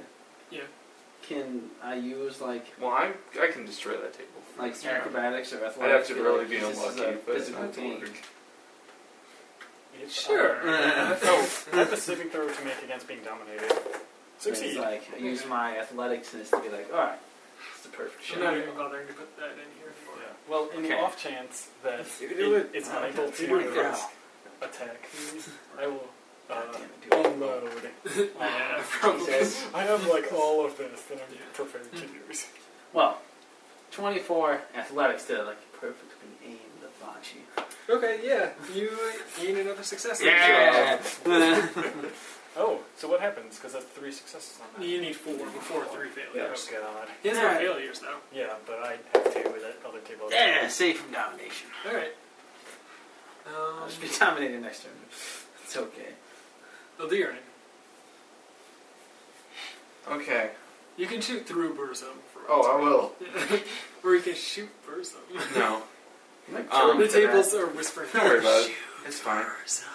Yeah. Can I use like Well, I I can destroy that table. like Yeah. acrobatics or athletics? I'd have to be really like, be this is unlucky, a but it's physical not game. work. Sure. oh, that's a saving throw to make against being dominated. So it's Succeed. like I use my athletics and it's to be like, all right, it's the perfect I'm shot. not even bothering to put that in here. Yeah. Well, in the Okay. off chance that You can do it- it's unable to Yeah. attack these, I will uh, God damn it, dude. unload. Yeah, Uh, probably. I have like all of this that I'm prepared to use. Well, 24 athletics to like perfectly aim the bocce. Okay, yeah. You gain another success. Oh, so what happens? Because that's three successes on that. You need four before three failures. Oh god. He has no Alright. failures, though. Yeah, but I have to with that other table. yeah, safe from domination. Alright. I'll Um, just be dominated next turn. It's okay. they'll do your end. Okay. You can shoot through Burzum. For Oh, I will. will. or you can shoot Burzum. No, Um, Uh, the tables are whispering. don't worry about it. It's fine. Burzum.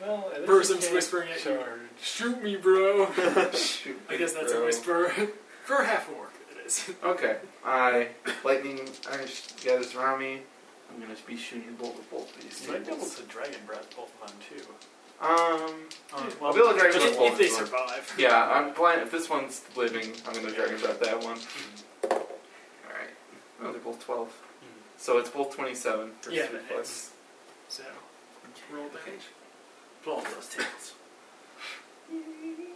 Well, at least Burzum's you can't whispering at you. charge. Shoot me, bro. Shoot I guess that's a bro. whisper. For half orc, it is. Okay. I lightning. I just gathers around me. I'm gonna be shooting bolt with both of these You might be able tables. to dragon breath both of them too. Um. Um, Yeah. well, I'll be able to If, dragon if breath both. they of them. survive. Yeah, I'm playing. If this one's living, I'm gonna dragon breath that one. All right. Oh, they're both twelve. So it's both 27. for Hmm. Yeah, three that plus. So, roll damage. Okay. Blow up those tables.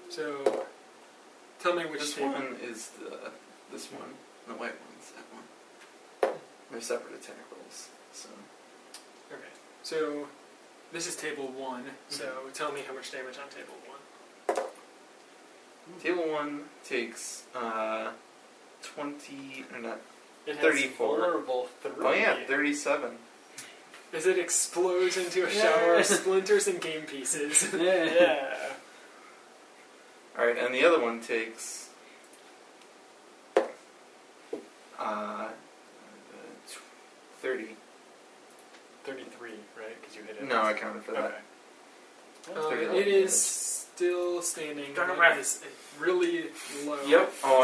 So, tell me which This table. one is the this one. The white one's that one. They're separate attack rolls. So Okay. So, this is table one. So, Mm-hmm. tell me how much damage on table one. Hmm. table one takes uh twenty or not. it has 34. vulnerable three. Oh yeah, thirty-seven. As it explodes into a Yeah. shower of splinters and game pieces. yeah. All right, and the other one takes uh tw- thirty. Thirty-three, right? Because you hit it. No, I counted for Okay. that. Um, figure it out. is still standing. Darn but right. It is really low. Yep. Oh,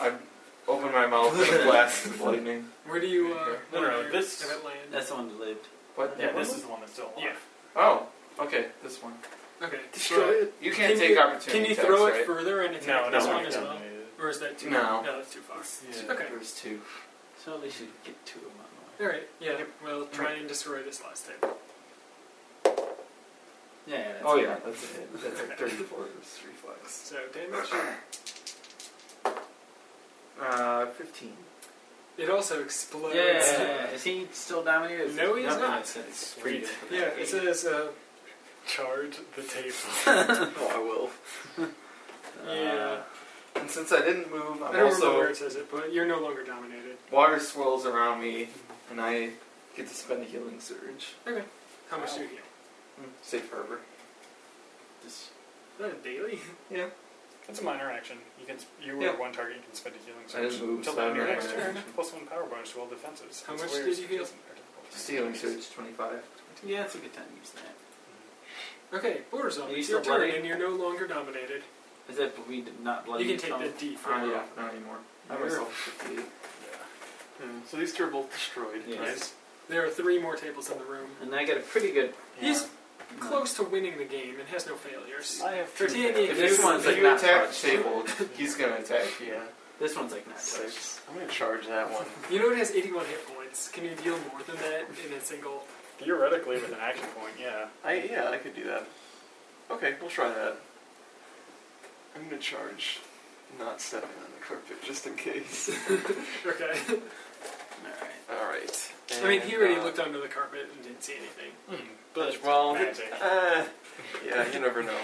I'm. I'm. Open my mouth and a blast of lightning. Where do you? Uh, No, no, where this- Have it land. That's the one that lived. What? Yeah, that this one? is the one that's still alive. yeah. Oh, okay. This one. Okay. Destroy so- You can't Can take you- opportunity. Can you attacks, throw it right? further and attack No, this no, one as no. well? Or is that too? No. No, that's too far. Yeah. Okay. There's two. So at least you get two of them. All right. Yeah. We'll try and destroy this last table. Yeah, yeah that's Oh good. yeah, that's it. That's like thirty-four versus reflex. So damage. Uh, fifteen. It also explodes. Yeah, yeah, yeah. Is he still dominated? No, he is Nothing not. makes sense. Sweet. Yeah, It says. Uh, Charge the table. Oh, I will. Uh, yeah. And since I didn't move, I I'm don't remember where also it says it, but you're no longer dominated. water swirls around me, and I get to spend a healing surge. How much Wow. do you heal? Hmm. Safe harbor. Just- Is that a daily? That's a minor action. You can sp- you were Yeah. one target. You can spend a healing I surge didn't move. until So the end I'm of your not next turn. action. Plus one power bonus to all defenses. How It's much where did it's you heal? doesn't- or difficult. Just healing surge twenty-five. Yeah, it's a good time to use that. Okay, border zone. Are you It's your still turn, bloody? and you're no longer dominated. Is that but we did not let You you can take come? the D for Oh it. yeah, not anymore. I You're- myself fifty-eight. Hmm, So these two are both destroyed. Yes. Right? There are three more tables in the room. And I got a pretty good. He's close to winning the game and has no failures. I have For two TNE, failures. If this you- one's, like, you not attack touched. table, he's gonna attack you. Yeah. This one's like not touched. Six. I'm gonna charge that one. You know it has 81 hit points. Can you deal more than that in a single? Theoretically, with an action point, yeah. I yeah, I could do that. Okay, we'll try that. I'm gonna charge, not stepping on the carpet just in case. Okay. Alright. All right. I mean, he already uh, looked under the carpet and didn't see anything. Hmm, But well. magic. Uh, yeah, you never know.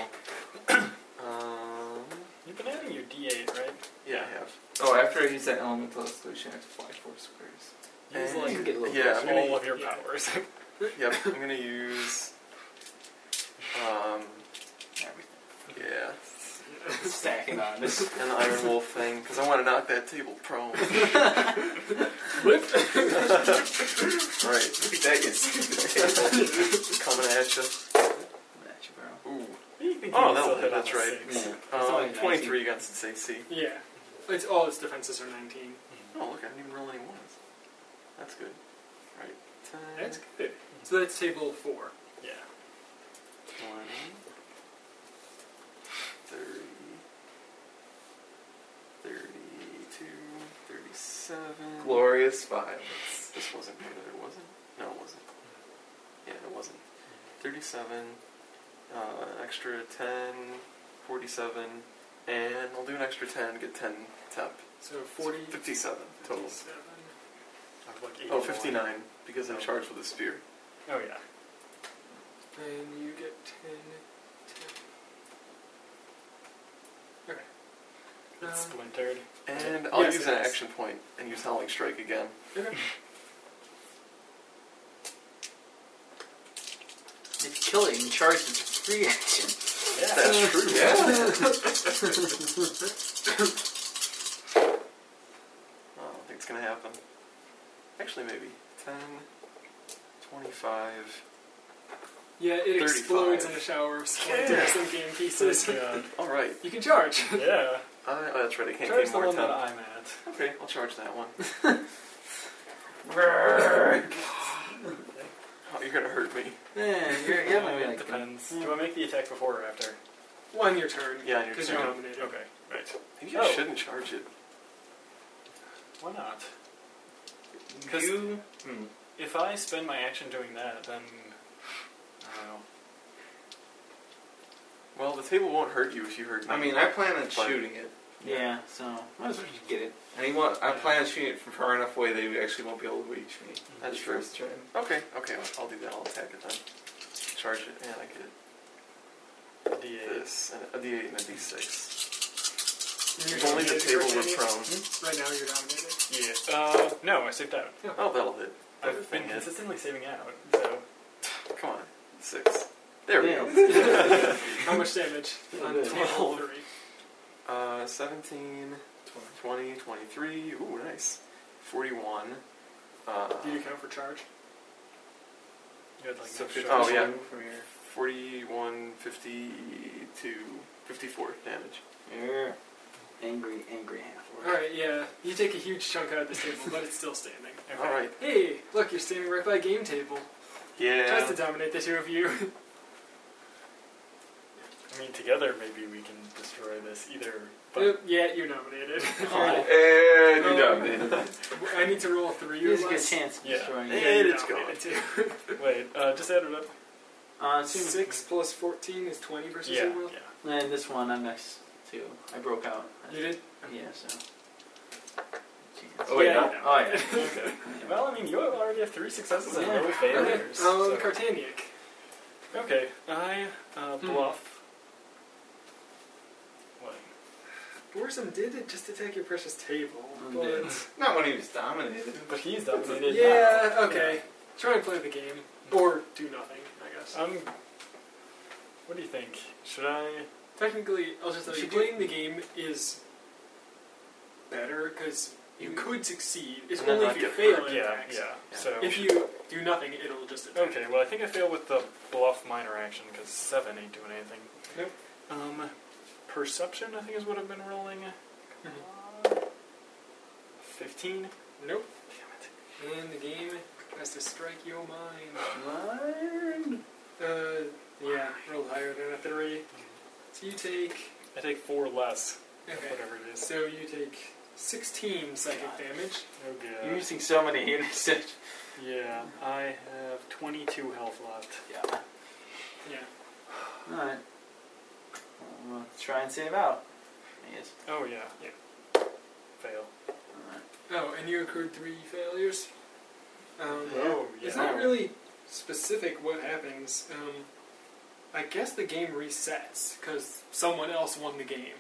um, You've been adding your D8, right? yeah, I have. Oh, after I use that elemental exclusion, I have to fly four squares. Use And- like Get a little yeah, I'm all gonna, of your yeah. powers. yep, I'm gonna use. Um, Everything. yeah. stacking on this. an Iron Wolf thing because I want to knock that table prone. right. Look at that, you stupid table. Coming at you. That you borrow. Ooh. You can Oh, still that'll- hit on that's a right. six. Yeah. Um, only 23 against its AC. Yeah. It's all its defenses are 19. Oh, look, I didn't even roll any ones. That's good. Right. 10, That's good. So that's table four. Yeah. 20, 30, 32, 37. Glorious violence. This wasn't regular, was it? No, it wasn't. Yeah, it wasn't. 37, uh, an extra 10, 47, and I'll do an extra 10, get 10 temp. So 40. 57 total. 57. Or like Oh, 81. 59, because I'm charged with a spear. Oh, yeah. And you get 10. 10. Okay. It's Um, splintered. And I'll Yes, use it an is. action point and use Howling Strike again. okay. If you kill it, you can charge it to free action. Yeah. That's true. Yeah. I don't think it's going to happen. Actually, maybe. 10, 25. Yeah, it explodes 35. in a shower of splinters and game pieces. Yeah. All right. You can charge. yeah. I, oh, that's right. I can't Charge gain the more one that temp. I'm at. Okay, I'll charge that one. Oh, you're going to hurt me. Yeah, you're, you Uh, haven't it depends. Do I make the attack before or after? One your turn. Yeah, on your Because turn. you're dominated. Okay, right. Maybe I Oh. shouldn't charge it. Why not? Oh, Because You hmm, if I spend my action doing that, then I don't know. Well, the table won't hurt you if you hurt me. I mean I plan on Fine. shooting it. Yeah, so might as well just get it. And he won't, I plan on shooting it from far enough away they actually won't be able to reach me. that's the true. first turn. Okay, okay, I'll, I'll do that. I'll attack it then. Charge it. Man, I get D8. this. And a d8 and a d6. And you're If only the dominated, table correct, were Andy? prone. Right now you're dominated. Yeah. Uh, no, I saved out. Oh, that'll hit. I've been Yeah. consistently saving out, so Come on. Six. There we Yeah. go. How much damage? on Yeah. table three. Uh, 17, 20, 23. Ooh, nice. 41. Uh, Do you count for charge? you had like So no fifty shot. Oh, yeah. from here. 41, 52, 54 damage. Yeah. Angry, angry half. Alright, yeah. You take a huge chunk out of this table, but it's still standing. Okay. All right. Hey, look, you're standing right by a game table. Tries Yeah. to dominate the two of you. I mean, together maybe we can destroy this either. But Yep, yeah, you're nominated. Alright. And Oh. you dominated. I need to roll three Here's a or good less. chance of Yeah. destroying Eh. it. Yeah, you're It's gone. nominated too. wait, uh, just add it up. Uh, so- Six plus fourteen is twenty versus Yeah. your will. yeah. and this one I'm next to. I broke out. You did. Yeah, so. Chance. Oh, wait, yeah, no. you know. Oh, yeah. Okay. Well, I mean, you already have three successes and Yeah. no failures. Um, so- Cartaniac. Okay, I uh, Hmm. bluff. What? Borsum did just attack your precious table, Mm, but Not when he was dominated. But he's dominated. yeah, okay. Try and play the game, or do nothing. I guess. I'm. Um, What do you think? Should I? Technically, I'll just tell you, Should playing the game is better because you Mm. could succeed. It's And then only not if you get fail hurt. at Yeah, attacks. yeah. So. If you do nothing, it'll just attack. Okay, well, I think I fail with the bluff minor action because seven ain't doing anything. Nope. Um, perception, I think, is what I've been rolling. Fifteen. Damn Nope. it. And the game has to strike your mind. Learn. Uh, yeah, roll higher than a three. So you take. I take four less, Okay. whatever it is. So you take 16 psychic damage. You're Okay. using so many units. to- Oh, Yeah, I have twenty-two health left. yeah. Yeah. Alright. I'm gonna try and save out. I guess. Oh yeah. Yeah. Fail. Alright. Oh, and you incurred three failures. Um, Oh It's yeah. not really specific what happens. Um, I guess the game resets because someone else won the game.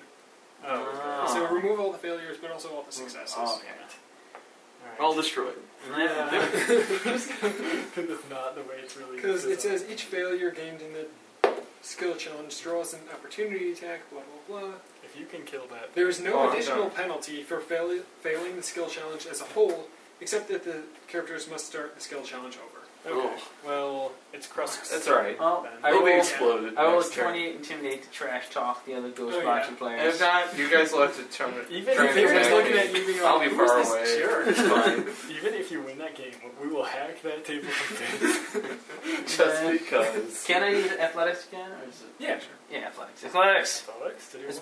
Oh. Ah. So remove all the failures, but also all the successes. Oh, Okay. All I'll destroy it. Yeah. right. That's not the way it's really. Because it designed. says each failure gained in the Skill challenge draws an opportunity attack, blah, blah, blah. If you can kill that, There is Oh, no I'm additional done. penalty for fail- failing the skill challenge as a whole, except that the characters must start the skill challenge over. okay. Well, it's crushed. That's alright. Well, Then I It'll be roll, exploded. I roll next turn. 28 intimidate to trash talk the other ghost Oh, yeah. boxing And players. if not, you guys will have to turn it. Even Try if to they were connect. looking at you, being I'll like, be "Who's far this away. jerk?" It's fine. even if you win that game, we will hack that table completely. Just because. Can I use athletics again? Or is it? Yeah, sure. Yeah, athletics. Athletics. Athletics to do It's